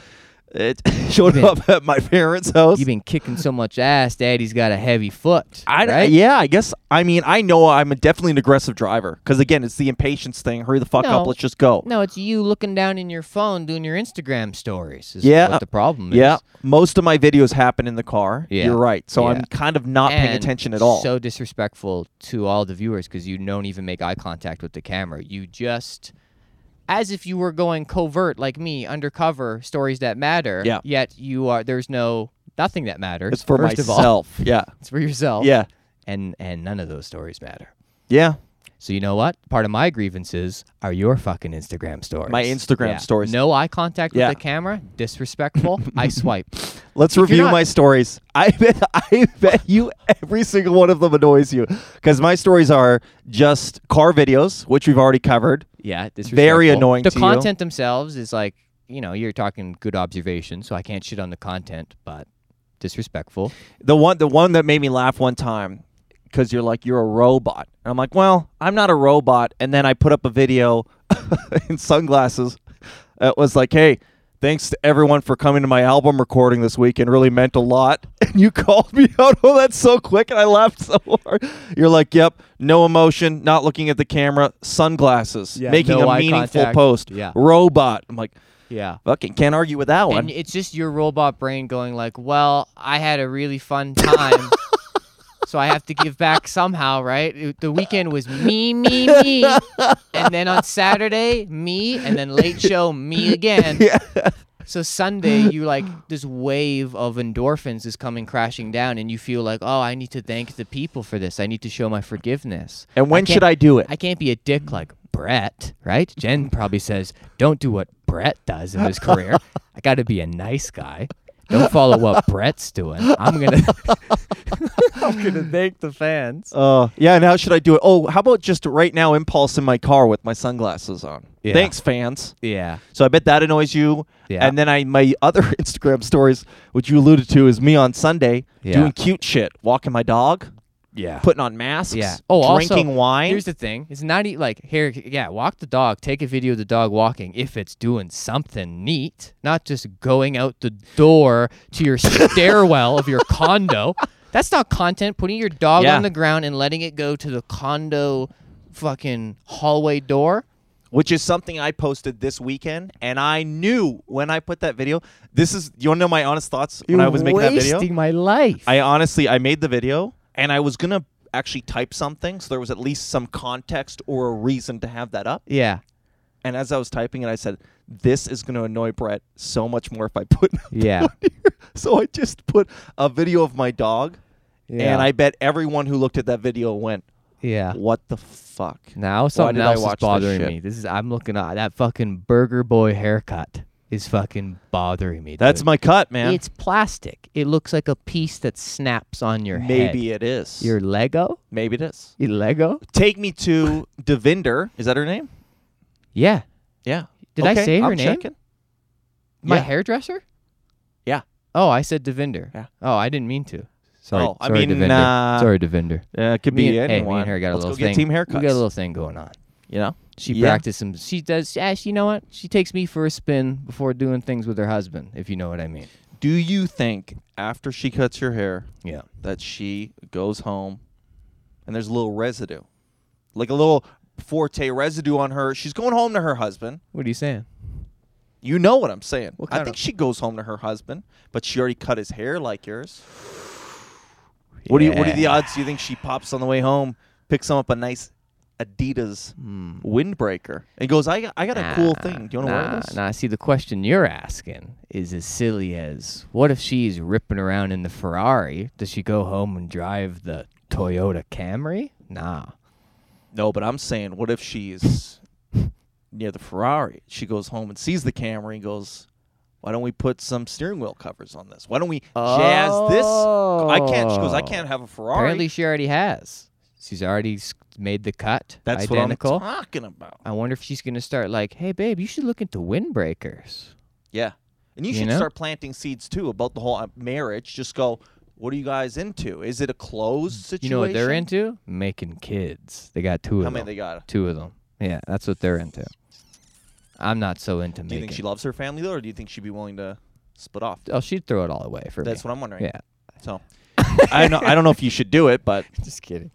[SPEAKER 2] It *laughs* showed up at my parents'
[SPEAKER 1] *laughs*
[SPEAKER 2] house.
[SPEAKER 1] You've been kicking so much ass, Daddy's got a heavy foot.
[SPEAKER 2] I,
[SPEAKER 1] right?
[SPEAKER 2] Yeah, I guess. I mean, I know I'm definitely an aggressive driver because again, it's the impatience thing. Hurry the fuck
[SPEAKER 1] No.
[SPEAKER 2] up. Let's just go.
[SPEAKER 1] No, it's you looking down in your phone doing your Instagram stories. Is
[SPEAKER 2] Yeah. uh,
[SPEAKER 1] what the problem is.
[SPEAKER 2] Yeah, most of my videos happen in the car.
[SPEAKER 1] Yeah.
[SPEAKER 2] You're right. So
[SPEAKER 1] Yeah.
[SPEAKER 2] I'm kind of not paying
[SPEAKER 1] And
[SPEAKER 2] attention at all.
[SPEAKER 1] So disrespectful to all the viewers because you don't even make eye contact with the camera. You just, as if you were going covert like me, undercover stories that matter.
[SPEAKER 2] Yeah.
[SPEAKER 1] Yet you are there's no nothing that matters.
[SPEAKER 2] it's for
[SPEAKER 1] first Of all,
[SPEAKER 2] myself. yeah.
[SPEAKER 1] *laughs* it's for yourself.
[SPEAKER 2] Yeah.
[SPEAKER 1] And and none of those stories matter.
[SPEAKER 2] Yeah.
[SPEAKER 1] So you know what? Part of my grievances are your fucking Instagram stories.
[SPEAKER 2] My Instagram
[SPEAKER 1] Yeah.
[SPEAKER 2] stories.
[SPEAKER 1] No eye contact with
[SPEAKER 2] Yeah.
[SPEAKER 1] the camera.
[SPEAKER 2] *laughs*
[SPEAKER 1] Disrespectful. I swipe.
[SPEAKER 2] Let's review
[SPEAKER 1] not-
[SPEAKER 2] my stories. *laughs* I bet I bet you every single one of them annoys you because my stories are just car videos, which we've already covered.
[SPEAKER 1] Yeah, disrespectful.
[SPEAKER 2] Very annoying
[SPEAKER 1] The
[SPEAKER 2] to you.
[SPEAKER 1] content themselves is like, you know, you're talking good observation, so I can't shit on the content, but disrespectful.
[SPEAKER 2] The one the one that made me laugh one time because you're like you're a robot, and I'm like, well, I'm not a robot. And then I put up a video *laughs* in sunglasses. It was like, hey. Thanks to everyone for coming to my album recording this weekend. Really meant a lot. *laughs* And you called me out. Oh, that's so quick. And I laughed so hard. You're like, yep, no emotion, not looking at the camera, sunglasses,
[SPEAKER 1] Yeah,
[SPEAKER 2] making
[SPEAKER 1] no
[SPEAKER 2] a
[SPEAKER 1] eye
[SPEAKER 2] meaningful
[SPEAKER 1] contact.
[SPEAKER 2] post.
[SPEAKER 1] Yeah.
[SPEAKER 2] Robot. I'm like,
[SPEAKER 1] Yeah.
[SPEAKER 2] fucking can't argue with that one.
[SPEAKER 1] And it's just your robot brain going like, "Well, I had a really fun
[SPEAKER 2] *laughs*
[SPEAKER 1] time." So I have to give back somehow, right? It- The weekend was me, me, me, and then on Saturday me, and then late show me again.
[SPEAKER 2] *laughs* yeah.
[SPEAKER 1] So Sunday, you like this wave of endorphins is coming crashing down, and you feel like, oh, I need to thank the people for this. I need to show my forgiveness.
[SPEAKER 2] And when should
[SPEAKER 1] can't-
[SPEAKER 2] I do it?
[SPEAKER 1] I can't be a dick like Brett, right? Jen probably says, don't do what Brett does in his career. I got to be a nice guy. Don't follow what Brett's doing. I'm gonna, *laughs* I'm gonna thank the fans.
[SPEAKER 2] Uh, yeah. Now should I do it? Oh, how about just right now, impulse in my car with my sunglasses on.
[SPEAKER 1] Yeah.
[SPEAKER 2] Thanks, fans.
[SPEAKER 1] Yeah,
[SPEAKER 2] So I bet that annoys you.
[SPEAKER 1] Yeah.
[SPEAKER 2] And then I my other *laughs* Instagram stories, which you alluded to, is me on Sunday
[SPEAKER 1] Yeah.
[SPEAKER 2] doing cute shit, walking my dog,
[SPEAKER 1] yeah.
[SPEAKER 2] putting on masks,
[SPEAKER 1] Yeah. Oh,
[SPEAKER 2] drinking
[SPEAKER 1] also,
[SPEAKER 2] wine.
[SPEAKER 1] Here's the thing: it's not e- like here. Yeah, walk the dog. Take a video of the dog walking if it's doing something neat, not just going out the door to
[SPEAKER 2] *laughs*
[SPEAKER 1] your stairwell of your condo. That's not content. Putting your dog
[SPEAKER 2] Yeah.
[SPEAKER 1] on the ground and letting it go to the condo, fucking hallway door.
[SPEAKER 2] which is something I posted this weekend, and I knew when I put that video. This is you want to know my honest thoughts when I was making that video.
[SPEAKER 1] wasting my life.
[SPEAKER 2] I honestly, I made the video and I was gonna actually type something, so there was at least some context or a reason to have that up.
[SPEAKER 1] yeah.
[SPEAKER 2] And as I was typing it, I said, "This is gonna annoy Brett so much more if I put." *laughs* it up
[SPEAKER 1] Yeah.
[SPEAKER 2] on here." so I just put a video of my dog, and
[SPEAKER 1] Yeah.
[SPEAKER 2] I bet everyone who looked at that video went,
[SPEAKER 1] Yeah.
[SPEAKER 2] "What the fuck?"
[SPEAKER 1] Now
[SPEAKER 2] did
[SPEAKER 1] something
[SPEAKER 2] I
[SPEAKER 1] else
[SPEAKER 2] watch
[SPEAKER 1] is
[SPEAKER 2] this
[SPEAKER 1] bothering
[SPEAKER 2] shit?
[SPEAKER 1] me. This is I'm looking at that fucking burger boy haircut is fucking bothering me.
[SPEAKER 2] That's
[SPEAKER 1] dude.
[SPEAKER 2] my cut, man.
[SPEAKER 1] It's plastic. It looks like a piece that snaps on your head.
[SPEAKER 2] Maybe it is.
[SPEAKER 1] Your Lego?
[SPEAKER 2] Maybe it is.
[SPEAKER 1] Your Lego?
[SPEAKER 2] Take me to Devinder. Is that her name?
[SPEAKER 1] Yeah.
[SPEAKER 2] Yeah.
[SPEAKER 1] Did I
[SPEAKER 2] Okay,
[SPEAKER 1] say her
[SPEAKER 2] I'm
[SPEAKER 1] name?
[SPEAKER 2] checking.
[SPEAKER 1] My
[SPEAKER 2] Yeah.
[SPEAKER 1] hairdresser?
[SPEAKER 2] Yeah.
[SPEAKER 1] Oh, I said Devinder.
[SPEAKER 2] Yeah.
[SPEAKER 1] Oh, I didn't mean to. Sorry.
[SPEAKER 2] Oh, I
[SPEAKER 1] sorry,
[SPEAKER 2] mean,
[SPEAKER 1] Devinder.
[SPEAKER 2] uh,
[SPEAKER 1] sorry, Devinder.
[SPEAKER 2] Yeah, it could
[SPEAKER 1] Me
[SPEAKER 2] be
[SPEAKER 1] and, hey,
[SPEAKER 2] anyone.
[SPEAKER 1] me and her got
[SPEAKER 2] Let's
[SPEAKER 1] a little
[SPEAKER 2] go get
[SPEAKER 1] thing.
[SPEAKER 2] team haircuts.
[SPEAKER 1] We got a little thing going on.
[SPEAKER 2] you know.
[SPEAKER 1] She
[SPEAKER 2] Yeah.
[SPEAKER 1] practiced some. She does. Yeah, she- you know what? She takes me for a spin before doing things with her husband, if you know what I mean.
[SPEAKER 2] Do you think after she cuts your hair
[SPEAKER 1] Yeah.
[SPEAKER 2] that she goes home and there's a little residue, like a little forte residue on her? She's going home to her husband.
[SPEAKER 1] What are you saying?
[SPEAKER 2] You know what I'm saying. I
[SPEAKER 1] kind
[SPEAKER 2] think
[SPEAKER 1] of-
[SPEAKER 2] she goes home to her husband, but she already cut his hair like
[SPEAKER 1] *sighs*
[SPEAKER 2] yours. What do you? What are the
[SPEAKER 1] Yeah.
[SPEAKER 2] odds? Do you think she pops on the way home, picks him up a nice Adidas windbreaker, and goes, "I got, I got a cool thing. Do you want to
[SPEAKER 1] Hmm. nah,
[SPEAKER 2] wear this?"
[SPEAKER 1] Nah, see, the question you're asking is as silly as what if she's ripping around in the Ferrari? Does she go home and drive the Toyota Camry? Nah.
[SPEAKER 2] No, but I'm saying, what if she's *laughs* near the Ferrari? She goes home and sees the Camry and goes, "Why don't we put some steering wheel covers on this? Why don't we jazz this? I can't." She goes, "I
[SPEAKER 1] Oh.
[SPEAKER 2] can't have a Ferrari."
[SPEAKER 1] Apparently, she already has. She's already s- made the cut.
[SPEAKER 2] That's
[SPEAKER 1] identical.
[SPEAKER 2] what I'm talking about.
[SPEAKER 1] I wonder if she's gonna start like, hey, babe, you should look into windbreakers.
[SPEAKER 2] Yeah, and you,
[SPEAKER 1] You
[SPEAKER 2] should
[SPEAKER 1] know?
[SPEAKER 2] start planting seeds too about the whole uh, marriage. Just go. What are you guys into? Is it a closed
[SPEAKER 1] You
[SPEAKER 2] situation?
[SPEAKER 1] know what they're into? Making kids. They got two of
[SPEAKER 2] How
[SPEAKER 1] them.
[SPEAKER 2] many they got?
[SPEAKER 1] Two of them. Yeah, that's what they're into. I'm not so into
[SPEAKER 2] Do you
[SPEAKER 1] making.
[SPEAKER 2] think she loves her family though, or do you think she'd be willing to? split off.
[SPEAKER 1] Oh, she'd throw it all away for
[SPEAKER 2] That's
[SPEAKER 1] me.
[SPEAKER 2] what I'm wondering.
[SPEAKER 1] Yeah.
[SPEAKER 2] So *laughs* I know I don't know if you should do it, but
[SPEAKER 1] Just kidding.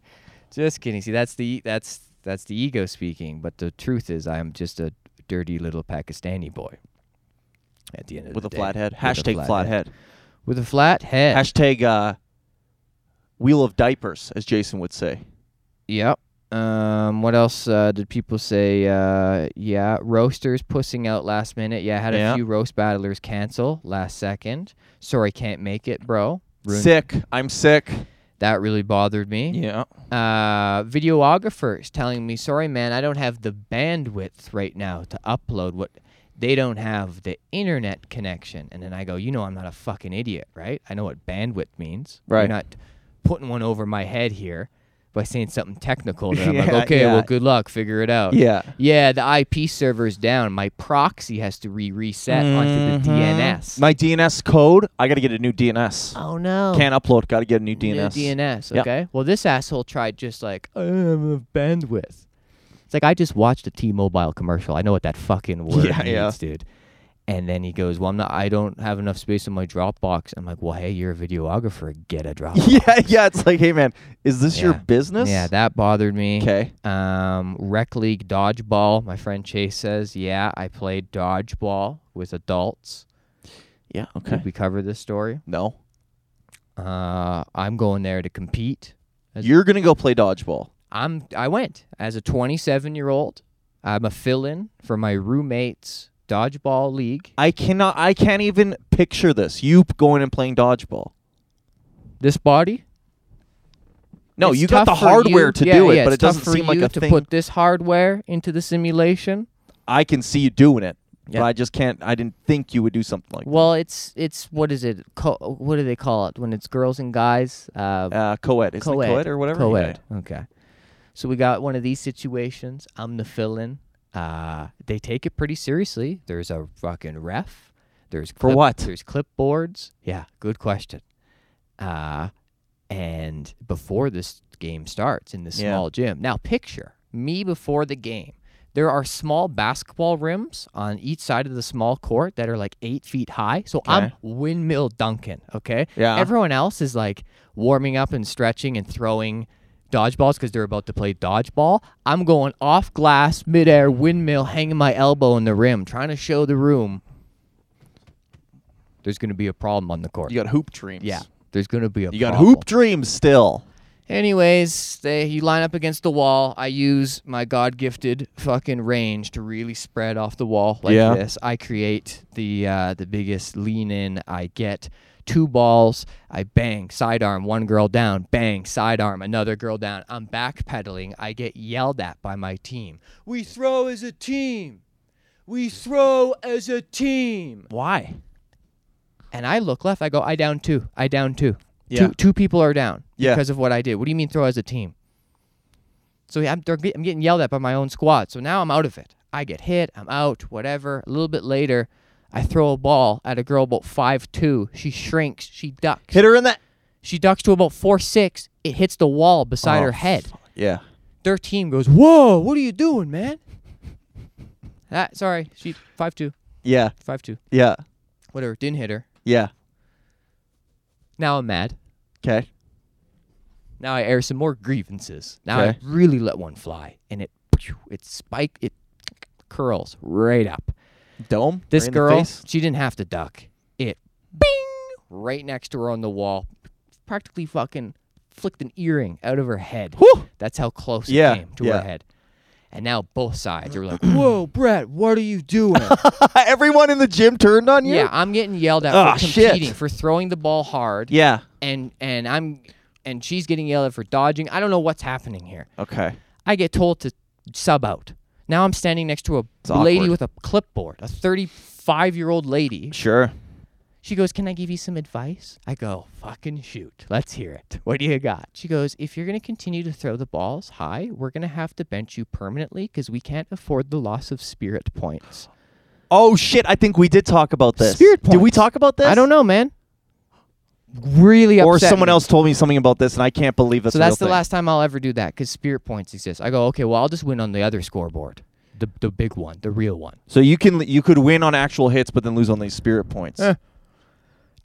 [SPEAKER 1] Just kidding. See, that's the that's that's the ego speaking. But the truth is, I'm just a dirty little Pakistani boy. At the end of
[SPEAKER 2] with
[SPEAKER 1] the
[SPEAKER 2] a
[SPEAKER 1] day.
[SPEAKER 2] flat head.
[SPEAKER 1] With a
[SPEAKER 2] Hashtag flat, head.
[SPEAKER 1] With a flat head.
[SPEAKER 2] Hashtag uh, wheel of diapers, as Jason would say.
[SPEAKER 1] Yep. Um, what else uh, did people say? Uh, yeah, roasters pussing out last minute. Yeah, had a
[SPEAKER 2] Yeah.
[SPEAKER 1] few roast battlers cancel last second. Sorry, can't make it, bro. Ruined-
[SPEAKER 2] Sick. I'm sick.
[SPEAKER 1] That really bothered me.
[SPEAKER 2] Yeah.
[SPEAKER 1] Uh, videographers telling me, sorry, man, I don't have the bandwidth right now to upload what they don't have the internet connection. And then I go, you know, I'm not a fucking idiot, right? I know what bandwidth means.
[SPEAKER 2] Right.
[SPEAKER 1] You're not putting one over my head here by saying something technical.
[SPEAKER 2] *laughs*
[SPEAKER 1] That I'm
[SPEAKER 2] Yeah,
[SPEAKER 1] like, okay,
[SPEAKER 2] yeah.
[SPEAKER 1] well, good luck, figure it out.
[SPEAKER 2] Yeah.
[SPEAKER 1] Yeah, the IP server's down. My proxy has to re reset onto the DNS.
[SPEAKER 2] Mm-hmm. My DNS code. I got to get a new DNS.
[SPEAKER 1] oh no.
[SPEAKER 2] Can't upload. Got to get a new
[SPEAKER 1] New
[SPEAKER 2] DNS.
[SPEAKER 1] DNS.
[SPEAKER 2] Yeah.
[SPEAKER 1] Okay. Well, this asshole tried just like I don't have bandwidth. It's like I just watched a T-Mobile commercial. I know what that
[SPEAKER 2] *laughs*
[SPEAKER 1] fucking word
[SPEAKER 2] Yeah,
[SPEAKER 1] means,
[SPEAKER 2] yeah.
[SPEAKER 1] dude. And then he goes, "Well, I'm not. I don't have enough space in my Dropbox." I'm like, "Well, hey, you're a videographer. Get a Dropbox."
[SPEAKER 2] *laughs* yeah. Yeah. It's like, hey man, is this your
[SPEAKER 1] Yeah.
[SPEAKER 2] *laughs* business?
[SPEAKER 1] Yeah, that bothered me.
[SPEAKER 2] Okay.
[SPEAKER 1] Um, rec league dodgeball. My friend Chase says, "Yeah, I played dodgeball with adults."
[SPEAKER 2] Yeah. Okay.
[SPEAKER 1] Did we cover this story?
[SPEAKER 2] No.
[SPEAKER 1] Uh, I'm going there to compete. As-
[SPEAKER 2] You're gonna go play dodgeball.
[SPEAKER 1] I'm I went as a 27 year old. I'm a fill in for my roommate's dodgeball league.
[SPEAKER 2] I cannot. I can't even picture this. You p- going and playing dodgeball.
[SPEAKER 1] This body.
[SPEAKER 2] No,
[SPEAKER 1] it's
[SPEAKER 2] you got the
[SPEAKER 1] tough for
[SPEAKER 2] hardware
[SPEAKER 1] you-
[SPEAKER 2] to
[SPEAKER 1] yeah,
[SPEAKER 2] do it,
[SPEAKER 1] yeah,
[SPEAKER 2] but it
[SPEAKER 1] it's tough
[SPEAKER 2] doesn't
[SPEAKER 1] for
[SPEAKER 2] seem like
[SPEAKER 1] you
[SPEAKER 2] a
[SPEAKER 1] to
[SPEAKER 2] thing.
[SPEAKER 1] put this hardware into the simulation.
[SPEAKER 2] I can see you doing it, but
[SPEAKER 1] Yeah.
[SPEAKER 2] I just can't. I didn't think you would do something like
[SPEAKER 1] Well, it's it's what is it? Co- what do they call it when it's girls and guys? Uh,
[SPEAKER 2] that. Uh, co-ed. Isn't it
[SPEAKER 1] co-ed.
[SPEAKER 2] co-ed or whatever.
[SPEAKER 1] Co-ed. Okay. So we got one of these situations. I'm the fill-in. Uh, they take it pretty seriously. There's a fucking ref. There's
[SPEAKER 2] For
[SPEAKER 1] clip-
[SPEAKER 2] what?
[SPEAKER 1] There's clipboards. Yeah, good question. Uh, and before this game starts in this
[SPEAKER 2] Yeah.
[SPEAKER 1] small gym. Now picture me before the game. There are small basketball rims on each side of the small court that are like eight feet high. So I'm
[SPEAKER 2] Okay.
[SPEAKER 1] windmill dunking. Okay.
[SPEAKER 2] Yeah.
[SPEAKER 1] Everyone else is like warming up and stretching and throwing dodgeballs because they're about to play dodgeball. I'm going off glass, midair, windmill, hanging my elbow in the rim, trying to show the room there's going to be a problem on the court.
[SPEAKER 2] You got hoop dreams.
[SPEAKER 1] yeah. There's going to be a
[SPEAKER 2] You got
[SPEAKER 1] problem.
[SPEAKER 2] hoop dreams still.
[SPEAKER 1] Anyways, they you line up against the wall. I use my god gifted fucking range to really spread off the wall like
[SPEAKER 2] Yeah.
[SPEAKER 1] this. I create the uh, the biggest lean in. I get two balls. I bang sidearm one girl down. Bang sidearm another girl down. I'm backpedaling. I get yelled at by my team. We throw as a team. We throw as a team.
[SPEAKER 2] Why?
[SPEAKER 1] And I look left. I go, I down two. I down two.
[SPEAKER 2] Yeah.
[SPEAKER 1] Two, two people are down
[SPEAKER 2] Yeah.
[SPEAKER 1] because of what I did. What do you mean throw as a team? So I'm, they're get- I'm getting yelled at by my own squad. So now I'm out of it. I get hit. I'm out. Whatever. A little bit later, I throw a ball at a girl about five two. She shrinks. She ducks.
[SPEAKER 2] Hit her in that.
[SPEAKER 1] She ducks to about four six. It hits the wall beside
[SPEAKER 2] Oh,
[SPEAKER 1] her head
[SPEAKER 2] Yeah.
[SPEAKER 1] their team goes, "Whoa, what are you doing,
[SPEAKER 2] *laughs*
[SPEAKER 1] man?" That sorry, she five two,
[SPEAKER 2] Yeah.
[SPEAKER 1] five two,
[SPEAKER 2] Yeah.
[SPEAKER 1] whatever. Didn't hit her.
[SPEAKER 2] Yeah.
[SPEAKER 1] Now I'm mad.
[SPEAKER 2] Okay.
[SPEAKER 1] Now I air some more grievances. Now
[SPEAKER 2] Okay.
[SPEAKER 1] I really let one fly, and it it spike it curls right up.
[SPEAKER 2] Dome.
[SPEAKER 1] This
[SPEAKER 2] right in the
[SPEAKER 1] girl,
[SPEAKER 2] face.
[SPEAKER 1] she didn't have to duck. It bing right next to her on the wall, practically fucking flicked an earring out of her head.
[SPEAKER 2] Whew. *laughs*
[SPEAKER 1] That's how close
[SPEAKER 2] Yeah,
[SPEAKER 1] it came to
[SPEAKER 2] yeah.
[SPEAKER 1] her head. And now both sides are
[SPEAKER 2] *clears throat*
[SPEAKER 1] like, "Whoa, Brett, what are you
[SPEAKER 2] *laughs*
[SPEAKER 1] doing?"
[SPEAKER 2] Everyone in the gym turned on you.
[SPEAKER 1] Yeah, I'm getting yelled at
[SPEAKER 2] Ah,
[SPEAKER 1] for
[SPEAKER 2] shit.
[SPEAKER 1] competing, for throwing the ball hard,
[SPEAKER 2] Yeah.
[SPEAKER 1] and and I'm and she's getting yelled at for dodging. I don't know what's happening here.
[SPEAKER 2] Okay.
[SPEAKER 1] I get told to sub out. Now I'm standing next to a lady
[SPEAKER 2] awkward.
[SPEAKER 1] with a clipboard, a 35 year old lady.
[SPEAKER 2] Sure.
[SPEAKER 1] She goes, "Can I give you some advice?" I go, "Fucking shoot, let's hear it. What do you got?" She goes, "If you're gonna continue to throw the balls high, we're gonna have to bench you permanently because we can't afford the loss of spirit points."
[SPEAKER 2] Oh shit! I think we did talk about this.
[SPEAKER 1] Spirit
[SPEAKER 2] Did we
[SPEAKER 1] points.
[SPEAKER 2] talk about this?
[SPEAKER 1] I don't know, man. Really upset.
[SPEAKER 2] Or someone
[SPEAKER 1] me.
[SPEAKER 2] else told me something about this, and I can't believe that's.
[SPEAKER 1] So
[SPEAKER 2] a real
[SPEAKER 1] that's the
[SPEAKER 2] thing.
[SPEAKER 1] last time I'll ever do that because spirit points exist. I go, okay, well, I'll just win on the other scoreboard, the the big one, the real one. Eh.
[SPEAKER 2] So you can you could win on actual hits, but then lose on these spirit points.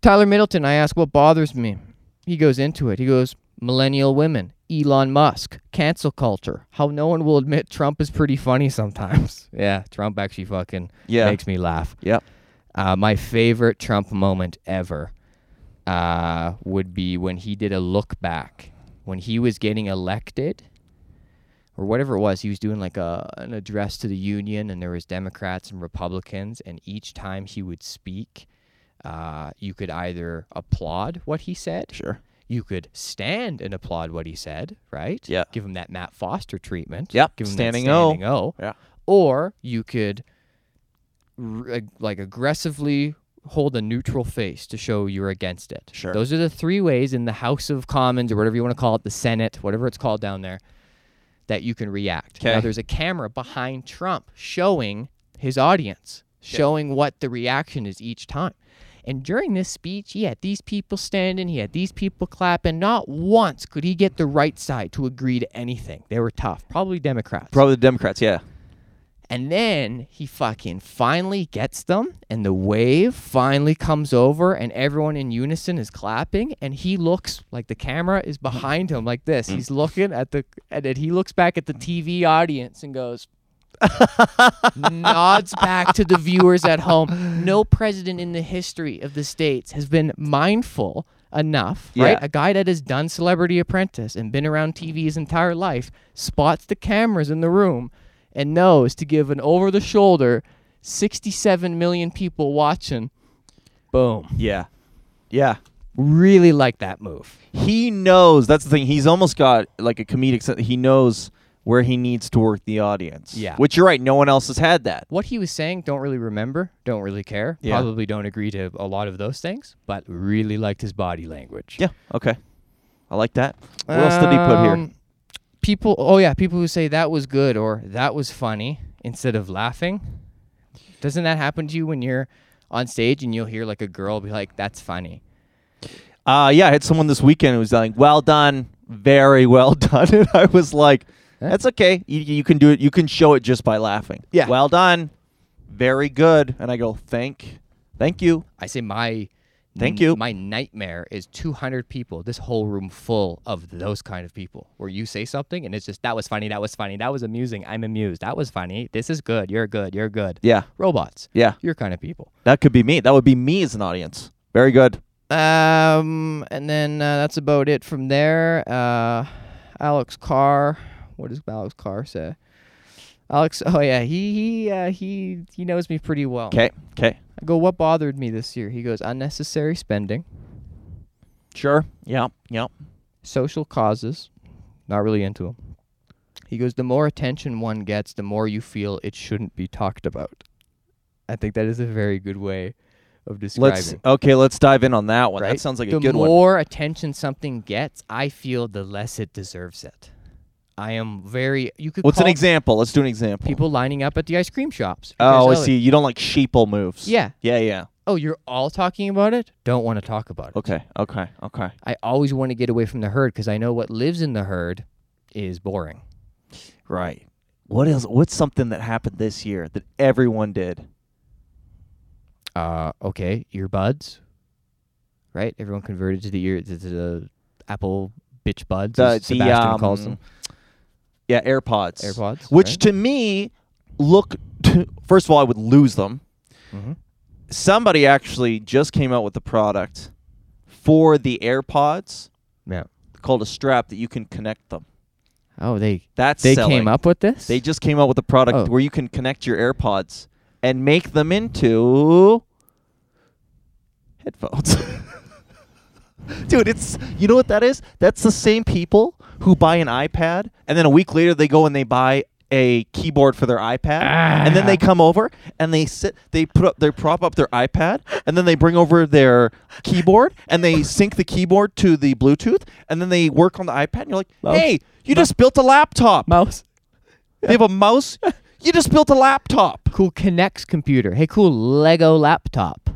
[SPEAKER 1] Tyler Middleton, I ask what bothers me. He goes into it. He goes, millennial women, Elon Musk, cancel culture, how no one will admit Trump is pretty funny sometimes. *laughs* yeah, Trump actually fucking
[SPEAKER 2] Yeah.
[SPEAKER 1] makes me laugh.
[SPEAKER 2] Yep.
[SPEAKER 1] Uh, my favorite Trump moment ever uh, would be when he did a look back when he was getting elected or whatever it was. He was doing like a an address to the union, and there was Democrats and Republicans, and each time he would speak, uh, you could either applaud what he said,
[SPEAKER 2] Sure.
[SPEAKER 1] you could stand and applaud what he said, right?
[SPEAKER 2] Yeah.
[SPEAKER 1] Give him that Matt Foster treatment.
[SPEAKER 2] Yep,
[SPEAKER 1] Give him
[SPEAKER 2] standing
[SPEAKER 1] that
[SPEAKER 2] O.
[SPEAKER 1] standing O.
[SPEAKER 2] Yeah.
[SPEAKER 1] Or you could r- ag- like aggressively hold a neutral face to show you're against it.
[SPEAKER 2] Sure.
[SPEAKER 1] Those are the three ways in the House of Commons or whatever you want to call it, the Senate, whatever it's called down there, that you can react. Now
[SPEAKER 2] Okay.
[SPEAKER 1] there's a camera behind Trump showing his audience, showing what the reaction is each time. And during this speech, he had these people standing, he had these people clapping. Not once could he get the right side to agree to anything. They were tough, probably Democrats.
[SPEAKER 2] Probably the Democrats. Yeah.
[SPEAKER 1] And then he fucking finally gets them, and the wave finally comes over, and everyone in unison is clapping. And he looks like the camera is behind him, like this. He's looking at the, and then he looks back at the TV audience and goes, nods back to the viewers at home. No president in the history of the states has been mindful enough, right?
[SPEAKER 2] Yeah.
[SPEAKER 1] A guy that has done Celebrity Apprentice and been around TV his entire life spots the cameras in the room and knows to give an over the shoulder 67 million people watching. Boom.
[SPEAKER 2] Yeah. Yeah.
[SPEAKER 1] Really like that move.
[SPEAKER 2] He knows. That's the thing. He's almost got like a comedic. sen- He knows where he needs to work the audience.
[SPEAKER 1] Yeah.
[SPEAKER 2] Which you're right. No one else has had that.
[SPEAKER 1] What he was saying, don't really remember, don't really care.
[SPEAKER 2] Yeah.
[SPEAKER 1] Probably don't agree to a lot of those things, but really liked his body language.
[SPEAKER 2] Yeah. Okay. I like that. What else did he put here?
[SPEAKER 1] Um, People, oh yeah, people who say that was good or that was funny instead of laughing. Doesn't that happen to you when you're on stage and you'll hear like a girl be like, "That's funny"?
[SPEAKER 2] Uh, yeah, I had someone this weekend who was like, "Well done, very well *laughs* done," and I was like, "That's okay. You, you can do it. You can show it just by laughing."
[SPEAKER 1] Yeah.
[SPEAKER 2] Well done, very good. And I go, "Thank, thank you."
[SPEAKER 1] I say my.
[SPEAKER 2] Thank you.
[SPEAKER 1] My nightmare is 200 people, this whole room full of those kind of people, where you say something and it's just that was funny, that was funny, that was amusing, I'm amused, that was funny, this is good, you're good, you're good.
[SPEAKER 2] Yeah.
[SPEAKER 1] Robots.
[SPEAKER 2] Yeah.
[SPEAKER 1] Your kind of people.
[SPEAKER 2] That could be me. That would be me as an audience. Very good.
[SPEAKER 1] Um, and then uh, that's about it from there. Uh, Alex Carr. What does Alex Carr say? Alex. *laughs* Oh yeah, he he uh, he he knows me pretty well.
[SPEAKER 2] Okay. Okay.
[SPEAKER 1] I go. What bothered me this year? He goes unnecessary spending,
[SPEAKER 2] Sure. Yeah. Yeah.
[SPEAKER 1] social causes. Not really into them. He goes. The more attention one gets, the more you feel it shouldn't be talked about. I think that is a very good way of describing.
[SPEAKER 2] Let's okay. Let's dive in on that one. That sounds like
[SPEAKER 1] the
[SPEAKER 2] a good one.
[SPEAKER 1] more attention something gets, I feel the less it deserves it. I am very. You could.
[SPEAKER 2] What's an
[SPEAKER 1] call
[SPEAKER 2] example? Let's do an example.
[SPEAKER 1] People lining up at the ice cream shops.
[SPEAKER 2] Oh, I
[SPEAKER 1] because,
[SPEAKER 2] see. You don't like sheeple moves.
[SPEAKER 1] Yeah.
[SPEAKER 2] Yeah. Yeah.
[SPEAKER 1] Oh, you're all talking about it. Don't want to talk about it.
[SPEAKER 2] Okay. Okay. Okay.
[SPEAKER 1] I always want to get away from the herd because I know what lives in the herd is boring.
[SPEAKER 2] Right. What else? What's something that happened this year that everyone did?
[SPEAKER 1] Uh, okay, earbuds. Right, everyone converted to the ear to the Apple bitch buds.
[SPEAKER 2] The- the,
[SPEAKER 1] as Sebastian calls
[SPEAKER 2] um,
[SPEAKER 1] them
[SPEAKER 2] Yeah, AirPods.
[SPEAKER 1] AirPods.
[SPEAKER 2] Which
[SPEAKER 1] right?
[SPEAKER 2] to me look. *laughs* first of all, I would lose them. mm-hmm.
[SPEAKER 1] Mhm.
[SPEAKER 2] Somebody actually just came out with a product for the AirPods
[SPEAKER 1] yeah.
[SPEAKER 2] called a strap that you can connect them.
[SPEAKER 1] Oh, they
[SPEAKER 2] That's
[SPEAKER 1] they
[SPEAKER 2] selling.
[SPEAKER 1] came up with this.
[SPEAKER 2] They just came out with a product
[SPEAKER 1] Oh.
[SPEAKER 2] where you can connect your AirPods and make them into headphones. *laughs* Dude, it's you know what that is? That's the same people who buy an iPad and then a week later they go and they buy a keyboard for their iPad and then they come over and they sit they put up they prop up their iPad and then they bring over their keyboard and they sync the keyboard to the Bluetooth and then they work on the iPad and you're like, "Hey, you just built a laptop."
[SPEAKER 1] mouse.
[SPEAKER 2] They have a mouse. You just built a laptop.
[SPEAKER 1] cool Kinect's computer. Hey, cool Lego laptop.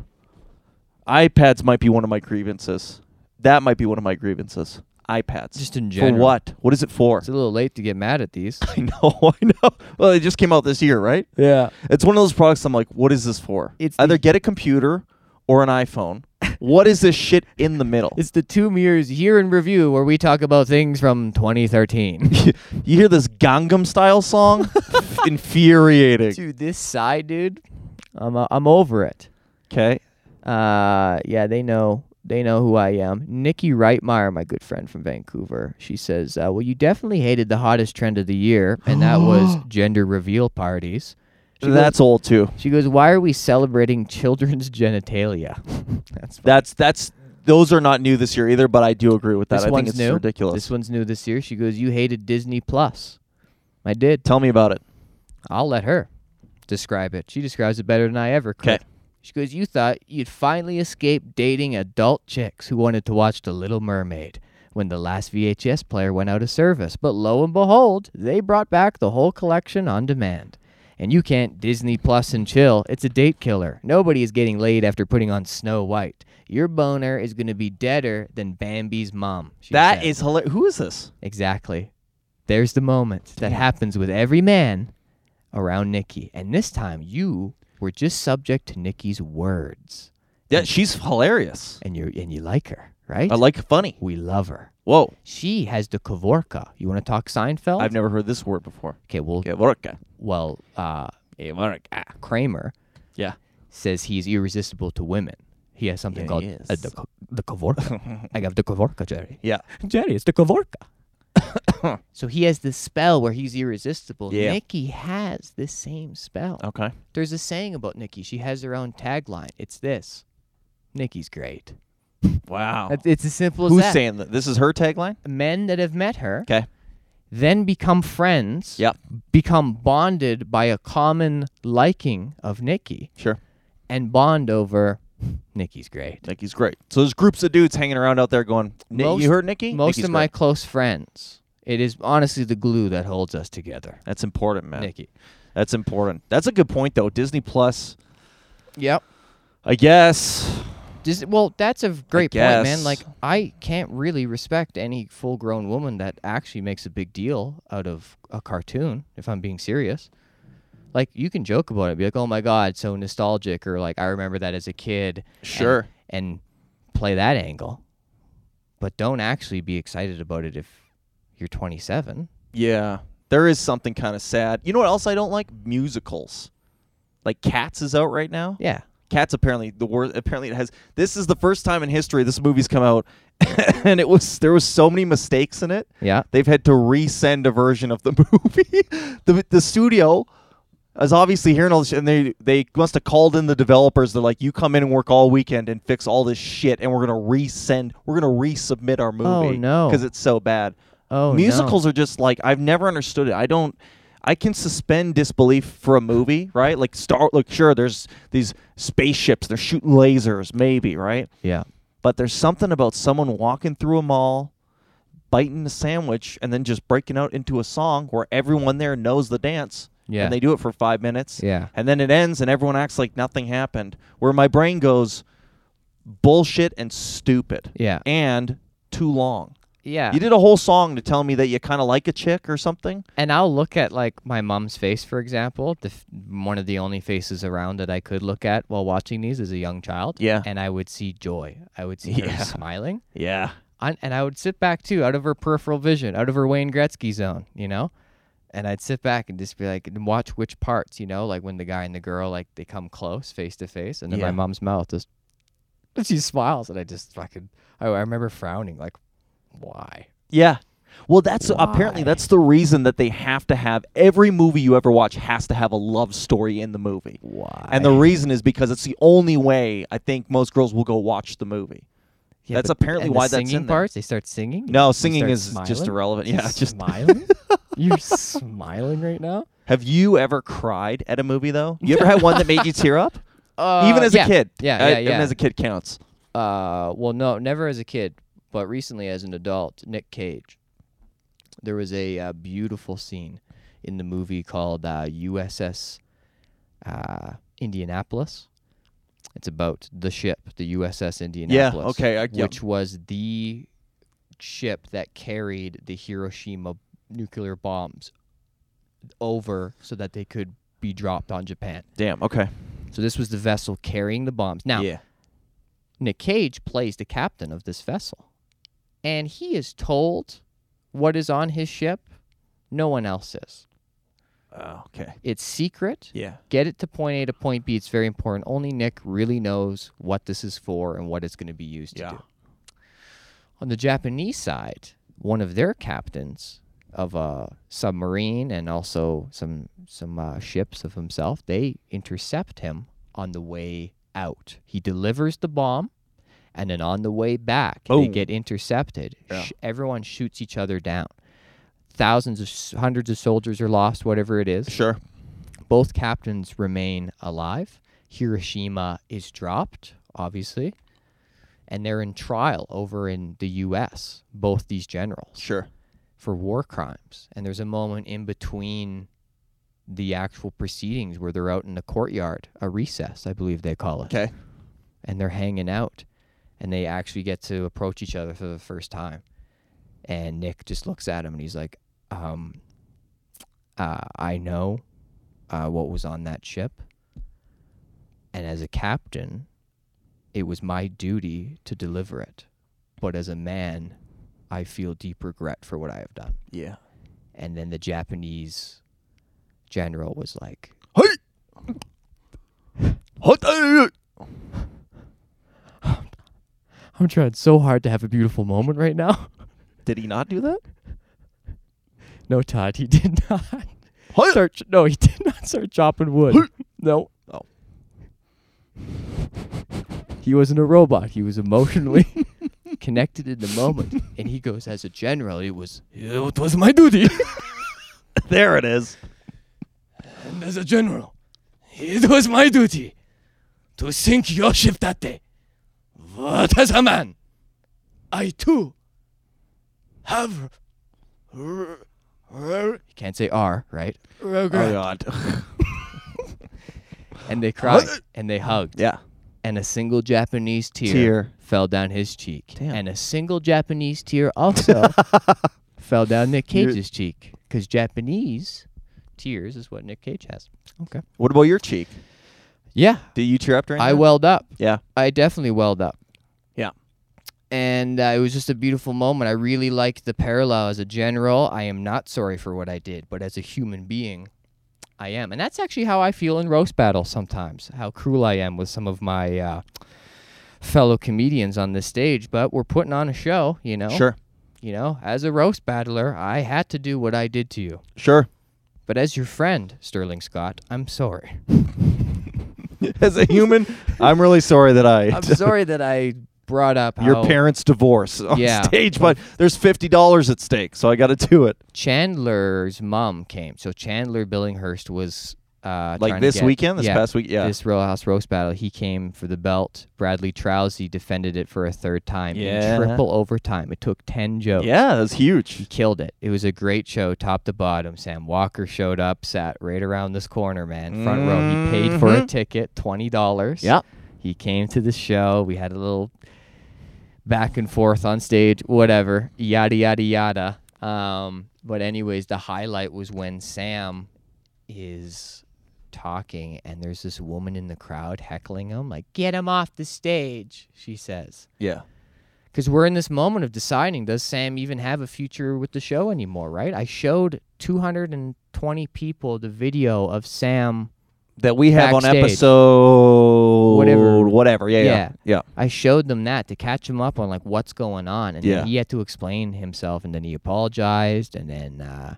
[SPEAKER 2] iPads might be one of my grievances. That might be one of my grievances. iPads.
[SPEAKER 1] Just in general.
[SPEAKER 2] For what? What is it for? *laughs*
[SPEAKER 1] It's a little late to get mad at these.
[SPEAKER 2] I know. Oh, I know. Well, it just came out this year, right?
[SPEAKER 1] yeah.
[SPEAKER 2] *laughs* It's one of those products. I'm like, what is this for?
[SPEAKER 1] It's the-
[SPEAKER 2] either get a computer or an iPhone. What is this shit in the middle?
[SPEAKER 1] It's the Two Mirrors Year in Review where we talk about things from
[SPEAKER 2] *laughs*
[SPEAKER 1] 2013.
[SPEAKER 2] you hear this Gangnam Style *laughs* song?
[SPEAKER 1] *laughs*
[SPEAKER 2] Infuriating.
[SPEAKER 1] to this side, dude, I'm uh, I'm over it.
[SPEAKER 2] Okay.
[SPEAKER 1] Uh, yeah, they know they know who I am. Nikki Reitmeyer, my good friend from Vancouver, she says, uh, "Well, you definitely hated the hottest trend of the year, and that
[SPEAKER 2] *gasps*
[SPEAKER 1] was gender reveal parties." She goes-
[SPEAKER 2] That's old too.
[SPEAKER 1] She goes, "Why are we celebrating children's genitalia?" *laughs* That's funny.
[SPEAKER 2] That's that's those are not new this year either, but I do agree with that.
[SPEAKER 1] this
[SPEAKER 2] I think
[SPEAKER 1] one's
[SPEAKER 2] it's
[SPEAKER 1] new.
[SPEAKER 2] ridiculous.
[SPEAKER 1] This one's new this year. She goes, "You hated Disney Plus." I did.
[SPEAKER 2] Tell me about it.
[SPEAKER 1] I'll let her describe it. She describes it better than I ever could.
[SPEAKER 2] 'Kay.
[SPEAKER 1] She goes, You thought you'd finally escape dating adult chicks who wanted to watch The Little Mermaid when the last VHS player went out of service. But lo and behold, they brought back the whole collection on demand. And you can't Disney Plus and chill. It's a date killer. Nobody is getting laid after putting on Snow White. Your boner is going to be deader than Bambi's mom. she
[SPEAKER 2] That
[SPEAKER 1] said.
[SPEAKER 2] is hilarious. Who is this?
[SPEAKER 1] Exactly. There's the moment that happens with every man around Nikki. And this time you were just subject to Nikki's words.
[SPEAKER 2] Yeah, she's hilarious.
[SPEAKER 1] And you and you like her, right?
[SPEAKER 2] I like funny.
[SPEAKER 1] we love her.
[SPEAKER 2] Whoa,
[SPEAKER 1] She has the Kavorka. You want to talk Seinfeld?
[SPEAKER 2] I've never heard this word before.
[SPEAKER 1] Okay, well
[SPEAKER 2] Yeah, vodka.
[SPEAKER 1] well uh
[SPEAKER 2] Vodka.
[SPEAKER 1] Kramer
[SPEAKER 2] Yeah.
[SPEAKER 1] says he's irresistible to women. He has something
[SPEAKER 2] Yeah,
[SPEAKER 1] called
[SPEAKER 2] he
[SPEAKER 1] uh,
[SPEAKER 2] is.
[SPEAKER 1] the, K- the
[SPEAKER 2] *laughs*
[SPEAKER 1] Kavorka. I have the Kavorka, Jerry.
[SPEAKER 2] Yeah.
[SPEAKER 1] Jerry, it's the Kavorka. *coughs* so he has this spell where he's irresistible.
[SPEAKER 2] Yeah. Oh.
[SPEAKER 1] Nikki has this same spell.
[SPEAKER 2] Okay.
[SPEAKER 1] There's a saying about Nikki. She has her own tagline. It's this Nikki's great.
[SPEAKER 2] Wow.
[SPEAKER 1] That's- It's as simple as
[SPEAKER 2] Oh. Who's
[SPEAKER 1] that.
[SPEAKER 2] saying that? This is her tagline?
[SPEAKER 1] Men that have met her
[SPEAKER 2] Okay.
[SPEAKER 1] then become friends,
[SPEAKER 2] Yep.
[SPEAKER 1] become bonded by a common liking of Nikki,
[SPEAKER 2] Sure.
[SPEAKER 1] and bond over Nikki's great.
[SPEAKER 2] Nikki's great. So there's groups of dudes hanging around out there going, "Ni-
[SPEAKER 1] Most-
[SPEAKER 2] "You heard Nikki?
[SPEAKER 1] Most
[SPEAKER 2] Nikki's
[SPEAKER 1] of my
[SPEAKER 2] great."
[SPEAKER 1] close friends. It is honestly the glue that holds us together.
[SPEAKER 2] That's important, man.
[SPEAKER 1] Nikki.
[SPEAKER 2] That's important. That's a good point though. Disney Plus,
[SPEAKER 1] Yep.
[SPEAKER 2] I guess.
[SPEAKER 1] Dis- well, that's a great point, man.
[SPEAKER 2] guess.
[SPEAKER 1] Like, I can't really respect any full grown woman that actually makes a big deal out of a cartoon, if I'm being serious. Like, you can joke about it, be like, oh my God, so nostalgic, or like, I remember that as a kid. and-
[SPEAKER 2] Sure.
[SPEAKER 1] And, play that angle. But don't actually be excited about it if you're 27.
[SPEAKER 2] Yeah. There is something kind of sad. You know what else I don't like? Musicals. Like Cats is out right now.
[SPEAKER 1] Yeah.
[SPEAKER 2] Cats apparently the word apparently it has this is the first time in history this movie's come out *laughs* and it was there was so many mistakes in it.
[SPEAKER 1] Yeah.
[SPEAKER 2] They've had to resend a version of the *laughs* movie. the the studio is obviously hearing all this shit, and they they must have called in the developers. They're like, "You come in and work all weekend and fix all this shit, and we're gonna resend, we're gonna resubmit our movie."
[SPEAKER 1] Oh, no.
[SPEAKER 2] because it's so bad.
[SPEAKER 1] Oh, no.
[SPEAKER 2] musicals are just like I've never understood it. I don't. I can suspend disbelief for a movie, right? Like Star. Like sure, there's these spaceships. They're shooting lasers, maybe, right?
[SPEAKER 1] Yeah.
[SPEAKER 2] but there's something about someone walking through a mall, biting a sandwich, and then just breaking out into a song where everyone there knows the dance.
[SPEAKER 1] Yeah.
[SPEAKER 2] And they do it for five minutes.
[SPEAKER 1] Yeah.
[SPEAKER 2] And then it ends and everyone acts like nothing happened. Where my brain goes, bullshit and stupid.
[SPEAKER 1] Yeah.
[SPEAKER 2] And too long.
[SPEAKER 1] Yeah.
[SPEAKER 2] You did a whole song to tell me that you kind of like a chick or something.
[SPEAKER 1] And I'll look at like my mom's face, for example. The f- one of the only faces around that I could look at while watching these as a young child.
[SPEAKER 2] Yeah.
[SPEAKER 1] And I would see joy. I would see
[SPEAKER 2] Yeah. *laughs*
[SPEAKER 1] her smiling.
[SPEAKER 2] Yeah.
[SPEAKER 1] I, and I would sit back too, out of her peripheral vision, out of her Wayne Gretzky zone, you know. And I'd sit back and just be like, and watch which parts, you know, like when the guy and the girl like they come close, face to face, and then
[SPEAKER 2] Yeah.
[SPEAKER 1] my mom's mouth just *laughs* she smiles, and I just fucking I, I remember frowning like, why?
[SPEAKER 2] Yeah. Well, that's apparently that's the reason that they have to have every movie you ever watch has to have a love story in the movie.
[SPEAKER 1] Why?
[SPEAKER 2] And the reason is because it's the only way I think most girls will go watch the movie.
[SPEAKER 1] Yeah,
[SPEAKER 2] That's
[SPEAKER 1] but-
[SPEAKER 2] apparently
[SPEAKER 1] and
[SPEAKER 2] why
[SPEAKER 1] the
[SPEAKER 2] that's in
[SPEAKER 1] singing
[SPEAKER 2] there.
[SPEAKER 1] parts. They start singing.
[SPEAKER 2] No,
[SPEAKER 1] You
[SPEAKER 2] singing
[SPEAKER 1] start
[SPEAKER 2] is just
[SPEAKER 1] smiling?
[SPEAKER 2] irrelievant. Yeah,
[SPEAKER 1] Just
[SPEAKER 2] just- *laughs*
[SPEAKER 1] smiling. You're smiling right now.
[SPEAKER 2] Have you ever cried at a movie though? You
[SPEAKER 1] *laughs*
[SPEAKER 2] ever had one that made you tear up? *laughs* Even as
[SPEAKER 1] Uh, yeah,
[SPEAKER 2] a kid.
[SPEAKER 1] yeah,
[SPEAKER 2] I-
[SPEAKER 1] yeah,
[SPEAKER 2] Even
[SPEAKER 1] yeah.
[SPEAKER 2] as a kid counts.
[SPEAKER 1] Uh, well, no, never as a kid, but recently as an adult, Nick Cage. There was a uh, beautiful scene in the movie called uh, USS uh, Indianapolis. It's about the ship, the USS Indianapolis.
[SPEAKER 2] okay, I- yeah.
[SPEAKER 1] Which was the ship that carried the Hiroshima nuclear bombs over so that they could be dropped on Japan.
[SPEAKER 2] Damn, okay.
[SPEAKER 1] So this was the vessel carrying the bombs. Now,
[SPEAKER 2] yeah.
[SPEAKER 1] Nick Cage plays the captain of this vessel. And he is told what is on his ship. No one else is.
[SPEAKER 2] Oh, okay.
[SPEAKER 1] It's secret.
[SPEAKER 2] Yeah.
[SPEAKER 1] Get it to point A to point B. It's very important. Only Nick really knows what this is for and what it's going to be used
[SPEAKER 2] Yeah.
[SPEAKER 1] to do. On the Japanese side, one of their captains of a submarine and also some some uh, ships of himself, they intercept him on the way out. He delivers the bomb, and then on the way back,
[SPEAKER 2] Oh.
[SPEAKER 1] they get intercepted.
[SPEAKER 2] Yeah.
[SPEAKER 1] Sh- everyone shoots each other down. Thousands of s- hundreds of soldiers are lost, whatever it is
[SPEAKER 2] Sure.
[SPEAKER 1] both captains remain alive. Hiroshima is dropped, obviously, and they're in trial over in the U.S. Both these generals
[SPEAKER 2] Sure.
[SPEAKER 1] for war crimes, and there's a moment in between the actual proceedings where they're out in the courtyard, a recess, I believe they call it,
[SPEAKER 2] Okay.
[SPEAKER 1] and they're hanging out, and they actually get to approach each other for the first time, and Nick just looks at him and he's like, um, uh, "I know uh, what was on that ship. And as a captain, it was my duty to deliver it. But as a man, I feel deep regret for what I have done.
[SPEAKER 2] Yeah.
[SPEAKER 1] And then the Japanese general was like, I'm trying so hard to have a beautiful moment right now. *laughs*
[SPEAKER 2] Did he not do that?
[SPEAKER 1] No, Todd, he did *laughs* not. Start, ch- no, he did not start chopping wood. No.
[SPEAKER 2] Oh.
[SPEAKER 1] He wasn't a robot. He was *laughs* emotionally connected in the moment. And he goes, as a general, it was it was my duty.
[SPEAKER 2] *laughs* There it is.
[SPEAKER 1] and as a general, it was my duty to sink your ship that day. But as a man, I too have. You can't say R, right?
[SPEAKER 2] Oh God.
[SPEAKER 1] *laughs* And they cried and they hugged.
[SPEAKER 2] yeah.
[SPEAKER 1] and a single Japanese tear,
[SPEAKER 2] Tear.
[SPEAKER 1] fell down his cheek.
[SPEAKER 2] Damn.
[SPEAKER 1] And a single Japanese tear *laughs* also fell down Nick
[SPEAKER 2] You-
[SPEAKER 1] Cage's cheek. Because Japanese tears is what Nick Cage has. Okay.
[SPEAKER 2] What about your cheek?
[SPEAKER 1] Yeah.
[SPEAKER 2] Did you tear up during?
[SPEAKER 1] I
[SPEAKER 2] that?
[SPEAKER 1] welled up.
[SPEAKER 2] Yeah.
[SPEAKER 1] I definitely welled up.
[SPEAKER 2] Yeah.
[SPEAKER 1] And uh, it was just a beautiful moment. I really liked the parallel. As a general, I am not sorry for what I did, but as a human being, I am. And that's actually how I feel in roast battles sometimes, how cruel I am with some of my uh, fellow comedians on this stage. But we're putting on a show, you know?
[SPEAKER 2] Sure.
[SPEAKER 1] You know, as a roast battler, I had to do what I did to you.
[SPEAKER 2] Sure.
[SPEAKER 1] But as your friend, Sterling Scott, I'm sorry.
[SPEAKER 2] *laughs* As a human, I'm really sorry that *laughs* I.
[SPEAKER 1] I'm sorry that I brought up
[SPEAKER 2] your
[SPEAKER 1] how
[SPEAKER 2] parents' divorce on
[SPEAKER 1] Yeah.
[SPEAKER 2] stage, but there's fifty dollars at stake, so I got to do it.
[SPEAKER 1] Chandler's mom came. So Chandler Billinghurst was uh,
[SPEAKER 2] Like
[SPEAKER 1] trying to
[SPEAKER 2] this
[SPEAKER 1] get-
[SPEAKER 2] weekend, this
[SPEAKER 1] yeah,
[SPEAKER 2] past week, yeah.
[SPEAKER 1] This Real House Roast battle, he came for the belt. Bradley Trousey defended it for a third time
[SPEAKER 2] Yeah.
[SPEAKER 1] in triple overtime. It took ten jokes.
[SPEAKER 2] yeah, that's
[SPEAKER 1] He
[SPEAKER 2] huge.
[SPEAKER 1] killed it. It was a great show, top to bottom. Sam Walker showed up, sat right around this corner, man, front row. He paid for a ticket, twenty dollars.
[SPEAKER 2] Mm-hmm. Yeah.
[SPEAKER 1] He came to the show. We had a little back and forth on stage, whatever, yada yada yada. Um, but anyways, the highlight was when Sam is talking and there's this woman in the crowd heckling him like get him off the stage she says
[SPEAKER 2] Yeah.
[SPEAKER 1] because we're in this moment of deciding does Sam even have a future with the show anymore, right? I showed 220 people the video of Sam.
[SPEAKER 2] That we have on
[SPEAKER 1] Backstage.
[SPEAKER 2] episode
[SPEAKER 1] Whatever.
[SPEAKER 2] whatever. Yeah, yeah,
[SPEAKER 1] Yeah.
[SPEAKER 2] yeah.
[SPEAKER 1] I showed them that to catch him up on like what's going on, and then
[SPEAKER 2] Yeah.
[SPEAKER 1] he had to explain himself, and then he apologized, and then uh,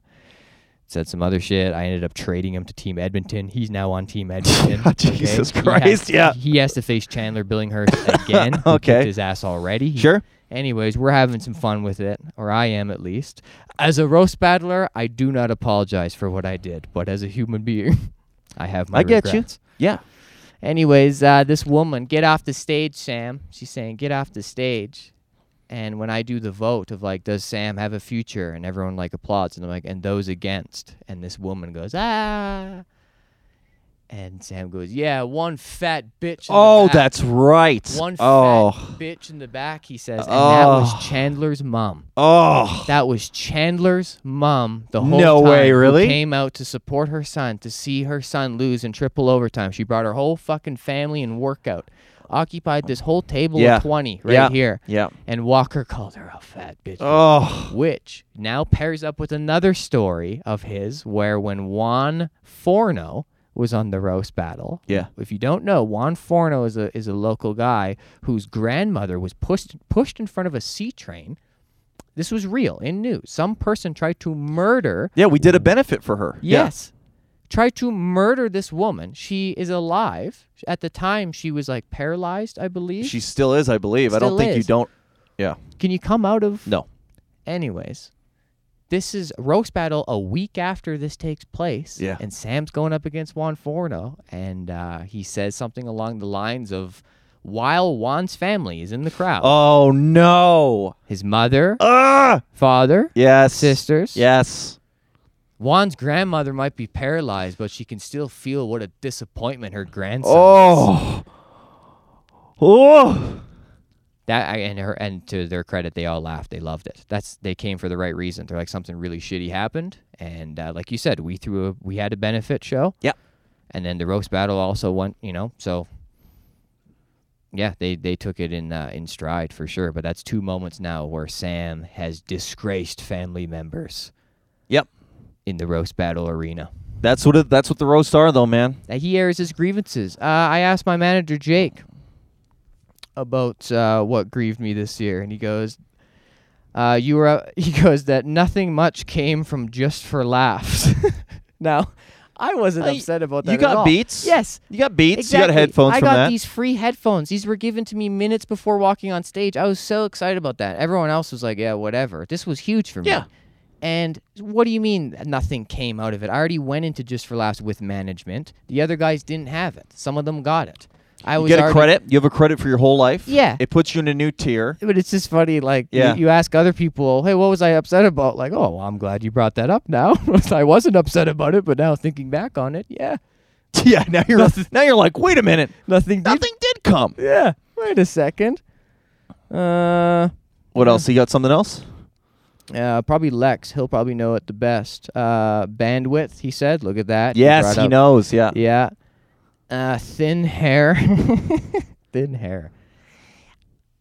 [SPEAKER 1] said some other shit. I ended up trading him to Team Edmonton. He's now on Team
[SPEAKER 2] *laughs*
[SPEAKER 1] Edmonton. okay?
[SPEAKER 2] Oh, Jesus
[SPEAKER 1] He has-
[SPEAKER 2] Christ, yeah.
[SPEAKER 1] he has to face Chandler
[SPEAKER 2] *laughs*
[SPEAKER 1] Billinghurst again. who kicked
[SPEAKER 2] Okay.
[SPEAKER 1] his ass already. He
[SPEAKER 2] Sure.
[SPEAKER 1] Anyways, we're having some fun with it, or I am at least. As a roast battler, I do not apologize for what I did, but as a human being, *laughs* I have my
[SPEAKER 2] I get you.
[SPEAKER 1] regrets.
[SPEAKER 2] Yeah.
[SPEAKER 1] Anyways, uh, this woman, get off the stage, Sam. She's saying, get off the stage. And when I do the vote of like, does Sam have a future? And everyone like applauds, and I'm like, and those against. And this woman goes, ah. And Sam goes, yeah, one fat bitch. in the
[SPEAKER 2] Oh,
[SPEAKER 1] back."
[SPEAKER 2] that's right.
[SPEAKER 1] One
[SPEAKER 2] oh.
[SPEAKER 1] fat bitch in the back, he says, and that
[SPEAKER 2] Oh.
[SPEAKER 1] was Chandler's mom.
[SPEAKER 2] Oh.
[SPEAKER 1] That was Chandler's mom the whole
[SPEAKER 2] No
[SPEAKER 1] time.
[SPEAKER 2] way,
[SPEAKER 1] who
[SPEAKER 2] really?
[SPEAKER 1] Came out to support her son to see her son lose in triple overtime. She brought her whole fucking family and workout. occupied this whole table
[SPEAKER 2] Yeah.
[SPEAKER 1] of 20 right
[SPEAKER 2] Yeah.
[SPEAKER 1] here.
[SPEAKER 2] Yeah.
[SPEAKER 1] And Walker called her a fat bitch.
[SPEAKER 2] Oh.
[SPEAKER 1] Which now pairs up with another story of his where when Juan Forno was on the roast battle.
[SPEAKER 2] Yeah.
[SPEAKER 1] If you don't know, Juan Forno is a is a local guy whose grandmother was pushed pushed in front of a sea train. This was real in news. Some person tried to murder
[SPEAKER 2] Yeah, we did a benefit for her. Yeah.
[SPEAKER 1] Yes. Tried to murder this woman. She is alive. At the time, she was like paralyzed, I believe.
[SPEAKER 2] She still is, I believe. I don't
[SPEAKER 1] Still
[SPEAKER 2] think you
[SPEAKER 1] is.
[SPEAKER 2] don't. Yeah.
[SPEAKER 1] Can you come out of?
[SPEAKER 2] No.
[SPEAKER 1] Anyways, this is roast battle a week after this takes place.
[SPEAKER 2] Yeah.
[SPEAKER 1] And Sam's going up against Juan Forno, and uh, he says something along the lines of, "While Juan's family is in the crowd,
[SPEAKER 2] Oh no.
[SPEAKER 1] his mother,
[SPEAKER 2] Ah.
[SPEAKER 1] father,
[SPEAKER 2] Yes.
[SPEAKER 1] sisters,
[SPEAKER 2] Yes.
[SPEAKER 1] Juan's grandmother might be paralyzed, but she can still feel what a disappointment her grandson is.
[SPEAKER 2] Oh. Oh.
[SPEAKER 1] That I- and her and to their credit, they all laughed. They loved it. That's they came for the right reason. They're like something really shitty happened, and uh, like you said, we threw a we had a benefit show.
[SPEAKER 2] Yep.
[SPEAKER 1] And then the roast battle also went. You know, so yeah, they they took it in uh, in stride for sure. But that's two moments now where Sam has disgraced family members
[SPEAKER 2] Yep.
[SPEAKER 1] in the roast battle arena.
[SPEAKER 2] That's what it, that's what the roasts are though, man.
[SPEAKER 1] Uh, he airs his grievances. Uh, I asked my manager Jake about uh, what grieved me this year, and he goes, uh, *laughs* "You were." out-" He goes that nothing much came from just for laughs. *laughs* now, I wasn't
[SPEAKER 2] Uh, y-
[SPEAKER 1] upset about that.
[SPEAKER 2] You
[SPEAKER 1] at
[SPEAKER 2] got
[SPEAKER 1] all.
[SPEAKER 2] beats?
[SPEAKER 1] Yes.
[SPEAKER 2] You got beats.
[SPEAKER 1] Exactly.
[SPEAKER 2] You got headphones
[SPEAKER 1] I
[SPEAKER 2] from
[SPEAKER 1] got
[SPEAKER 2] that.
[SPEAKER 1] these free headphones. These were given to me minutes before walking on stage. I was so excited about that. Everyone else was like, "Yeah, whatever." This was huge for me.
[SPEAKER 2] Yeah.
[SPEAKER 1] And what do you mean nothing came out of it? I already went into just for laughs with management. The other guys didn't have it. Some of them got it. I
[SPEAKER 2] you
[SPEAKER 1] was
[SPEAKER 2] get a
[SPEAKER 1] already-
[SPEAKER 2] credit. You have a credit for your whole life.
[SPEAKER 1] Yeah.
[SPEAKER 2] It puts you in a new tier.
[SPEAKER 1] But it's just funny, like you-
[SPEAKER 2] Yeah.
[SPEAKER 1] you, ask other people, "Hey, what was I upset about?" Like, "Oh, well, I'm glad you brought that up now. *laughs* I wasn't upset about it, but now thinking back on it, *laughs* yeah,
[SPEAKER 2] yeah. Now you're
[SPEAKER 1] *laughs*
[SPEAKER 2] now you're like, wait a minute.
[SPEAKER 1] nothing. Did,
[SPEAKER 2] Nothing did come.
[SPEAKER 1] yeah. Wait a second. Uh,
[SPEAKER 2] What else? You got something else?
[SPEAKER 1] Uh, probably Lex. He'll probably know it the best. Uh, bandwidth. He said. Look at that.
[SPEAKER 2] Yes,
[SPEAKER 1] brought
[SPEAKER 2] he
[SPEAKER 1] up-
[SPEAKER 2] knows. Yeah.
[SPEAKER 1] Yeah. Uh, thin hair. *laughs* thin hair.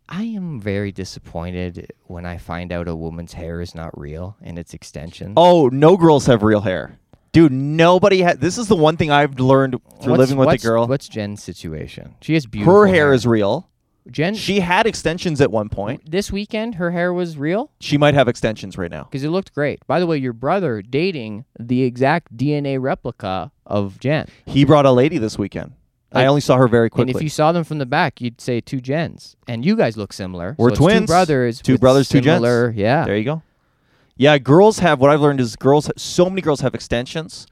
[SPEAKER 1] I am very disappointed when I find out a woman's hair is not real and it's extensions.
[SPEAKER 2] Oh, no girls have real hair. Dude, nobody has. This is the one thing I've learned through
[SPEAKER 1] What's-
[SPEAKER 2] living with a
[SPEAKER 1] what's-
[SPEAKER 2] girl.
[SPEAKER 1] What's Jen's situation? She has beautiful.
[SPEAKER 2] Her hair is real.
[SPEAKER 1] Jen.
[SPEAKER 2] She had extensions at one point.
[SPEAKER 1] this weekend her hair was real
[SPEAKER 2] She might have extensions right now.
[SPEAKER 1] because it looked great. By the way, your brother dating the exact DNA replica of Jen.
[SPEAKER 2] He brought a lady this weekend. I
[SPEAKER 1] Like-
[SPEAKER 2] only saw her very quickly.
[SPEAKER 1] And if you saw them from the back, you'd say two gens. And you guys look similar.
[SPEAKER 2] We're
[SPEAKER 1] so it's two
[SPEAKER 2] twins.
[SPEAKER 1] brothers.
[SPEAKER 2] Two
[SPEAKER 1] with
[SPEAKER 2] brothers, two gents.
[SPEAKER 1] similar, Yeah.
[SPEAKER 2] There you go. Yeah, girls have what I've learned is girls. So many girls have extensions,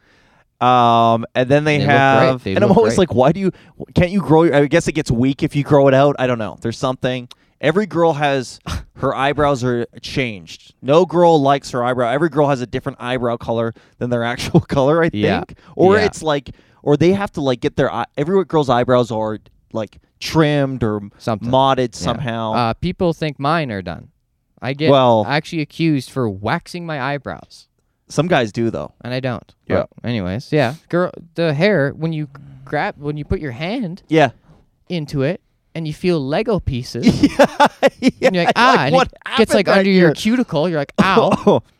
[SPEAKER 2] um, and then they,
[SPEAKER 1] They look great.
[SPEAKER 2] have.
[SPEAKER 1] They
[SPEAKER 2] and I'm
[SPEAKER 1] look
[SPEAKER 2] always
[SPEAKER 1] great.
[SPEAKER 2] like, why do you? Can't you grow? your- I guess it gets weak if you grow it out. I don't know. There's something. Every girl has
[SPEAKER 1] *laughs*
[SPEAKER 2] her eyebrows are changed. No girl likes her eyebrow. Every girl has a different eyebrow color than their *laughs* actual color. I think,
[SPEAKER 1] Yeah.
[SPEAKER 2] or
[SPEAKER 1] Yeah.
[SPEAKER 2] it's like, or they have to like get their eye. Every girl's eyebrows are like trimmed or
[SPEAKER 1] Something.
[SPEAKER 2] modded
[SPEAKER 1] Yeah.
[SPEAKER 2] somehow.
[SPEAKER 1] Uh, people think mine are done. I get
[SPEAKER 2] Well-
[SPEAKER 1] actually accused for waxing my eyebrows,
[SPEAKER 2] Some guys do though.
[SPEAKER 1] and I don't.
[SPEAKER 2] Yeah.
[SPEAKER 1] But anyways, yeah. Girl, the hair when you grab when you put your hand
[SPEAKER 2] Yeah.
[SPEAKER 1] into it and you feel Lego pieces,
[SPEAKER 2] *laughs* Yeah,
[SPEAKER 1] and you're like ah, and
[SPEAKER 2] what
[SPEAKER 1] it gets
[SPEAKER 2] happened
[SPEAKER 1] like
[SPEAKER 2] back
[SPEAKER 1] under your
[SPEAKER 2] here?
[SPEAKER 1] cuticle. You're like ow.
[SPEAKER 2] *laughs*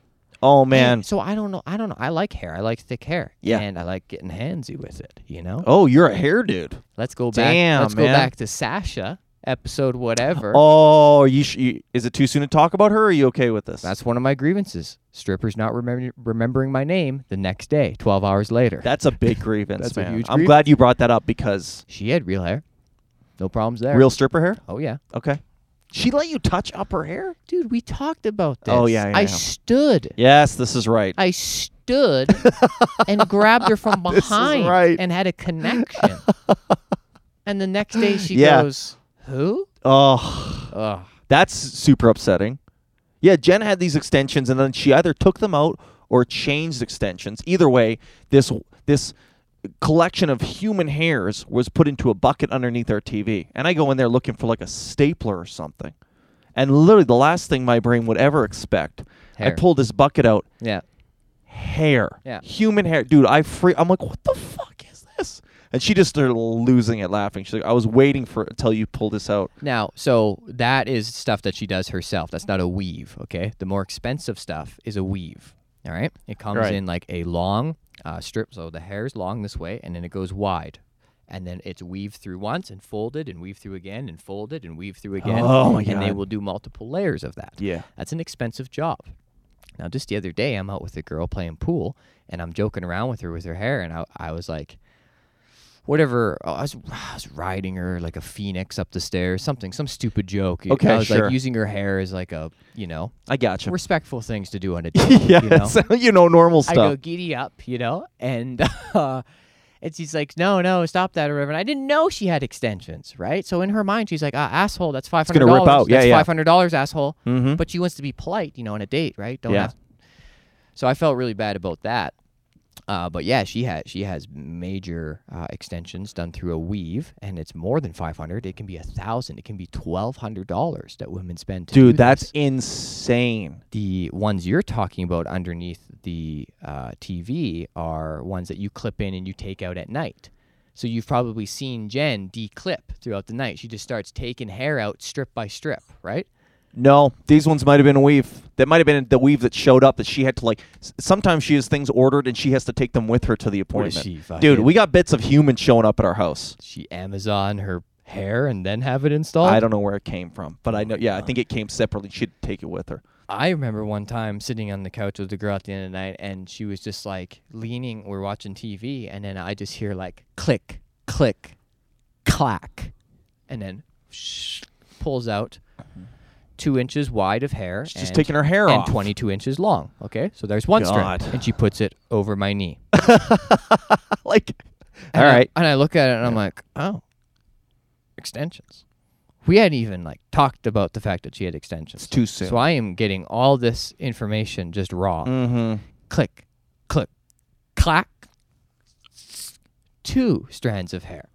[SPEAKER 2] Oh, oh man.
[SPEAKER 1] So I don't know. I don't know. I like hair. I like thick hair.
[SPEAKER 2] Yeah.
[SPEAKER 1] And I like getting handsy with it. You know.
[SPEAKER 2] Oh, you're a hair dude.
[SPEAKER 1] Let's go back.
[SPEAKER 2] Damn,
[SPEAKER 1] let's
[SPEAKER 2] man.
[SPEAKER 1] go back to Sasha episode whatever.
[SPEAKER 2] Oh, you, sh- you is it too soon to talk about her? Or are you okay with this?
[SPEAKER 1] That's one of my grievances. Strippers not remember, remembering my name the next day, 12 hours later.
[SPEAKER 2] that's a big grievance,
[SPEAKER 1] That's a
[SPEAKER 2] man.
[SPEAKER 1] huge
[SPEAKER 2] I'm glad you brought that up because
[SPEAKER 1] she had real hair. No problems there.
[SPEAKER 2] real stripper hair.
[SPEAKER 1] Oh yeah.
[SPEAKER 2] Okay. She let you touch up her hair?
[SPEAKER 1] Dude, we talked about this.
[SPEAKER 2] Oh, yeah, yeah,
[SPEAKER 1] I
[SPEAKER 2] yeah.
[SPEAKER 1] stood.
[SPEAKER 2] Yes, this is right.
[SPEAKER 1] I
[SPEAKER 2] *laughs*
[SPEAKER 1] stood and grabbed her from
[SPEAKER 2] This is
[SPEAKER 1] behind
[SPEAKER 2] right.
[SPEAKER 1] and had a
[SPEAKER 2] *laughs*
[SPEAKER 1] connection. and the next day she
[SPEAKER 2] Yeah.
[SPEAKER 1] goes, "Who?"
[SPEAKER 2] oh,
[SPEAKER 1] Ugh.
[SPEAKER 2] that's super upsetting. Yeah, Jen had these extensions, and then she either took them out or changed extensions. Either way, this this collection of human hairs was put into a bucket underneath our TV, and I go in there looking for like a stapler or something, and literally the last thing my brain would ever expect, I
[SPEAKER 1] Hair.
[SPEAKER 2] pulled this bucket out,
[SPEAKER 1] Yeah.
[SPEAKER 2] hair,
[SPEAKER 1] Yeah.
[SPEAKER 2] human hair, dude. I free, I'm like, what the fuck is this? And she just started losing it laughing. She's like, I was waiting for until you pull this out.
[SPEAKER 1] Now, so that is stuff that she does herself. That's not a weave, okay? The more expensive stuff is a weave, all right? It comes
[SPEAKER 2] Right.
[SPEAKER 1] in like a long uh, strip, so the hair is long this way, and then it goes wide. And then it's weaved through once and folded and weaved through again and folded and weaved through again.
[SPEAKER 2] Oh my
[SPEAKER 1] And they
[SPEAKER 2] God.
[SPEAKER 1] will do multiple layers of that.
[SPEAKER 2] Yeah.
[SPEAKER 1] That's an expensive job. Now, just the other day, I'm out with a girl playing pool, and I'm joking around with her with her hair, and I, I was like, whatever. uh, I was, *sighs* I was riding her like a phoenix up the stairs, something, some stupid joke.
[SPEAKER 2] Okay,
[SPEAKER 1] I was
[SPEAKER 2] sure.
[SPEAKER 1] like using her hair as like a, you know,
[SPEAKER 2] I gotcha.
[SPEAKER 1] respectful things to do
[SPEAKER 2] *laughs*
[SPEAKER 1] on a date.
[SPEAKER 2] yeah,
[SPEAKER 1] you know?
[SPEAKER 2] so, you know, normal
[SPEAKER 1] I
[SPEAKER 2] stuff.
[SPEAKER 1] go giddy up, you know, and *laughs* uh, and she's like, no, no, stop that or whatever. And I didn't know she had extensions, right? So in her mind, she's like, ah, asshole, that's five
[SPEAKER 2] gonna
[SPEAKER 1] hundred
[SPEAKER 2] rip
[SPEAKER 1] dollars.
[SPEAKER 2] out, yeah,
[SPEAKER 1] that's
[SPEAKER 2] yeah.
[SPEAKER 1] five hundred dollars, asshole.
[SPEAKER 2] Mhm.
[SPEAKER 1] But she wants to be polite, you know, on a date, right? Don't
[SPEAKER 2] Yeah.
[SPEAKER 1] have. So I felt really bad about that. Uh, but yeah, she had she has major uh, extensions done through a weave, and it's more than five hundred. It can be a thousand. It can be twelve hundred dollars that women spend. To do
[SPEAKER 2] Dude, that's
[SPEAKER 1] this
[SPEAKER 2] insane.
[SPEAKER 1] the ones you're talking about underneath the uh, TV are ones that you clip in and you take out at night. So you've probably seen Jen de-clip throughout the night. She just starts taking hair out strip by strip, right?
[SPEAKER 2] No, these ones might have been a weave. That might have been the weave that showed up that she had to like. s- Sometimes she has things ordered and she has to take them with her to the
[SPEAKER 1] What is
[SPEAKER 2] appointment.
[SPEAKER 1] she, fucking-
[SPEAKER 2] Dude, we got bits of human showing up at our house.
[SPEAKER 1] She Amazon her hair and then have it installed.
[SPEAKER 2] I don't know where it came from, but I know. Yeah,
[SPEAKER 1] Oh.
[SPEAKER 2] I think it came separately. She'd take it with her.
[SPEAKER 1] I remember one time sitting on the couch with the girl at the end of the night, and she was just like leaning. We're watching TV, and then I just hear like click, click, clack, and then shh, pulls out two inches wide of hair.
[SPEAKER 2] She's just
[SPEAKER 1] and-
[SPEAKER 2] taking her hair
[SPEAKER 1] and
[SPEAKER 2] off.
[SPEAKER 1] 22 inches long. Okay, so there's one
[SPEAKER 2] God.
[SPEAKER 1] strand, and she puts it over my knee.
[SPEAKER 2] *laughs* like, all
[SPEAKER 1] And I-
[SPEAKER 2] right.
[SPEAKER 1] and I look at it and I'm like, oh, extensions. We hadn't even like talked about the fact that she had extensions.
[SPEAKER 2] too soon.
[SPEAKER 1] So I am getting all this information just raw.
[SPEAKER 2] Mm-hmm.
[SPEAKER 1] Click, click, clack. Two strands of hair.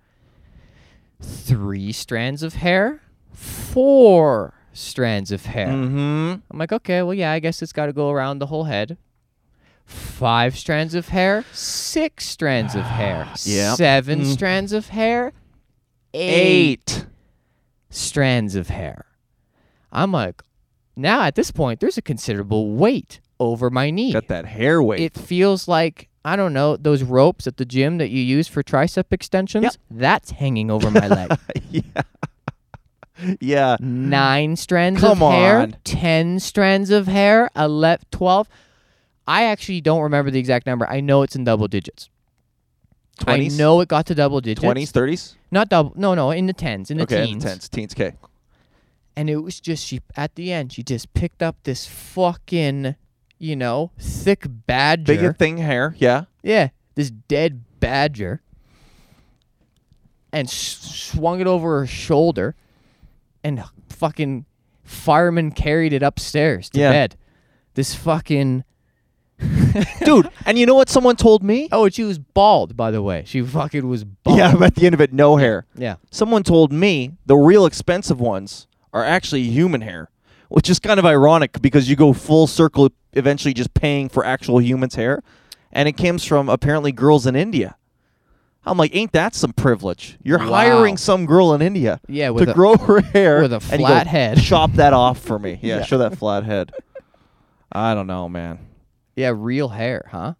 [SPEAKER 1] Three strands of hair. Four strands of hair.
[SPEAKER 2] Mm-hmm.
[SPEAKER 1] I'm like, okay, well, yeah, I guess it's got to go around the whole head. Five strands of hair, six strands of hair,
[SPEAKER 2] *sighs* Yep. Mm.
[SPEAKER 1] seven strands of hair, eight,
[SPEAKER 2] Eight.
[SPEAKER 1] strands of hair. I'm like, now at this point, there's a considerable weight over my knee.
[SPEAKER 2] Got that hair weight.
[SPEAKER 1] It feels like, I don't know, those ropes at the gym that you use for tricep extensions, that's hanging over my
[SPEAKER 2] *laughs*
[SPEAKER 1] leg.
[SPEAKER 2] yeah.
[SPEAKER 1] nine strands
[SPEAKER 2] Come
[SPEAKER 1] of hair,
[SPEAKER 2] on.
[SPEAKER 1] 10 strands of hair, 11, 12. I actually don't remember the exact number. I know it's in double digits.
[SPEAKER 2] 20s?
[SPEAKER 1] I know it got to double digits.
[SPEAKER 2] Twenties, thirties.
[SPEAKER 1] Not double. No, no, in the tens, in the
[SPEAKER 2] Okay,
[SPEAKER 1] teens.
[SPEAKER 2] tens, teens. Okay.
[SPEAKER 1] And it was just she at the end, she just picked up this fucking, you know, thick badger.
[SPEAKER 2] Big thing hair. Yeah.
[SPEAKER 1] Yeah, this dead badger, and s- swung it over her shoulder, and fucking fireman carried it upstairs to
[SPEAKER 2] Yeah.
[SPEAKER 1] bed. This fucking
[SPEAKER 2] Dude, *laughs* and you know what someone told me?
[SPEAKER 1] oh, and she was bald by the way. She fucking was bald.
[SPEAKER 2] *laughs* Yeah, at the end of it, no hair.
[SPEAKER 1] yeah.
[SPEAKER 2] Someone told me the real expensive ones are actually human hair, which is kind of ironic because you go full circle eventually just paying for actual human's hair. And it comes from apparently girls in India. I'm like, ain't that some privilege? You're
[SPEAKER 1] Wow.
[SPEAKER 2] hiring some girl in India
[SPEAKER 1] Yeah, with
[SPEAKER 2] to
[SPEAKER 1] a- *laughs*
[SPEAKER 2] grow her hair
[SPEAKER 1] with a
[SPEAKER 2] and you go,
[SPEAKER 1] flat head.
[SPEAKER 2] Chop that off
[SPEAKER 1] *laughs*
[SPEAKER 2] for me. Yeah, show that flat head. I don't know, man.
[SPEAKER 1] Yeah, real hair, huh?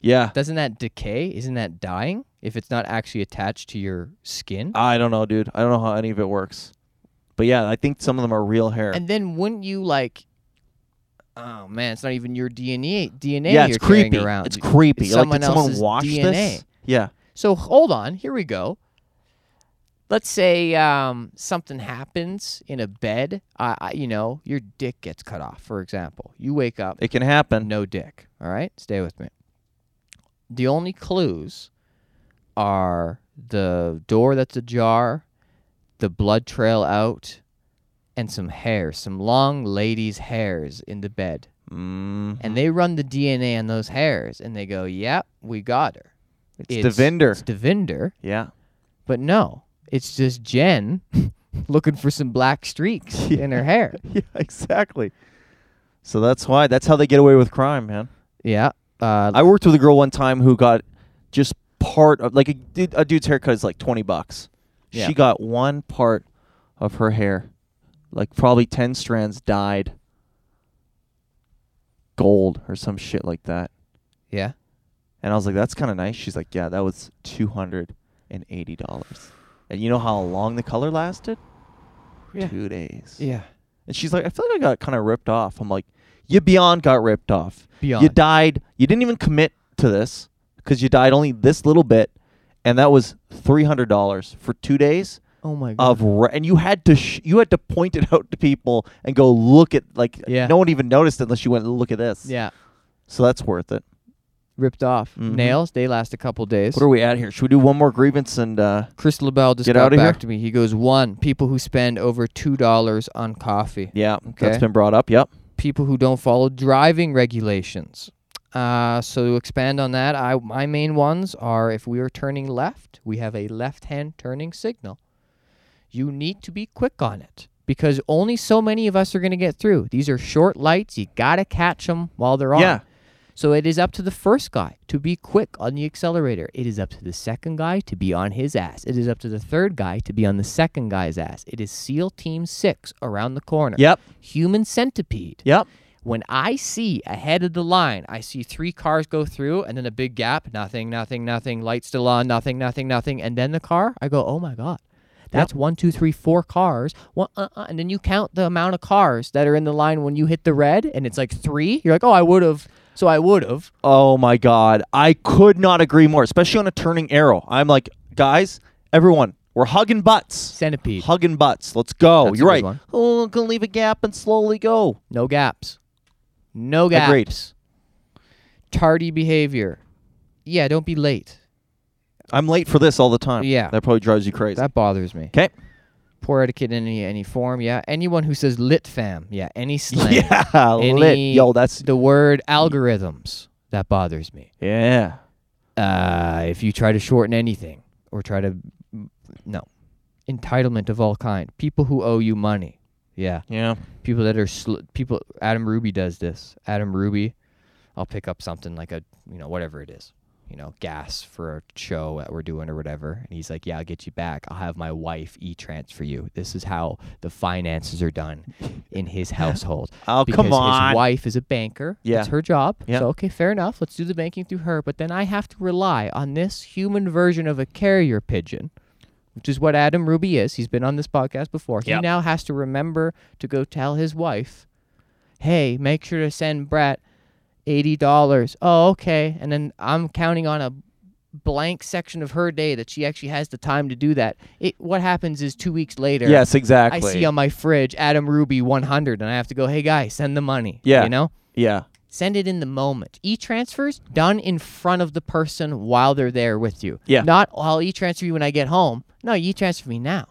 [SPEAKER 2] Yeah,
[SPEAKER 1] Doesn't that decay? Isn't that dying if it's not actually attached to your skin?
[SPEAKER 2] I don't know, dude. I don't know how any of it works. But yeah, I think some of them are real hair.
[SPEAKER 1] And then wouldn't you like? Oh man, it's not even your DNA. DNA.
[SPEAKER 2] yeah,
[SPEAKER 1] you're
[SPEAKER 2] it's
[SPEAKER 1] carrying
[SPEAKER 2] creepy.
[SPEAKER 1] around.
[SPEAKER 2] It's creepy.
[SPEAKER 1] It's
[SPEAKER 2] like,
[SPEAKER 1] someone
[SPEAKER 2] did someone
[SPEAKER 1] else's
[SPEAKER 2] wash
[SPEAKER 1] DNA.
[SPEAKER 2] this? Yeah.
[SPEAKER 1] So hold on, here we go. Let's say um, something happens in a bed. I, I, you know, your dick gets cut off, for example. You wake up,
[SPEAKER 2] It can happen.
[SPEAKER 1] no dick. All right, stay with me. The only clues are the door that's ajar, the blood trail out, and some hair, some long ladies' hairs in the bed.
[SPEAKER 2] Mm,
[SPEAKER 1] And they run the DNA on those hairs, and they go, "Yep, we got her."
[SPEAKER 2] it's,
[SPEAKER 1] *laughs*
[SPEAKER 2] Devinder.
[SPEAKER 1] It's Devinder,
[SPEAKER 2] yeah. *laughs*
[SPEAKER 1] but no, it's just Jen *laughs* looking for some black streaks in her hair.
[SPEAKER 2] *laughs* Yeah, exactly. So that's why. That's how they get away with crime, man.
[SPEAKER 1] Yeah. Uh,
[SPEAKER 2] I worked with a girl one time who got just part of like a, dude, a dude's haircut is like twenty bucks.
[SPEAKER 1] Yeah.
[SPEAKER 2] She got one part of her hair, like probably ten strands dyed gold or some shit like that.
[SPEAKER 1] Yeah.
[SPEAKER 2] And I was like, that's kind of nice. She's like, yeah, that was two hundred and eighty dollars. And you know how long the color lasted?
[SPEAKER 1] Yeah.
[SPEAKER 2] Two days.
[SPEAKER 1] Yeah.
[SPEAKER 2] And she's like, I feel like I got kind of ripped off. I'm like, you beyond got ripped off. You
[SPEAKER 1] Beyond.
[SPEAKER 2] died. You didn't even commit to this because you died only this little bit, and that was three hundred dollars for two days
[SPEAKER 1] oh my god.
[SPEAKER 2] of re- and you had to sh- you had to point it *laughs* out to people and go look at like
[SPEAKER 1] Yeah.
[SPEAKER 2] no one even noticed unless you went look at this.
[SPEAKER 1] yeah.
[SPEAKER 2] So that's worth it.
[SPEAKER 1] Ripped off.
[SPEAKER 2] Mhm.
[SPEAKER 1] Nails. They last a couple days.
[SPEAKER 2] What are we at here? Should we do one more grievance and uh,
[SPEAKER 1] Chris LaBelle just
[SPEAKER 2] Get
[SPEAKER 1] got
[SPEAKER 2] outta
[SPEAKER 1] back
[SPEAKER 2] here.
[SPEAKER 1] to me. He goes, one, people who spend over two dollars on coffee.
[SPEAKER 2] yeah,
[SPEAKER 1] Okay.
[SPEAKER 2] that's been brought up. Yep.
[SPEAKER 1] People who don't follow driving regulations. Uh, so to expand on that, I my main ones are if we are turning left, we have a left-hand turning signal. You need to be quick on it because only so many of us are going to get through. These are short lights; you gotta catch them while they're on.
[SPEAKER 2] Yeah.
[SPEAKER 1] So it is up to the first guy to be quick on the accelerator. It is up to the second guy to be on his ass. It is up to the third guy to be on the second guy's ass. It is SEAL Team 6 around the corner.
[SPEAKER 2] Yep.
[SPEAKER 1] Human centipede.
[SPEAKER 2] Yep.
[SPEAKER 1] When I see ahead of the line, I see three cars go through and then a big gap, nothing, nothing, nothing, light still on, nothing, nothing, nothing, and then the car, I go, oh my God. That's one, two, three, four cars. One, uh, uh, and then you count the amount of cars that are in the line when you hit the red, and it's like three. You're like, oh, I would have. So I would have.
[SPEAKER 2] Oh my God. I could not agree more, especially on a turning arrow. I'm like, guys, everyone, we're hugging butts.
[SPEAKER 1] Centipede.
[SPEAKER 2] Hugging butts. Let's go.
[SPEAKER 1] That's a
[SPEAKER 2] You're
[SPEAKER 1] good
[SPEAKER 2] right.
[SPEAKER 1] one.
[SPEAKER 2] Oh, gonna leave a gap and slowly go.
[SPEAKER 1] No gaps. No gaps.
[SPEAKER 2] Agreed.
[SPEAKER 1] Tardy behavior. Yeah, don't be late.
[SPEAKER 2] I'm late for this all the time.
[SPEAKER 1] Yeah.
[SPEAKER 2] That probably drives you *laughs* crazy.
[SPEAKER 1] That bothers me.
[SPEAKER 2] Okay.
[SPEAKER 1] Poor etiquette in any any form. Yeah. Anyone who says lit fam. Yeah. Any slang.
[SPEAKER 2] Yeah.
[SPEAKER 1] Any,
[SPEAKER 2] lit. Yo, that's.
[SPEAKER 1] the word algorithms. That bothers me.
[SPEAKER 2] Yeah.
[SPEAKER 1] Uh, if you try to shorten anything or try to no entitlement of all kind. People who owe you money. Yeah.
[SPEAKER 2] Yeah.
[SPEAKER 1] people that are sl- people adam ruby does this adam ruby i'll pick up something like a you know whatever it is you know gas for a show that we're doing or whatever and he's like yeah i'll get you back i'll have my wife e-transfer you this is how the finances are done in his household
[SPEAKER 2] Oh,
[SPEAKER 1] because
[SPEAKER 2] come on.
[SPEAKER 1] his wife is a banker
[SPEAKER 2] Yeah.
[SPEAKER 1] it's her job
[SPEAKER 2] Yeah.
[SPEAKER 1] so okay fair enough let's do the banking through her but then i have to rely on this human version of a carrier pigeon which is what Adam Ruby is. He's been on this podcast before. He now has to remember to go tell his wife, "Hey, make sure to send Brett eighty dollars." Oh, okay. And then I'm counting on a blank section of her day that she actually has the time to do that. It what happens is two weeks later.
[SPEAKER 2] Yes, exactly.
[SPEAKER 1] I see on my fridge Adam Ruby 100, and I have to go, "Hey, guys, send the money."
[SPEAKER 2] Yeah.
[SPEAKER 1] you know.
[SPEAKER 2] Yeah.
[SPEAKER 1] Send it in the moment. E transfers done in front of the person while they're there with you.
[SPEAKER 2] Yeah.
[SPEAKER 1] Not "Oh, I'll e transfer you when I get home. No, you transfer me now.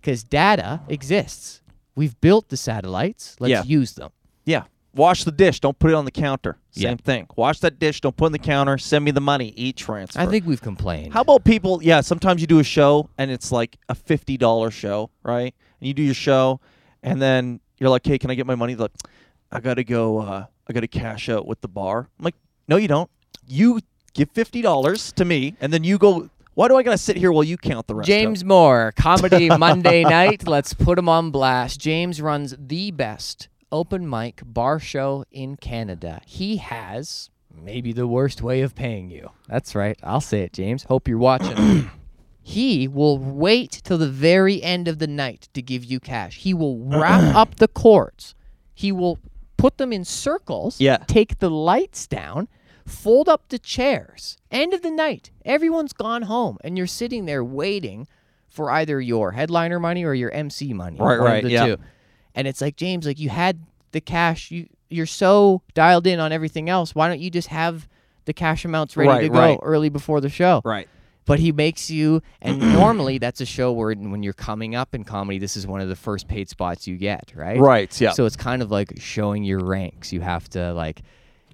[SPEAKER 1] Because data exists. We've built the satellites. Let's
[SPEAKER 2] Yeah.
[SPEAKER 1] use them.
[SPEAKER 2] Yeah. Wash the dish. Don't put it on the counter.
[SPEAKER 1] Yeah.
[SPEAKER 2] Same thing. Wash that dish. Don't put it on the counter. Send me the money. E transfer.
[SPEAKER 1] I think we've complained.
[SPEAKER 2] How about people? Yeah, sometimes you do a show and it's like a fifty dollar show, right? And you do your show, and then you're like, "Hey, can I get my money?" They're like, I gotta go. Uh, I gotta cash out with the bar. I'm like, "No, you don't. You give fifty dollars to me, and then you go. Why do I gotta sit here while you count the rest?" out?"
[SPEAKER 1] James Moore,
[SPEAKER 2] *laughs*
[SPEAKER 1] Comedy Monday Night. Let's put him on blast. James runs the best open mic bar show in Canada. He has maybe the worst way of paying you. That's right. I'll say it, James. Hope you're watching. he will wait till the very end of the night to give you cash. He will
[SPEAKER 2] *clears throat*
[SPEAKER 1] wrap up the cords. He will put them in circles,
[SPEAKER 2] Yeah.
[SPEAKER 1] take the lights down, fold up the chairs. End of the night, everyone's gone home, and you're sitting there waiting for either your headliner money or your MC money.
[SPEAKER 2] Right,
[SPEAKER 1] one of
[SPEAKER 2] right,
[SPEAKER 1] the
[SPEAKER 2] yeah.
[SPEAKER 1] two. And it's like James, like you had the cash. You you're so dialed in on everything else. Why don't you just have the cash amounts ready
[SPEAKER 2] Right,
[SPEAKER 1] to go
[SPEAKER 2] right.
[SPEAKER 1] early before the show?
[SPEAKER 2] Right.
[SPEAKER 1] but he makes you and normally that's a show where when you're coming up in comedy this is one of the first paid spots you get right
[SPEAKER 2] Right. Yeah.
[SPEAKER 1] so it's kind of like showing your ranks you have to like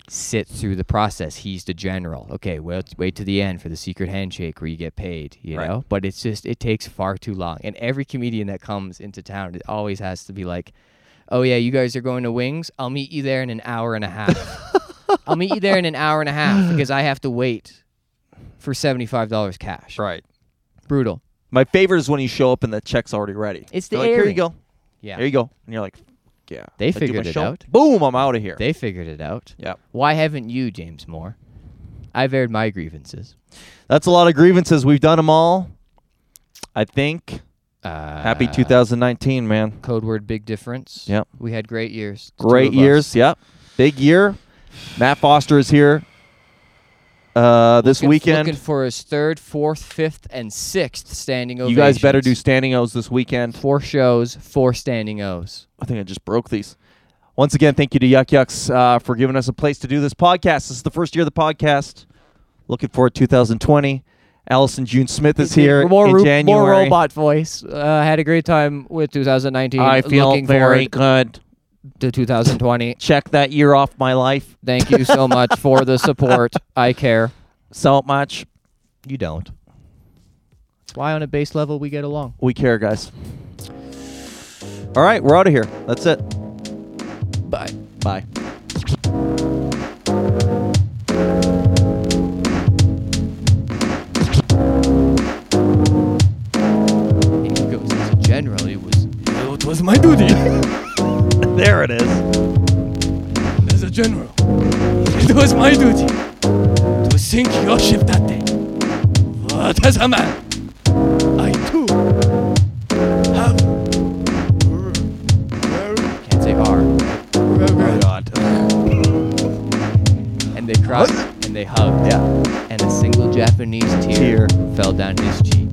[SPEAKER 1] sit through the process he's the general okay well t- wait to the end for the secret handshake where you get paid you
[SPEAKER 2] Right.
[SPEAKER 1] know but it's just it takes far too long and every comedian that comes into town it always has to be like oh yeah you guys are going to wings i'll meet you there in
[SPEAKER 2] *laughs*
[SPEAKER 1] an hour and a half i'll meet you there in an hour and a half because i have to wait for $75 cash.
[SPEAKER 2] Right.
[SPEAKER 1] Brutal.
[SPEAKER 2] My favorite is when you show up and the check's already ready.
[SPEAKER 1] It's the
[SPEAKER 2] They're like, here you
[SPEAKER 1] airing.
[SPEAKER 2] go.
[SPEAKER 1] Yeah.
[SPEAKER 2] There you go. And you're like, yeah.
[SPEAKER 1] They
[SPEAKER 2] I do my
[SPEAKER 1] figured it
[SPEAKER 2] show.
[SPEAKER 1] out.
[SPEAKER 2] Boom, I'm out of here.
[SPEAKER 1] They figured it out.
[SPEAKER 2] Yep.
[SPEAKER 1] Why haven't you, James Moore? I've aired my grievances.
[SPEAKER 2] That's a lot of grievances. We've done them all. I think.
[SPEAKER 1] Uh,
[SPEAKER 2] Happy 2019, man.
[SPEAKER 1] Code word big difference.
[SPEAKER 2] Yep.
[SPEAKER 1] We had great years. the two
[SPEAKER 2] Great
[SPEAKER 1] of us.
[SPEAKER 2] years. Yep. Big year. Matt Foster is here. Uh, this
[SPEAKER 1] Looking-
[SPEAKER 2] weekend.
[SPEAKER 1] Looking for his third, fourth, fifth, and sixth standing ovations.
[SPEAKER 2] You guys better do standing O's this weekend.
[SPEAKER 1] four shows, four standing O's.
[SPEAKER 2] I think I just broke these. Once again, thank you to Yuck Yucks uh, for giving us a place to do this podcast. This is the first year of the podcast. Looking forward to 2020. Allison June Smith is here
[SPEAKER 1] More,
[SPEAKER 2] in
[SPEAKER 1] ro-
[SPEAKER 2] January.
[SPEAKER 1] more robot voice. Uh, had a great time with 2019.
[SPEAKER 2] I feel
[SPEAKER 1] looking
[SPEAKER 2] very
[SPEAKER 1] forward
[SPEAKER 2] good.
[SPEAKER 1] to 2020.
[SPEAKER 2] Check that year off my life
[SPEAKER 1] Thank you so much for the support. I care.
[SPEAKER 2] so much.
[SPEAKER 1] You don't. That's why on a base level we get along.
[SPEAKER 2] We care, guys. All right, we're out of here. That's it.
[SPEAKER 1] Bye.
[SPEAKER 2] Bye.
[SPEAKER 1] It goes as a general. It was
[SPEAKER 2] It was my duty. there it is.
[SPEAKER 1] as a general. It was my duty to sink your ship that day. But as a man, I too have. Can't say R.
[SPEAKER 2] Oh, God.
[SPEAKER 1] And they cried and they hugged,
[SPEAKER 2] Yeah.
[SPEAKER 1] and a single Japanese tear
[SPEAKER 2] Tear.
[SPEAKER 1] fell down his cheek.